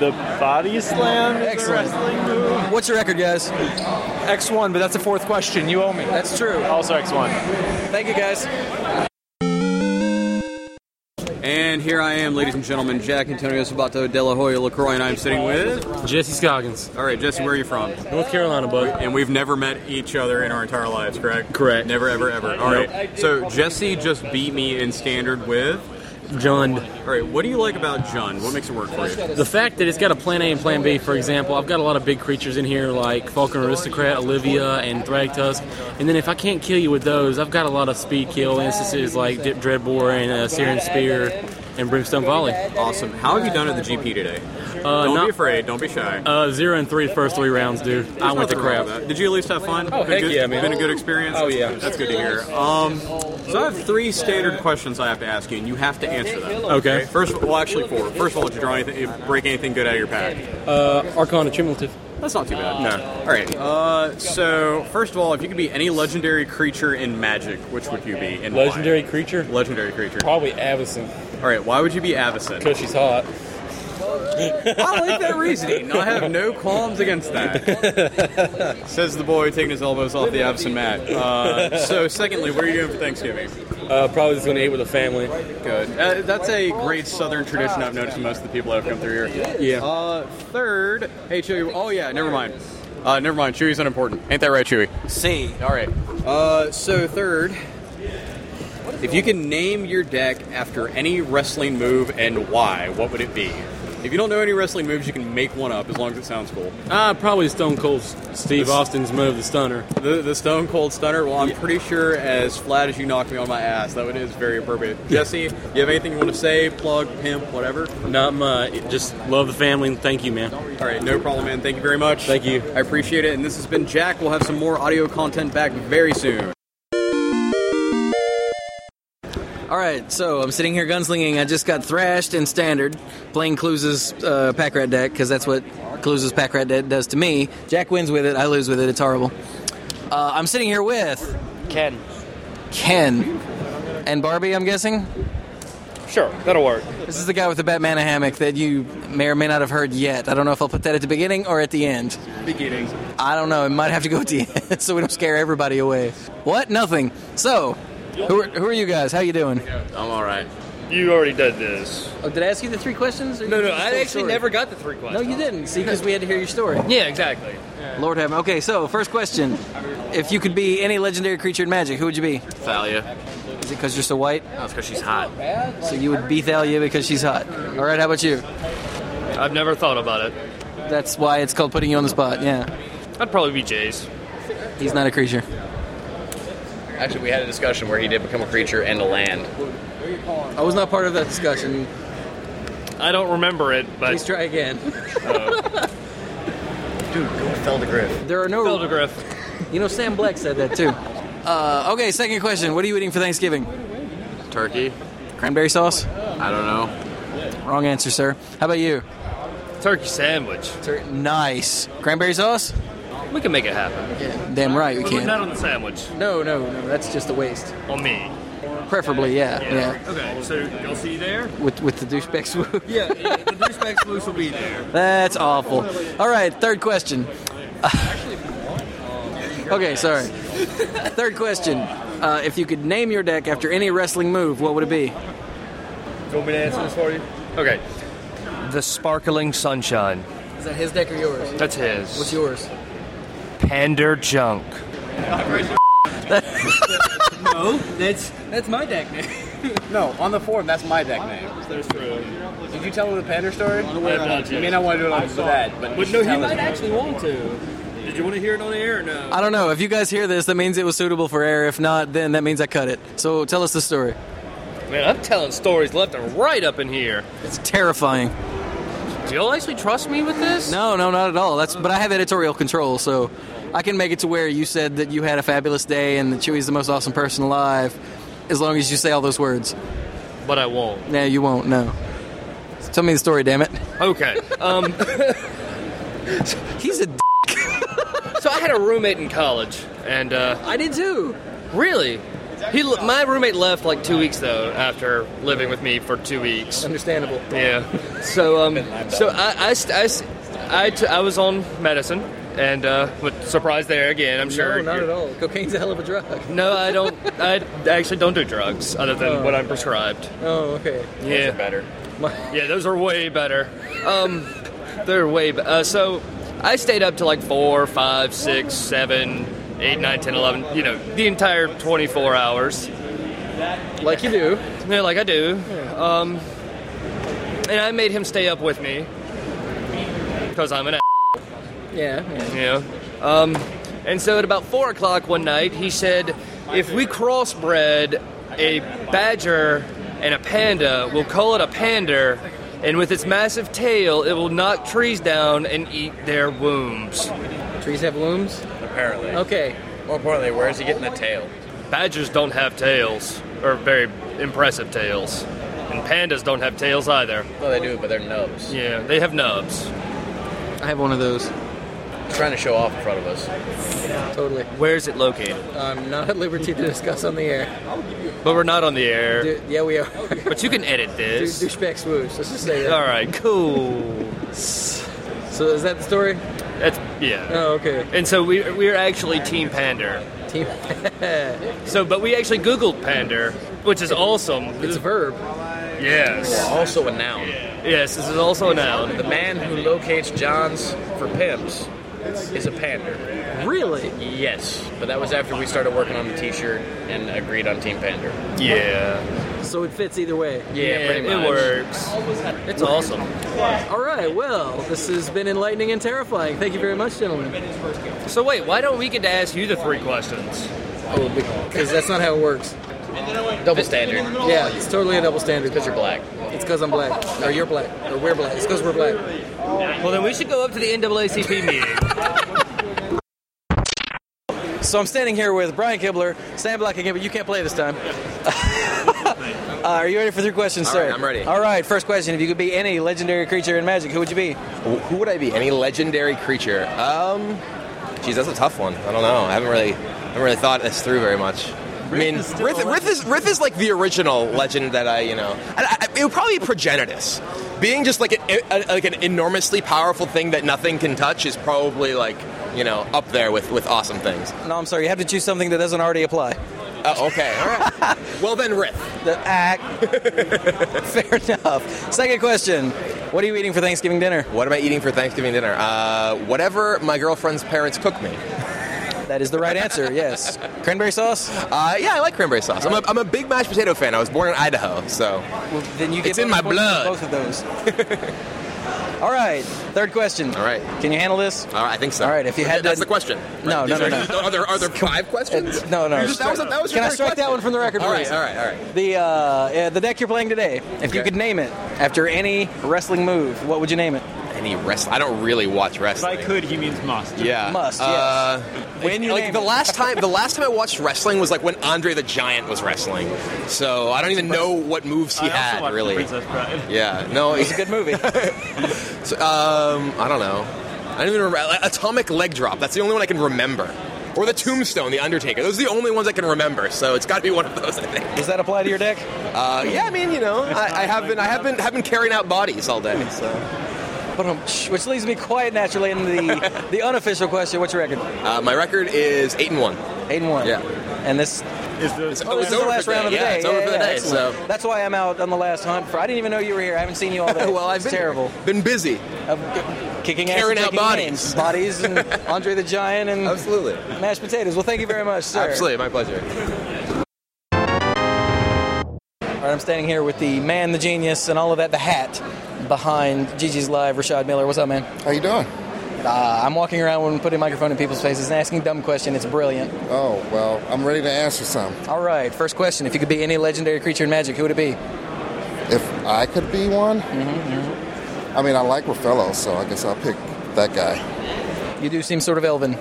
the body slam. is a wrestling move. What's your record, guys? X1, but that's the fourth question. You owe me. That's true. Also X1. Thank you, guys. And here I am, ladies and gentlemen, Jack Antonio Sabato de la Hoya LaCroix, and I'm sitting with Jesse Scoggins. All right, Jesse, where are you from? North Carolina, bud. And we've never met each other in our entire lives, correct? Correct. Never, ever, ever. All Nope. right. So Jesse just beat me in standard with John. All right. What do you like about Jun? What makes it work for you? The fact that it's got a plan A and plan B, for example, I've got a lot of big creatures in here like Falcon Aristocrat, Olivia, and Thragtusk. And then if I can't kill you with those, I've got a lot of speed kill instances like Dip Dreadbore and uh, Syrian Spear and Brimstone Volley. Awesome. How have you done at the GP today? Uh, don't not- be afraid. Don't be shy. Uh, zero and three first three rounds, dude. I went to nothing wrong crap. with that. Did you at least have fun? Oh, Been heck good- yeah, man. Been a good experience? Oh, yeah. That's good to hear. Um, so I have three standard questions I have to ask you, and you have to answer them. Okay. First, well, actually four. First of all, did you draw anything, you break anything good out of your pack? Uh, Arcana Cumulative. That's not too bad. No. All right. Uh, so first of all, if you could be any legendary creature in Magic, which would you be? And why? Legendary creature? Legendary creature. Probably Avison. All right. Why would you be Avison? Because she's hot. I like that reasoning. I have no qualms against that. Says the boy taking his elbows off the Avison mat. Uh, so, secondly, what are you doing for Thanksgiving? Uh, probably just going to eat with the family. Good. Uh, that's a great Southern tradition I've noticed in most of the people that have come through here. Yeah. Uh, third, hey, Joey. Oh yeah, never mind. Uh, never mind. Chewie's unimportant. Ain't that right, Chewie? C. All right. Uh, so third, If you can name your deck after any wrestling move and why, what would it be? If you don't know any wrestling moves, you can make one up as long as it sounds cool. Uh, probably Stone Cold Steve This- Austin's move, the stunner. The, the Stone Cold Stunner. Well, I'm pretty sure as flat as you knocked me on my ass, that one is very appropriate. Jesse, you have anything you want to say? Plug, pimp, whatever. Not much. Just love the family and thank you, man. All right, no problem, man. Thank you very much. Thank you. I appreciate it. And this has been Jack. We'll have some more audio content back very soon. All right, so I'm sitting here gunslinging. I just got thrashed in standard playing Clues's uh, pack rat deck because that's what Clues's pack rat deck does to me. Jack wins with it. I lose with it. It's horrible. Uh, I'm sitting here with Ken, Ken, and Barbie. I'm guessing. Sure, that'll work. This is the guy with the Batman hammock that you may or may not have heard yet. I don't know if I'll put that at the beginning or at the end. Beginning. I don't know. It might have to go at the end so we don't scare everybody away. What? Nothing. So, who are, who are you guys? How you doing? I'm all right. You already did this. Oh, did I ask you the three questions? No, no, I actually never got the three No, you didn't. See, because we had to hear your story. Yeah, exactly. Lord have Okay, so first question: If you could be any legendary creature in Magic, who would you be? Thalia. Is it because you're so white? No, it's because she's hot. So you would be Thalia because she's hot. All right, how about you? I've never thought about it. That's why it's called putting you on the spot. Yeah, I'd probably be Jay's. he's not a creature. Actually, we had a discussion where he did become a creature and a land. I was not part of that discussion. I don't remember it, but Uh, please try again. Dude, go with Feldegriff. There are no You know, Sam Black said that too. Uh, okay, second question: What are you eating for Thanksgiving? Turkey. Cranberry sauce. I don't know. Wrong answer, sir. How about you? Turkey sandwich. nice. Cranberry sauce? We can make it happen. Damn right we But can. Not on the sandwich. No, no, no. That's just a waste. On me. Preferably, yeah, yeah. Okay, so y'all see you there? With with the douchebag swoop. Yeah, the douchebag spooks will be there. That's awful. All right, third question. okay, sorry. Third question. Uh, if you could name your deck after any wrestling move, what would it be? Do you want me to answer this for you? Okay. The Sparkling Sunshine. Is that his deck or yours? That's his. What's yours? Pander Junk. Oh, no, that's that's my deck name. no, on the form, that's my deck name. That's true. Did you tell him the panda story? I have not You yet. may not want to do it on for that, but, you should no, tell he us. might actually want to. Did you want to hear it on the air or no? I don't know. If you guys hear this, that means it was suitable for air. If not, then that means I cut it. So tell us the story. Man, I'm telling stories left and right up in here. It's terrifying. Do y'all actually trust me with this? No, no, not at all. That's but I have editorial control, so I can make it to where you said that you had a fabulous day and that Chewie's the most awesome person alive, as long as you say all those words. But I won't. No, you won't. No. Tell me the story, damn it. Okay. Um, He's a. D- so I had a roommate in college, and uh, I did too. Really? He le- my roommate left like two weeks though after living with me for two weeks. Understandable. Yeah. So um, so I I, st- I, st- I, t- I was on medicine and uh, but surprise there again. I'm sure. No, not you're- at all. Cocaine's a hell of a drug. No, I don't. I actually don't do drugs other than what I'm prescribed. Oh, okay. Yeah, better. yeah, those are way better. Um, they're way better. Uh, so I stayed up to like four, five, six, seven, eight, nine, ten, eleven. You know, the entire 24 hours. Like you do. Yeah, like I do. Um, and I made him stay up with me because I'm an. A- Yeah. yeah. Um, and so at about four o'clock one night, he said, "If we crossbred a badger and a panda, we'll call it a pander, and with its massive tail, it will knock trees down and eat their wombs." Trees have wombs. Apparently. Okay. More importantly, where is he getting the tail? Badgers don't have tails, or very impressive tails, and pandas don't have tails either. Well, they do, but they're nubs. Yeah, they have nubs. I have one of those. Trying to show off in front of us. Totally. Where is it located? I'm not at liberty to discuss on the air. But we're not on the air. Du- yeah, we are. But you can edit this. Du- douchebag swoosh. Let's just say that. All right, cool. So is that the story? That's yeah. Oh, okay. And so we we're actually Team Pander. Team. so, but we actually Googled Pander, which is awesome. It's a verb. Yes. Also a noun. Yes, this is also a noun. The man who locates Johns for pimps is a pander. Really? Yes, but that was after we started working on the T-shirt and agreed on Team Pander. So it fits either way. Yeah, Yeah, pretty it much. works. It's awesome. All right, well, this has been enlightening and terrifying. Thank you very much, gentlemen. So wait, why don't we get to ask you the three questions? Oh, because that's not how it works. Double standard. Yeah, it's totally a double standard. Because you're black. It's because I'm black. Or you're black. Or we're black. It's because we're black. Oh, Well, then we should go up to the NAACP meeting. So I'm standing here with Brian Kibler, Sam Black again, but you can't play this time. Uh, are you ready for three questions, All sir? right, I'm ready. All right, first question: If you could be any legendary creature in Magic, who would you be? Who would I be? Any legendary creature? Um, geez, that's a tough one. I don't know. I haven't really, I haven't really thought this through very much. I mean, Rith, Rith is Rith is like the original legend that I, you know, I, I, it would probably be Progenitus. Being just like a, a, like an enormously powerful thing that nothing can touch is probably like you know up there with with awesome things. No, I'm sorry. You have to choose something that doesn't already apply. Uh, okay, all right. well then, Rith. The act. Fair enough. Second question: What are you eating for Thanksgiving dinner? What am I eating for Thanksgiving dinner? Uh, whatever my girlfriend's parents cook me. That is the right answer. Yes. Cranberry sauce? Uh, yeah, I like cranberry sauce. I'm a, I'm a big mashed potato fan. I was born in Idaho, so then you get it's in my bonus points for blood. Both of those. All right. Third question. All right. Can you handle this? All right, I think so. All right. If you Okay, had that's to, the question. No, no, no, no. Uh, Are there are there five questions? No, no. You just- that was a- that was your Can I third strike that question. one from the record? All right, please? all right, all right. The uh, uh, the deck you're playing today. If you Okay. could name it after any wrestling move, what would you name it? Any wrestling? I don't really watch wrestling. I could, he means must. Yeah, Must, yes. Uh, when you like the last time, the last time I watched wrestling was like when Andre the Giant was wrestling. So I don't even know what moves he had really. Yeah, no, It's a good movie. So, um, I don't know. I don't even remember. Like, Atomic Leg Drop. That's the only one I can remember. Or the Tombstone, the Undertaker. Those are the only ones I can remember. So it's got to be one of those. I think. Does that apply to your deck? Uh, yeah, I mean, you know, I, I have been, I have been, have been carrying out bodies all day. So. But um, shh, which leads me quite naturally into the the unofficial question. What's your record? Uh, my record is eight and one. Eight and one. Yeah. And this. Is the, Oh, this is the last round of the yeah, day. It's over Yeah, for the yeah, day. excellent. So. that's why I'm out on the last hunt. For I didn't even know you were here. I haven't seen you all day. Well, I've It's been- terrible. Been busy. Of g- kicking ass, Carrying and out taking bodies. names. bodies, and Andre the Giant, and absolutely mashed potatoes. Well, thank you very much, sir. Absolutely, my pleasure. All right, I'm standing here with the man, the genius, and all of that, the hat behind Gigi's Live, Rashad Miller. What's up, man? How you doing? Uh, I'm walking around and putting a microphone in people's faces and asking dumb questions. It's brilliant. Oh, well, I'm ready to answer some. All right, first question. If you could be any legendary creature in magic, who would it be? If I could be one, Mm-hmm, I mean, I like Raffello, so I guess I'll pick that guy. You do seem sort of elven.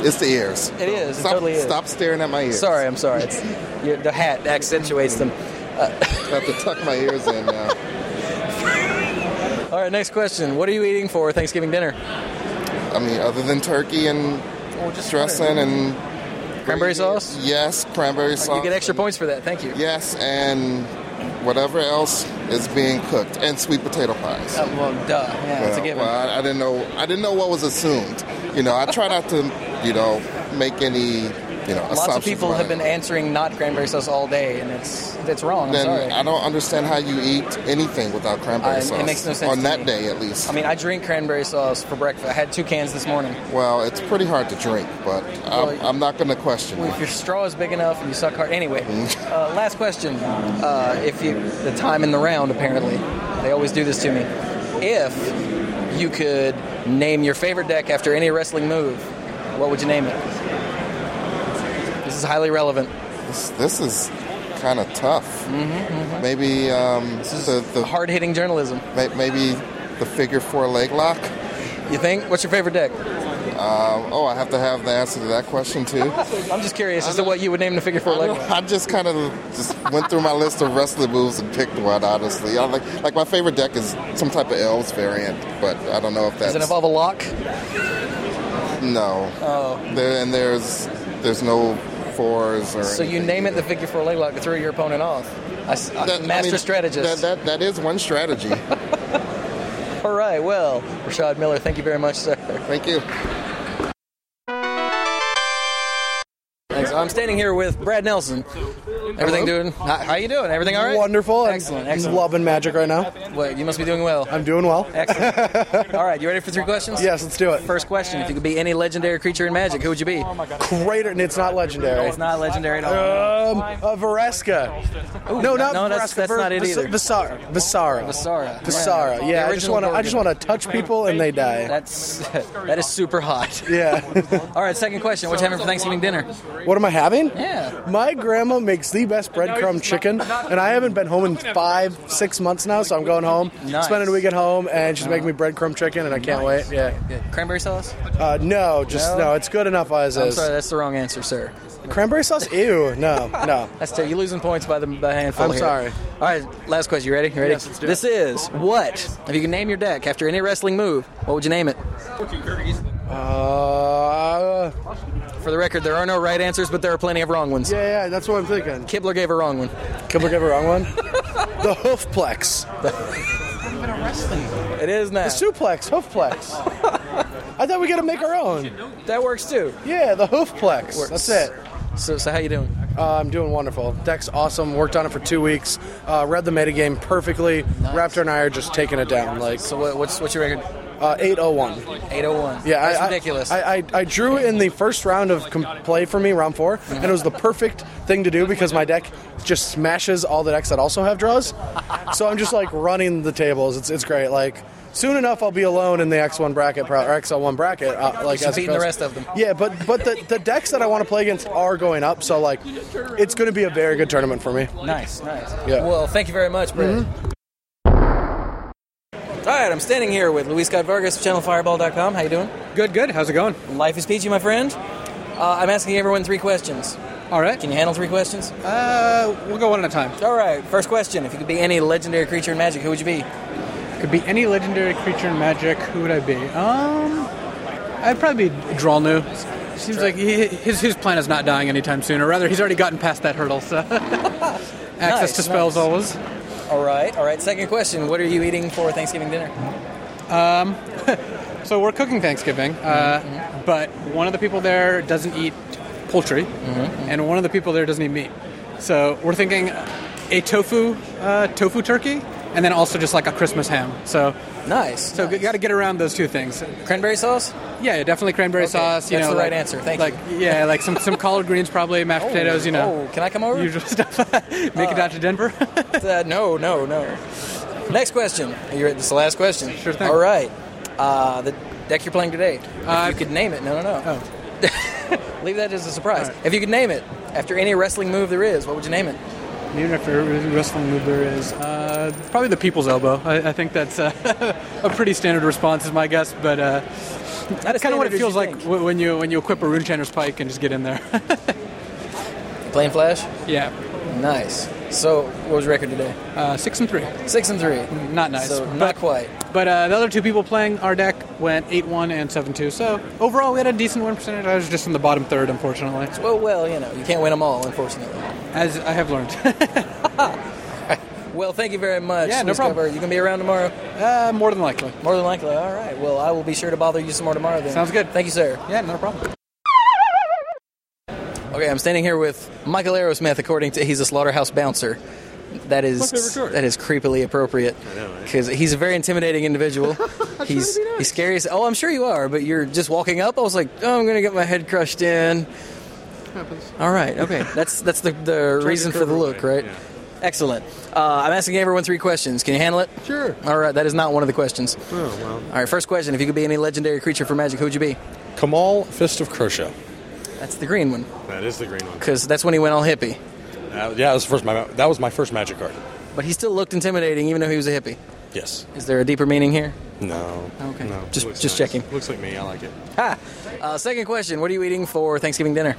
It's the ears. It is. It Stop- totally is. stop staring at my ears. Sorry, I'm sorry. It's, your, the hat accentuates them. Uh, I have to tuck my ears in uh, now. All right, next question. What are you eating for Thanksgiving dinner? I mean, other than turkey and dressing and. Cranberry sauce? Yes, cranberry sauce. You get extra points for that. Thank you. Yes, and whatever else is being cooked, and sweet potato pies. Uh, well, duh. Yeah, that's a Well, given. well, I, I didn't know. I didn't know what was assumed. You know, I try not to, you know, make any, you know, Lots of assumptions people about have it. been answering not cranberry sauce all day, and it's that's wrong. I'm Then sorry. I don't understand how you eat anything without cranberry I- it sauce. makes no sense on to that me. day, at least. I mean, I drink cranberry sauce for breakfast. I had two cans this morning. well, it's pretty hard to drink, but I'm, Well, I'm not going to question Mm. Well, it. if your straw is big enough and you suck hard, anyway. Uh, last question. Uh, if you the time in the round, apparently, they always do this to me. If you could name your favorite deck after any wrestling move, what would you name it? This is highly relevant. This, this is kind of tough. mhm. Maybe um, the, the hard-hitting journalism. May, maybe the figure four leg lock. You think? What's your favorite deck? Um, oh, I have to have the answer to that question too. I'm just curious as to what you would name the figure four leg. lock. I just kind of just went through my list of wrestling moves and picked one. Honestly, I like like my favorite deck is some type of elves variant, but I don't know if that's Does it involve a lock? no. Oh. There and there's there's no fours or So you name it the figure four leg lock to throw your opponent off. I s- I'm That- I master mean, strategist. That, that, that is one strategy. All right, well, Rashad Miller, thank you very much, sir. Thank you. Thanks. I'm standing here with Brad Nelson, Everything Hello? doing? How, how you doing? Everything all right? Wonderful. Excellent. I'm Excellent. loving magic right now. Wait, you must be doing well. I'm doing well. Excellent. all right, you ready for three questions? Yes, let's do it. First question: If you could be any legendary creature in Magic, who would you be? Oh Crater, and it's not legendary. It's not legendary at all. Um, uh, Varesca. no, not no, Varesca. that's- that's not it Vas- either. Vasara. Vasara. Vasara. Vasara. Yeah. Yeah, The I just original want to. I just Gorgon. want to touch people and they die. That's that is super hot. Yeah. All right, second question: What you having for Thanksgiving dinner? what am I having? Yeah. My grandma makes the best breadcrumb chicken, and I haven't been home in five, six months now, so I'm going home, Nice. spending a week at home, and she's making me breadcrumb chicken, and I can't Nice. wait. Yeah. Good. Cranberry sauce? Uh, no, just No? no? It's good enough as I'm is. sorry, that's the wrong answer, sir. Cranberry sauce? Ew. No. No. That's t- you're losing points by the by handful. I'm here. sorry. All right, last question. You ready? You ready? Yes, let's do this is what if you could name your deck after any wrestling move? What would you name it? Uh, For the record, there are no right answers, but there are plenty of wrong ones. Yeah, yeah, that's what I'm thinking. Kibler gave a wrong one. Kibler gave a wrong one. the hoofplex. It is now. The suplex, hoofplex. I thought we got to make our own. That works too. Yeah, the hoofplex. Works. That's it. So, so how you doing? Uh, I'm doing wonderful. Deck's awesome. Worked on it for two weeks. Uh, read the metagame perfectly. Raptor and I are just taking it down. Like so, what, what's what's your record? Uh, 801. 801. Yeah, that's I, I- ridiculous. I, I, I drew in the first round of com- play for me, round 4 Mm-hmm. and it was the perfect thing to do because my deck just smashes all the decks that also have draws. So I'm just like running the tables. It's it's great. Like soon enough, I'll be alone in the X1 bracket pro- or XL1 bracket. Uh, like You're as it beating the goes. rest of them. Yeah, but but the, the decks that I want to play against are going up. So like, it's going to be a very good tournament for me. Nice, nice. Yeah. Mm-hmm. Well, thank you very much, Brad. All right, I'm standing here with Luis Scott Vargas of ChannelFireball.com. How you doing? Good, good. How's it going? Life is peachy, my friend. Uh, I'm asking everyone three questions. All right. Can you handle three questions? Uh, we'll go one at a time. All right. First question: If you could be any legendary creature in Magic, who would you be? Could be any legendary creature in Magic. Who would I be? Um, I'd probably be Drolnu. Seems like he, his his plan is not dying anytime soon, or rather, he's already gotten past that hurdle. So access Nice, to spells nice. always. All right. All right. Second question: What are you eating for Thanksgiving dinner? Um, so we're cooking Thanksgiving, uh, Mm-hmm. but one of the people there doesn't eat poultry, Mm-hmm. and one of the people there doesn't eat meat. So we're thinking a tofu uh, tofu turkey, and then also just like a Christmas ham. So nice. So you got to get around those two things. Cranberry sauce? Yeah, definitely cranberry sauce. You that's know, the right like- answer. Thank like, you. Yeah, like some some collard greens, probably mashed Oh, potatoes. You know. oh, can I come over? Usual stuff. Make it out to Denver. Uh, no, no, no. Next question. Are you ready? This is the last question. Sure thing. All right. Uh, the deck you're playing today. If Uh, you could name it. No, no, no. Oh. Leave that as a surprise. If you could name it after any wrestling move there is, what would you name it? Even if your wrestling move there is uh, probably the people's elbow. I, I think that's uh, a pretty standard response, is my guess. But uh, that's kind of what standard it as feels you like w- when you when you equip a Runeshanner's pike and just get in there. Plain flash. yeah, Nice. So, what was your record today? Uh, six and three. Six and three. Not nice. So, but- not quite. But uh, the other two people playing our deck went eight one and seven two. So overall, we had a decent win percentage. I was just in the bottom third, unfortunately. Well, well, you know, you can't win them all, unfortunately. As I have learned. Well, thank you very much. Yeah, no Miss problem. Cooper. You can be around tomorrow? Uh, more than likely. More than likely. All right. Well, I will be sure to bother you some more tomorrow then. Sounds good. Thank you, sir. Yeah, no problem. Okay, I'm standing here with Michael Aerosmith. According to he's a slaughterhouse bouncer. That My favorite is chart. that is creepily appropriate because he's a very intimidating individual. he's he's scary. As, oh, I'm sure you are, but you're just walking up. I was like, oh, I'm gonna get my head crushed in. Happens. All right, okay. That's that's the, the reason for the look, right? Excellent. Uh, I'm asking everyone three questions. Can you handle it? Sure. All right, that is not one of the questions. Oh, well. All right, first question. If you could be any legendary creature for magic, who would you be? Kamal Fist of Kershaw. That's the green one, That is the green one. because that's when he went all hippie. Uh, yeah, that was, the first, my, that was my first magic card. But he still looked intimidating, even though he was a hippie. Yes. Is there a deeper meaning here? No. Okay. No. Just- Looks just checking. Looks like me. I like it. Ha! Uh, second question: What are you eating for Thanksgiving dinner?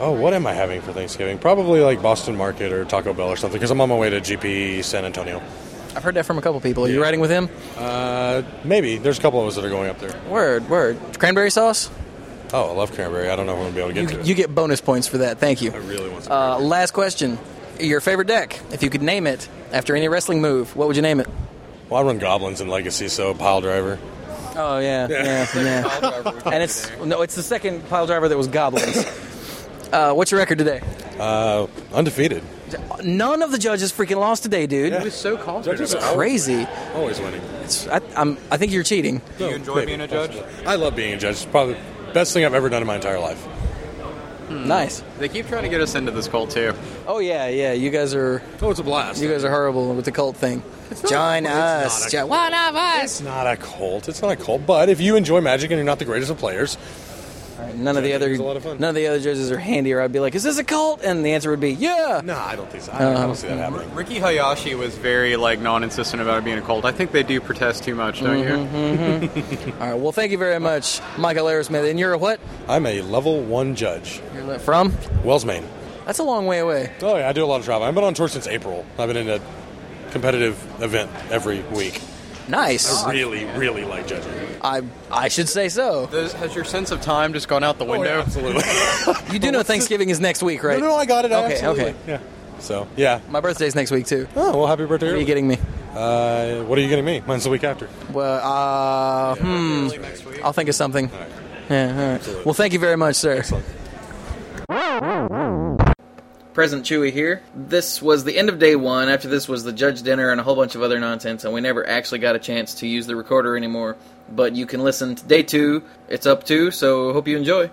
Oh, what am I having for Thanksgiving? Probably like Boston Market or Taco Bell or something, because I'm on my way to GP San Antonio. I've heard that from a couple people. Are you riding with him? Uh, maybe. There's a couple of us that are going up there. Word, word. Cranberry sauce. Oh, I love cranberry. I don't know if I'm going to be able to You, get to you it. get bonus points for that. Thank you. I really want. Uh, last question: Your favorite deck, if you could name it after any wrestling move, what would you name it? Well, I run Goblins in Legacy, so pile driver. Oh yeah, yeah, yeah. and it's no, it's the second pile driver that was goblins. Uh, what's your record today? Uh, undefeated. None of the judges freaking lost today, dude. He was so confident It's about it. crazy. Always winning. It's, I, I'm, I think you're cheating. No, maybe. I love being a judge. It's probably the best thing I've ever done in my entire life. Nice. Hmm. They keep trying to get us into this cult too. Oh yeah, yeah. You guys are. Oh, it's a blast. You guys are horrible with the cult thing. Join us. Jo- one of us. It's not a cult. It's not a cult. But if you enjoy Magic and you're not the greatest of players, None of the other none of the other judges are handier. I'd be like, "Is this a cult?" And the answer would be, "Yeah." Uh-huh. No, I don't think so. I don't- I don't see that happening. Ricky Hayashi was very like non-insistent about it being a cult. I think they do protest too much, don't Mm-hmm, you? All right. Well, thank you very much, Michael Aerosmith. And you're a what? I'm a level one judge. You're le- from? Wells, Maine. That's a long way away. Oh, yeah, I do a lot of travel. I've been on tour since April. I've been in a competitive event every week. Nice. I really, really like judging. I I should say so. has your sense of time just gone out the window? absolutely. you do know Thanksgiving is next week, right? No, no, I got it. I Okay. absolutely- Okay. Yeah. So, yeah. My birthday's next week too. Oh well, happy birthday! What are you getting me? Uh, what are you getting me? Mine's the week after. Well, uh, hmm. I'll think of something. Yeah. All right. Well, thank you very much, sir. Present Chewy here. This was the end of day one. After this was the judge dinner and a whole bunch of other nonsense, and we never actually got a chance to use the recorder anymore. But you can listen to day two. It's up to, so hope you enjoy.